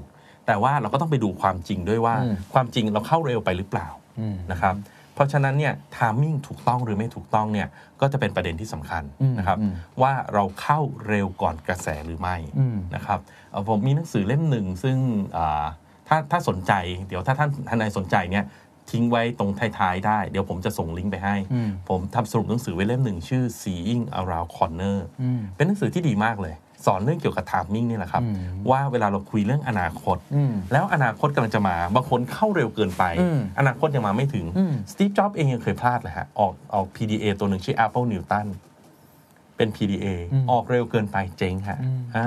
Speaker 4: แต่ว่าเราก็ต้องไปดูความจริงด้วยว่า
Speaker 3: อืม
Speaker 4: ความจริงเราเข้าเร็วไปหรือเปล่า
Speaker 3: อืม
Speaker 4: นะครับเพราะฉะนั้นเนี่ยทามมิ่งถูกต้องหรือไม่ถูกต้องเนี่ยก็จะเป็นประเด็นที่สำคัญ
Speaker 3: อืม
Speaker 4: นะครับ
Speaker 3: อืม
Speaker 4: ว่าเราเข้าเร็วก่อนกระแสหรือไม่
Speaker 3: อืม
Speaker 4: นะครับเอ่อผมมีหนังสือเล่มหนึ่งซึ่งอ่าถ้าถ้าสนใจ เดี๋ยวถ้าท่านทนายสนใจเนี่ยทิ้งไว้ตรงท้ายๆได้ เดี๋ยวผมจะส่งลิงก์ไปให้
Speaker 3: อืม
Speaker 4: ผมทำสรุปหนังสือไว้เล่มหนึ่งชื่อ Seeing Around Corner
Speaker 3: อืม
Speaker 4: เป็นหนังสือที่ดีมากเลย สอนเรื่องเกี่ยวกับ t i มิ่งนี่แหละครับ
Speaker 3: อืม
Speaker 4: ว่าเวลาเราคุยเรื่องอนาคต
Speaker 3: อืม
Speaker 4: แล้วอนาคตกำลังจะมาบางคนเข้าเร็วเกินไป
Speaker 3: อืม
Speaker 4: อนาคตยังมาไม่ถึง
Speaker 3: อืม
Speaker 4: สตีฟจ็อบเองยังเคยพลาดเลยฮะออกออก PDA ตัวหนึ่งชื่อ Apple Newton เป็น PDA ออกเร็วเกินไปเจ๊งฮะอ่า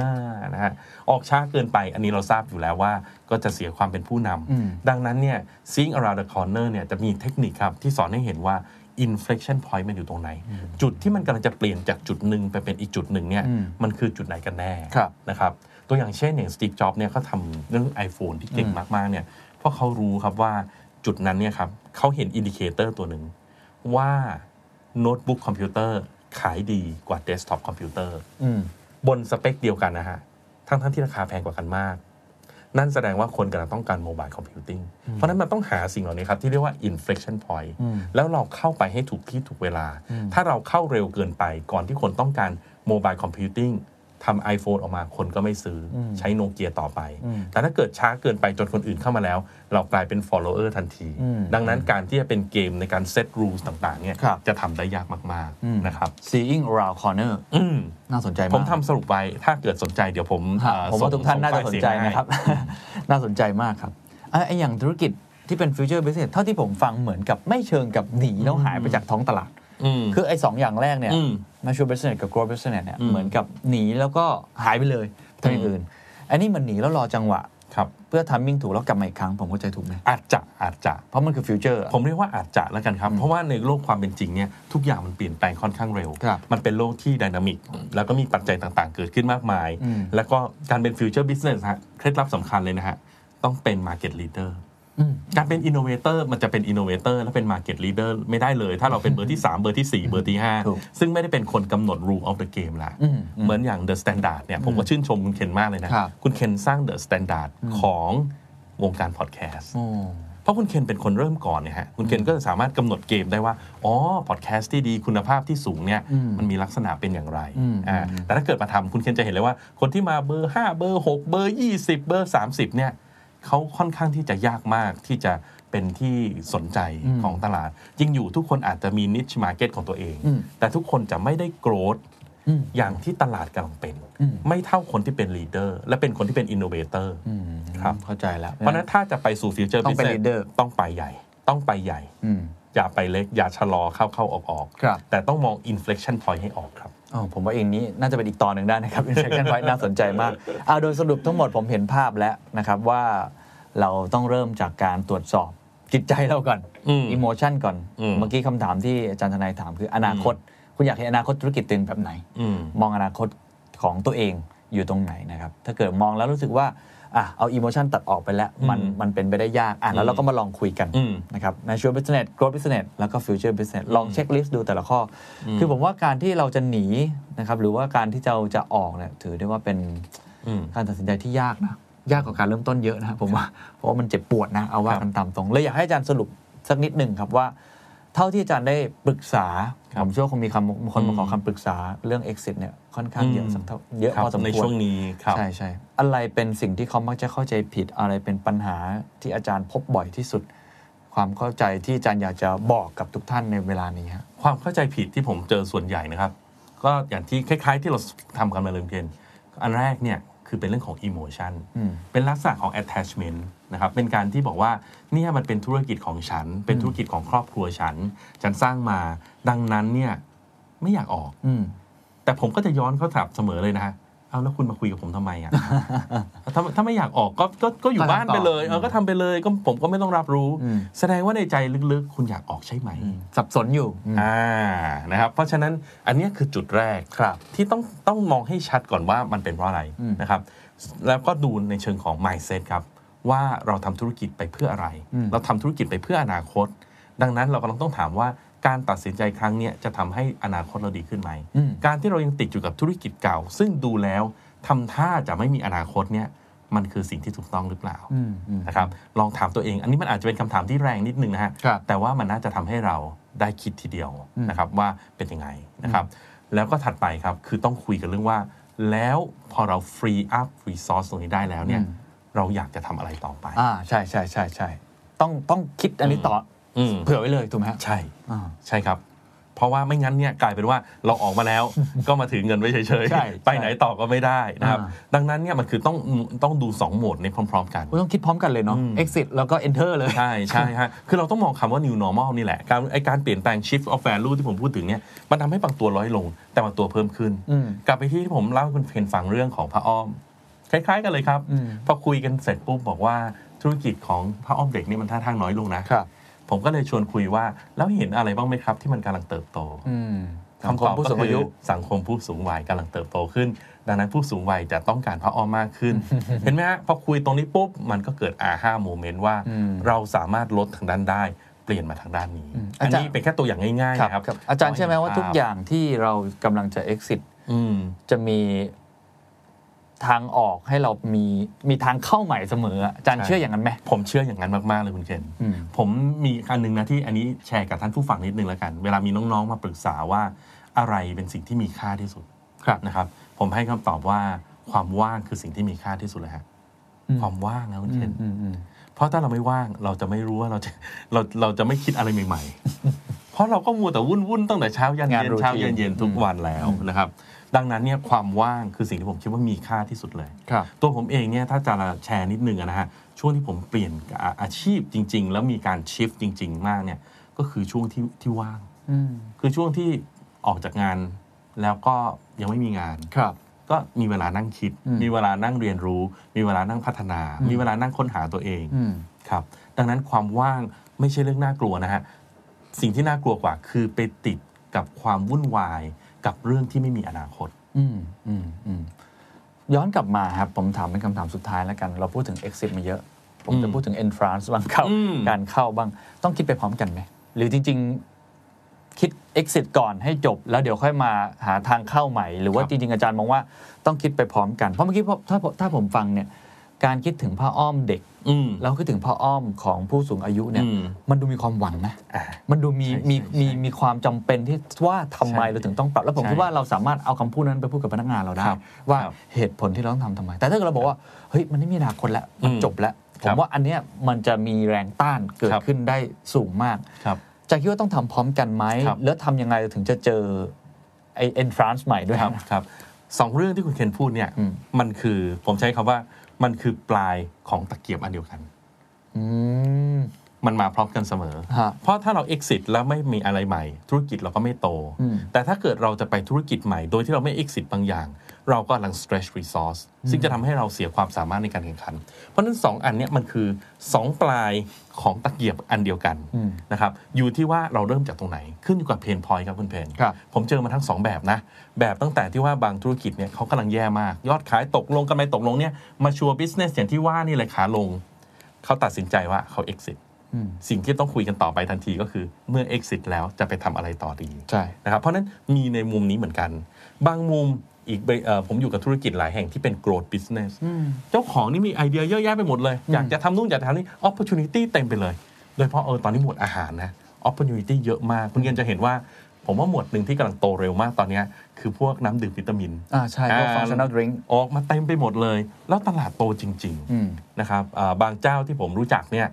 Speaker 4: นะฮะออกช้าเกินไป อันนี้เราทราบอยู่แล้วว่าก็จะเสียความเป็นผู้นำดังนั้นเนี่ย seeing around the corner เนี่ยจะมีเทคนิคครับ ที่สอนให้เห็นว่า inflection point มันอยู่ตรงไหน จุดที่มันกำลังจะเปลี่ยนจากจุดหนึ่งไปเป็นอีกจุดหนึ่งเนี่ยมันคือจุดไหนกันแน่
Speaker 3: ครับ
Speaker 4: นะครับตัวอย่างเช่นอย่างสตีฟจ็อบเนี่ยเขาทำเรื่อง iPhone ที่เก่งมากๆเนี่ยเพราะเขารู้ครับว่าจุดนั้นเนี่ยครับเขาเห็นอินดิเคเตอร์ตัวหนึ่งว่าโน้ตบุ๊กคอมพิวเตอร์ ขายดีกว่าเดสก์ท็อปคอมพิวเตอร์
Speaker 3: อืม
Speaker 4: บนสเปคเดียวกันนะฮะ ทั้งทั้งๆที่ราคาแพงกว่ากันมาก นั่นแสดงว่าคนกำลังต้องการโมบายคอมพิวติ้ง เพราะฉะนั้นมันต้องหาสิ่งเหล่านี้ครับ ที่เรียกว่า inflection point
Speaker 3: อืม
Speaker 4: แล้วเราเข้าไปให้ถูกที่ถูกเวลา
Speaker 3: อืม
Speaker 4: ถ้าเราเข้าเร็วเกินไปก่อนที่คนต้องการโมบายคอมพิวติ้งทำ iPhone ออกมาคนก็ไม่ซื้ออใช้โนเกียต่อไป แต่ถ้าเกิดช้าเกินไปจนคนอื่นเข้ามาแล้ว เรากลายเป็น follower ทันที
Speaker 3: อืม
Speaker 4: ดังนั้นการที่จะเป็นเกมในการ set rules ต่างๆเนี่ย
Speaker 3: ครับ
Speaker 4: จะทำได้ยากมาก
Speaker 3: อืม
Speaker 4: ๆนะครับ
Speaker 3: seeing around corner
Speaker 4: อืม
Speaker 3: น่าสนใจมาก
Speaker 4: ผมทำสรุปไว้ ถ้าเกิดสนใจเดี๋ยวผม
Speaker 3: ฮะ
Speaker 4: เอ่อ
Speaker 3: ผมว่า
Speaker 4: ส่
Speaker 3: ทุกท่านน่าจะสนใจ
Speaker 4: ส่งไฟล์เยงให้
Speaker 3: นะครับ น่าสนใจมากครับเอ่อไออย่างธุรกิจที่เป็นฟิวเจอร์บิสเนสเท่าที่ผมฟังเหมือนกับไม่เชิงกับหนีแล้วหายไปจากท้องตลาด
Speaker 4: อืม
Speaker 3: คือไอสองอย่างแรกเนี่ย
Speaker 4: อืม
Speaker 3: มาชูบิสเนสกับกรอบิสเนสเนี่ย
Speaker 4: อืม
Speaker 3: เหมือนกับหนีแล้วก็หายไปเลยไปทำอย่าง
Speaker 4: อืม
Speaker 3: อื่น อันนี้มันหนีแล้วรอจังหวะ
Speaker 4: ครับ
Speaker 3: เพื่อทัมมิ่งถูกแล้วกลับมาอีกครั้งผมเข้าใจถูกไหม
Speaker 4: อาจจะอาจจะ
Speaker 3: เพราะมันคือฟิวเจอร์
Speaker 4: ผมเรียกว่าอาจจะแล้วกันครับ เพราะว่าในโลกความเป็นจริงเนี่ยทุกอย่างมันเปลี่ยนแปลงค่อนข้างเร็ว
Speaker 3: ครับ
Speaker 4: มันเป็นโลกที่ดินามิก แล้วก็มีปัจจัยต่างๆ เกิดขึ้นมากมาย
Speaker 3: อืม
Speaker 4: แล้วก็การเป็นฟิวเจอร์บิสเนสฮะเคล็ดลับสำคัญเลยนะฮะ ต้องเป็นมาร์เก็ตลีเดอร์
Speaker 3: อืม
Speaker 4: การเป็นอินโนเวเตอร์มันจะเป็นอินโนเวเตอร์และเป็นมาร์เก็ตลีเดอร์ไม่ได้เลย ถ้าเราเป็นเบอร์ที่ 3 เบอร์ทีสี่4 เบอร์ที่
Speaker 3: ถูก
Speaker 4: 5 ซึ่งไม่ได้เป็นคนกำหนด rule of the game ละ
Speaker 3: อืม
Speaker 4: เหมือนอย่าง The Standard เนี่ยผมก็ชื่นชมคุณเคนมากเลยนะ
Speaker 3: ครับ
Speaker 4: คุณเคนสร้าง The Standard ของวงการพอดแคสต์
Speaker 3: โอ้
Speaker 4: เพราะคุณเคนเป็นคนเริ่มก่อนเนี่ยฮะ คุณเคนก็จะสามารถกำหนดเกมได้ว่า อ๋อ พอดแคสต์ที่ดีคุณภาพที่สูงเนี่ย
Speaker 3: อืม
Speaker 4: มันมีลักษณะเป็นอย่างไร
Speaker 3: อืม
Speaker 4: อ่า แต่ถ้าเกิดมาทำคุณเคนจะเห็นเลยว่า คนที่มาเบอร์ 5 เบอร์ 6 เบอร์ 20 เบอร์ 30 เนี่ยเขาค่อนข้างที่จะยากมากที่จะเป็นที่สนใจ
Speaker 3: อืม
Speaker 4: ของตลาด จริงอยู่ทุกคนอาจจะมีนิชมาร์เก็ตของตัวเอง
Speaker 3: อืม
Speaker 4: แต่ทุกคนจะไม่ได้โกรธ
Speaker 3: อืม
Speaker 4: อย่างที่ตลาดกำลังเป็น
Speaker 3: อืม
Speaker 4: ไม่เท่าคนที่เป็นลีดเดอร์และเป็นคนที่เป็นอินโนเวเตอร์
Speaker 3: อืม
Speaker 4: ครับ
Speaker 3: เข้าใจแล้ว
Speaker 4: เพราะฉะนั้นถ้าจะไปสู่ฟิวเจอร์
Speaker 3: ต้
Speaker 4: บิ
Speaker 3: อง
Speaker 4: ส
Speaker 3: เป็น
Speaker 4: เน
Speaker 3: leader
Speaker 4: ต้องไปใหญ่ ต้องไปใหญ่
Speaker 3: อืม
Speaker 4: อย่าไปเล็ก อย่าชะลอเข้าเข้าออกออก
Speaker 3: ครับ
Speaker 4: แต่ต้องมอง inflection point ให้ออกครับ
Speaker 3: อ๋อผมว่าเองนี้น่าจะเป็นอีกตอนหนึ่งได้นะครับ Inflection Point น่าสนใจมากอ่าโดยสรุปทั้งหมดผมเห็นภาพแล้วนะครับว่าเราต้องเริ่มจากการตรวจสอบจิตใจเราก่อน
Speaker 4: อืม
Speaker 3: อิโมชันก่อน
Speaker 4: อืม
Speaker 3: เมื่อกี้คำถามที่อาจารย์ทนายถามคืออนาคต คุณอยากเห็นอนาคตธุรกิจตัวเองแบบไหน
Speaker 4: อืม
Speaker 3: มองอนาคตของตัวเองอยู่ตรงไหนนะครับ ถ้าเกิดมองแล้วรู้สึกว่าอ่ะเอาอิโมชันตัดออกไปแล้ว มัน
Speaker 4: อืม
Speaker 3: มันเป็นไปได้ยากอ่ะแล้วเราก็มาลองคุยกัน
Speaker 4: อืม
Speaker 3: นะครับ natural business growth business แล้วก็ future business ลองเช็คลิสต์ดูแต่ละข้ออคือผมว่าการที่เราจะหนีนะครับหรือว่าการที่เราจะออกเนี่ยถือได้ว่าเป็น
Speaker 4: อืม
Speaker 3: การตัดสินใจที่ยากนะ ยากกว่าการเริ่มต้นเยอะนะครับผมว่าเพราะว่ามันเจ็บปวดนะเอาว่า
Speaker 4: ครับ
Speaker 3: กันตามตรงเลยอยากให้อาจารย์สรุปสักนิดหนึ่งครับว่า เท่าที่อาจารย์ได้ปรึกษา
Speaker 4: ครับ
Speaker 3: ผมเชื่อว่าคงมีคำคนมาขอคำปรึกษาเรื่อง exit เนี่ยค่อนข้างเยอะสักเท่าเยอะ
Speaker 4: ครับ
Speaker 3: พอสม
Speaker 4: ใน
Speaker 3: ควร
Speaker 4: ช่วงนี้ครับ
Speaker 3: ใช่ใช่อะไรเป็นสิ่งที่เขามักจะเข้าใจผิด อะไรเป็นปัญหาที่อาจารย์พบบ่อยที่สุด ความเข้าใจที่อาจารย์อยากจะบอกกับทุกท่านในเวลานี้ฮะ
Speaker 4: ความเข้าใจผิดที่ผมเจอส่วนใหญ่นะครับ ก็อย่างที่คล้าย ๆ ที่เราทำกันมาเลยคุณเคนอันแรกเนี่ยคือเป็นเรื่องของ emotion
Speaker 3: อืม
Speaker 4: เป็นลักษณะของ attachment นะครับ เป็นการที่บอกว่าเนี่ยมันเป็นธุรกิจของฉัน เป็นธุรกิจของครอบครัวฉัน ฉันสร้างมา ดังนั้นเนี่ยไม่อยากออก
Speaker 3: อืม
Speaker 4: แต่ผมก็จะย้อนเขาถามเสมอเลยนะฮะ เอาแล้วคุณมาคุยกับผมทำไม อ่ะ ถ้าถ้าไม่อยากออกก็ก็ก็อยู่
Speaker 3: ก็ทำต่อ
Speaker 4: บ้านไปเลย เออ ก็ทำไปเลย ก็ผมก็ไม่ต้องรับรู้
Speaker 3: อืม
Speaker 4: แสดงว่าในใจลึกๆ คุณอยากออกใช่ไหม
Speaker 3: สับสนอยู่อืม
Speaker 4: อ่า นะครับ เพราะฉะนั้นอันเนี้ยคือจุดแรก
Speaker 3: ครับ
Speaker 4: ที่ต้องต้องมองให้ชัดก่อนว่ามันเป็นเพราะอะไร
Speaker 3: อืม
Speaker 4: นะครับ แล้วก็ดูในเชิงของ mindset ครับ ว่าเราทำธุรกิจไปเพื่ออะไร
Speaker 3: อืม
Speaker 4: เราทำธุรกิจไปเพื่ออนาคต ดังนั้นเรากำลังต้องถามว่าการตัดสินใจครั้งเนี้ยจะทำให้อนาคตเราดีขึ้นไหม
Speaker 3: อืม
Speaker 4: การที่เรายังติดอยู่กับธุรกิจเก่า ซึ่งดูแล้วทำท่าจะไม่มีอนาคตเนี่ยมันคือสิ่งที่ถูกต้องหรือเปล่า
Speaker 3: อืมอืม
Speaker 4: นะครับลองถามตัวเอง อันนี้มันอาจจะเป็นคำถามที่แรงนิดนึงนะฮะ
Speaker 3: ครับ
Speaker 4: แต่ว่ามันน่าจะทำให้เราได้คิดทีเดียวนะครับว่าเป็นยังไงนะครับ แล้วก็ถัดไปครับคือต้องคุยกันเรื่องว่า แล้วพอเราฟรีอัพรีซอสตรงนี้ได้แล้วเนี่ย
Speaker 3: อืม
Speaker 4: เราอยากจะทำอะไรต่อไป
Speaker 3: อ่าใช่ใช่ใช่ใช่ต้องต้องคิดอันนี้ต่ออ
Speaker 4: ม
Speaker 3: เผื่อไว้เลยถูกไหมฮะ
Speaker 4: ใช่
Speaker 3: อ่า
Speaker 4: ใช่ครับ เพราะว่าไม่งั้นเนี่ยกลายเป็นว่าเราออกมา แล้ว ก็มาถือเงินไว้เฉย
Speaker 3: ใช่
Speaker 4: ๆ ไปไหนต่อก็ไม่ได้นะครับ
Speaker 3: อ่า
Speaker 4: ดังนั้นเนี่ยมันคือต้องต้องดูสองโหมดในพร้อม ๆ กัน
Speaker 3: คุณต้องคิดพร้อมกันเลยเนาะ exit แล้วก็ enter เลย
Speaker 4: ใช่ใช่ฮะ คือเราต้องมองคำว่า new normal นี่แหละ การไอการเปลี่ยนแปลง shift of value ที่ผมพูดถึงเนี่ย มันทำให้บางตัวร้อยลง แต่บางตัวเพิ่มขึ้น
Speaker 3: อืม
Speaker 4: กลับไปที่ที่ผมเล่าให้คุณเพนฟังเรื่องของพระอ้อม คล้าย ๆ กันเลยครับ
Speaker 3: อืม
Speaker 4: พอคุยกันเสร็จปุ๊บบอกว่าธุรกิจของพระอ้อมเด็กนี่มันท่าทางน้อยลงนะ
Speaker 3: ครับ
Speaker 4: ผมก็เลยชวนคุยว่า แล้วเห็นอะไรบ้างไหมครับที่มันกำลังเติบโต
Speaker 3: อืม
Speaker 4: คำ
Speaker 3: คำ
Speaker 4: ต
Speaker 3: ต
Speaker 4: อ
Speaker 3: อ
Speaker 4: บบ ก็
Speaker 3: ผู้สูง
Speaker 4: คือ
Speaker 3: อายุ
Speaker 4: สังคมผู้สูงวัยกำลังเติบโตขึ้น ดังนั้นผู้สูงวัยจะต้องการพระอ้อมมากขึ้น เห็นไหมฮะพอคุยตรงนี้ปุ๊บ มันก็เกิดอาห้าโมเมนต์ว่า
Speaker 3: อืม
Speaker 4: เราสามารถลดทางด้านได้ เปลี่ยนมาทางด้านนี้
Speaker 3: อืม
Speaker 4: อั
Speaker 3: อาน จารย์
Speaker 4: นี้เป็นแค่ตัวอย่างง่ายๆนะครับ
Speaker 3: ครับอาจารย์เชื่อไหมว่าทุกอย่างที่เรากำลังจะ exit
Speaker 4: อืม
Speaker 3: จะมีทางออกให้เรามีมีทางเข้าใหม่เสมออาจารย์
Speaker 4: ใช่
Speaker 3: เชื่ออย่างนั้นไหม
Speaker 4: ผมเชื่ออย่างนั้นมาก ๆ เลยคุณเคน
Speaker 3: อืม
Speaker 4: ผมมีอันหนึงนะที่อันนี้แชร์กับท่านผู้ฟังนิดนึงแล้วกัน เวลามีน้อง ๆ มาปรึกษาว่าอะไรเป็นสิ่งที่มีค่าที่สุด
Speaker 3: ครับ
Speaker 4: นะครับ ผมให้คำตอบว่าความว่างคือสิ่งที่มีค่าที่สุดเลยฮะ
Speaker 3: อืม
Speaker 4: ความว่างนะคุณ
Speaker 3: อื
Speaker 4: เคน
Speaker 3: มอืมอืม
Speaker 4: เพราะถ้าเราไม่ว่างเราจะไม่รู้ว่าเราจะ เราเราจะไม่คิดอะไรใหม่ ๆ เพราะเราก็มัวแต่วุ่นวุ่นๆตั้งแต่เช้ายัน
Speaker 3: งาน
Speaker 4: เย็น
Speaker 3: routine
Speaker 4: เช้ายันเย็นทุกวันแล้วนะครับ ดังนั้นเนี่ยความว่างคือสิ่งที่ผมคิดว่ามีค่าที่สุดเลย
Speaker 3: ครับ
Speaker 4: ตัวผมเองเนี่ยถ้าจะแชร์นิดนึงอะนะฮะช่วงที่ผมเปลี่ยนอาอาชีพจริง ๆ แล้วมีการชิฟจริง ๆ มากเนี่ยก็คือช่วงที่ที่ว่าง
Speaker 3: อืม
Speaker 4: คือช่วงที่ออกจากงานแล้วก็ยังไม่มีงาน
Speaker 3: ครับ
Speaker 4: ก็มีเวลานั่งคิด
Speaker 3: อืม
Speaker 4: มีเวลานั่งเรียนรู้ มีเวลานั่งพัฒนา มีเวลานั่งค้นหาตัวเอง
Speaker 3: อืม
Speaker 4: ครับดังนั้นความว่างไม่ใช่เรื่องน่ากลัวนะฮะ สิ่งที่น่ากลัวกว่าคือไปติดกับความวุ่นวายกับเรื่องที่ไม่มีอนาคต
Speaker 3: อืมอืมอืมย้อนกลับมาครับ ผมถามเป็นคำถามสุดท้ายแล้วกัน เราพูดถึง exit มาเยอะ ผมจะ
Speaker 4: อืม
Speaker 3: พูดถึง entrance บ้างเข้า
Speaker 4: อืม
Speaker 3: การเข้าบ้าง ต้องคิดไปพร้อมกันไหม หรือจริง ๆ คิด exit ก่อนให้จบ แล้วเดี๋ยวค่อยมาหาทางเข้าใหม่ หรือว่าจริง ๆ อาจารย์มองว่าต้องคิดไปพร้อมกัน เพราะเมื่อกี้พอถ้าถ้าผมฟังเนี่ย การคิดถึงผ้าอ้อมเด็ก
Speaker 4: อืม
Speaker 3: แล้วคิดถึงผ้าอ้อมของผู้สูงอายุเนี่ย
Speaker 4: อืม
Speaker 3: มันดูมีความหวังนะ
Speaker 4: อ่า
Speaker 3: มันดูมี
Speaker 4: ใช่
Speaker 3: มี
Speaker 4: ใช่
Speaker 3: มี
Speaker 4: ใช่
Speaker 3: มีความจำเป็นที่ว่าทำไม
Speaker 4: ใช่
Speaker 3: เราถึงต้องปรับ แล้วผม
Speaker 4: ใช่
Speaker 3: คิดว่าเราสามารถเอาคำพูดนั้นไปพูดกับพนักงานเราได้
Speaker 4: ครับ
Speaker 3: ว่า
Speaker 4: ครับ
Speaker 3: เหตุผลที่เราต้องทำทำไม แต่ถ้าเกิดเราบอกว่าเฮ้ยมันไม่มีอนาคตแล้วมัน
Speaker 4: อืม
Speaker 3: จบแล้ว ผ
Speaker 4: ครั
Speaker 3: ม
Speaker 4: บ
Speaker 3: ว่าอันเนี้ยมันจะมีแรงต้านเกิด
Speaker 4: ครับ
Speaker 3: ขึ้นได้สูงมาก
Speaker 4: ครับ
Speaker 3: จะคิดว่าต้องทำพร้อมกันไหม
Speaker 4: ครับ
Speaker 3: แล้วทำยังไงถึงจะเจอไอเอนทรานซ์ใหม่ด้วย
Speaker 4: ครับครับสองเรื่องที่คุณเคนพูดเนี่ย
Speaker 3: อืม
Speaker 4: มันคือผมใช้คำว่ามันคือปลายของตะเกียบอันเดียวกัน
Speaker 3: อืม
Speaker 4: มันมาพร้อมกันเสมอ
Speaker 3: ฮะ
Speaker 4: เพราะถ้าเรา exit แล้วไม่มีอะไรใหม่ ธุรกิจเราก็ไม่โต
Speaker 3: อืม
Speaker 4: แต่ถ้าเกิดเราจะไปธุรกิจใหม่ โดยที่เราไม่ exit บางอย่าง เราก็กำลัง stretch resource ซึ่งจะทำให้เราเสียความสามารถในการแข่งขัน เพราะฉะนั้น 2 อันเนี้ยมันคือ 2 ปลายของตะเกียบอันเดียวกันนะครับอยู่ที่ว่าเราเริ่มจากตรงไหน ขึ้นอยู่กับเพนพอยครับคุณเพน
Speaker 3: ครับ
Speaker 4: ผมเจอมาทั้งสองแบบนะ แบบตั้งแต่ที่ว่าบางธุรกิจเนี่ยเขากำลังแย่มาก ยอดขายตกลงกำไรตกลงเนี่ยมาชัวร์บิสเนสอย่างที่ว่านี่เลยขาลง เขาตัดสินใจว่าเขา exit
Speaker 3: อืม
Speaker 4: สิ่งที่ต้องคุยกันต่อไปทันทีก็คือเมื่อ exit แล้วจะไปทำอะไรต่อดี
Speaker 3: ใช่
Speaker 4: นะครับเพราะฉะนั้นมีในมุมนี้เหมือนกัน บางมุมอีกเบเอ่อผมอยู่กับธุรกิจหลายแห่งที่เป็น growth business เจ้าของนี่มีไอเดียเยอะแยะไปหมดเลย อยากจะทำนู่นอยากจะทำนี่ opportunity เต็มไปเลย โดยเฉพาะเออตอนนี้หมวดอาหารนะ opportunity เยอะมาก คุณเกณฑ์จะเห็นว่า ผมว่าหมวดหนึ่งที่กำลังโตเร็วมากตอนเนี้ยคือพวกน้ำดื่มวิตามิน
Speaker 3: อ่าใช่พวก
Speaker 4: อ่า
Speaker 3: functional drink
Speaker 4: ออกมาเต็มไปหมดเลย แล้วตลาดโตจริง ๆ
Speaker 3: อืม
Speaker 4: นะครับอ่าบางเจ้าที่ผมรู้จักเนี่ย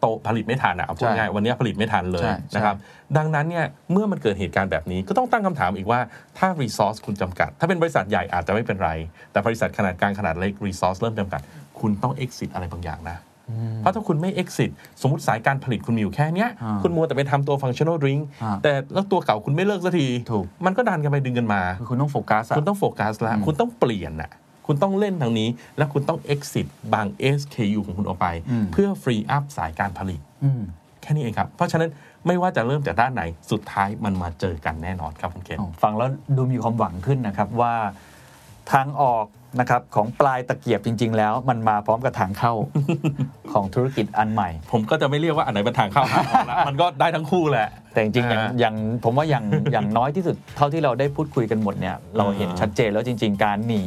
Speaker 4: โตผลิตไม่ทันอะเอาพูด
Speaker 3: ใช่
Speaker 4: ง่ายๆวันนี้ผลิตไม่ทันเลย
Speaker 3: ใช่
Speaker 4: นะครับดังนั้นเนี่ยเมื่อมันเกิดเหตุการณ์แบบนี้ก็ต้องตั้งคำถามอีกว่าถ้า resource คุณจำกัด ถ้าเป็นบริษัทใหญ่อาจจะไม่เป็นไร แต่บริษัทขนาดกลางขนาดเล็ก resource เริ่มจำกัด คุณต้อง exit อะไรบางอย่างนะ เพราะถ้าคุณไม่ exit สมมติสายการผลิตคุณมีอยู่แค่เนี้ย
Speaker 3: อ่า
Speaker 4: คุณมัวแต่ไปทำตัว functional drink
Speaker 3: อ่า
Speaker 4: แต่แล้วตัวเก่าคุณไม่เลิกสักที
Speaker 3: ถูก
Speaker 4: มันก็ดันกันไปดึงกันมา
Speaker 3: คือคุณต้องโฟกัสอะ
Speaker 4: คุณต้องโฟกัสละคุณต้องเปลี่ยนน่ะ คุณต้องเล่นทางนี้ และคุณต้อง exit บาง SKU ของคุณออกไป
Speaker 3: อืม
Speaker 4: เพื่อ free up สายการผลิต
Speaker 3: อืม
Speaker 4: แค่นี้เองครับ เพราะฉะนั้นไม่ว่าจะเริ่มจากด้านไหน สุดท้ายมันมาเจอกันแน่นอนครับคุณเคน
Speaker 3: อ๋อฟังแล้วดูมีความหวังขึ้นนะครับว่าทางออกนะครับของปลายตะเกียบจริง ๆ แล้ว มันมาพร้อมกับทางเข้า ของธุรกิจอันใหม่
Speaker 4: ผมก็จะไม่เรียกว่าอันไหนเป็นทางเข้าทางออกละ มันก็ได้ทั้งคู่แหละ
Speaker 3: แต่จริงๆอย่าง
Speaker 4: อ่า
Speaker 3: อย่างผมว่าอย่าง อย่างน้อยที่สุดเท่าที่เราได้พูดคุยกันหมดเนี่ยเราเห็นชัดเจนแล้วจริง ๆ การหนี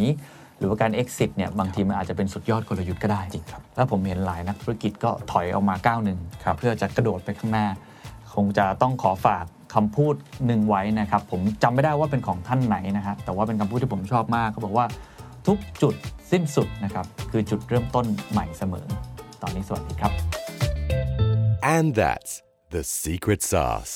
Speaker 3: หรือว่าการ exit เนี่ยบางทีมันอาจจะเป็นสุดยอดกลยุทธ์ก็ได้
Speaker 4: จริงครับ
Speaker 3: แล้วผมเห็นหลายนักธุรกิจก็ถอยออกมาก้าวหนึ่ง
Speaker 4: ครับ
Speaker 3: เพื่อจะกระโดดไปข้างหน้า คงจะต้องขอฝากคำพูดหนึ่งไว้นะครับ ผมจำไม่ได้ว่าเป็นของท่านไหนนะฮะแต่ว่าเป็นคำพูดที่ผมชอบมากเขาบอกว่าทุกจุดสิ้นสุดนะครับคือจุดเริ่มต้นใหม่เสมอ ตอนนี้สวัสดีครับ
Speaker 1: And that's the secret sauce.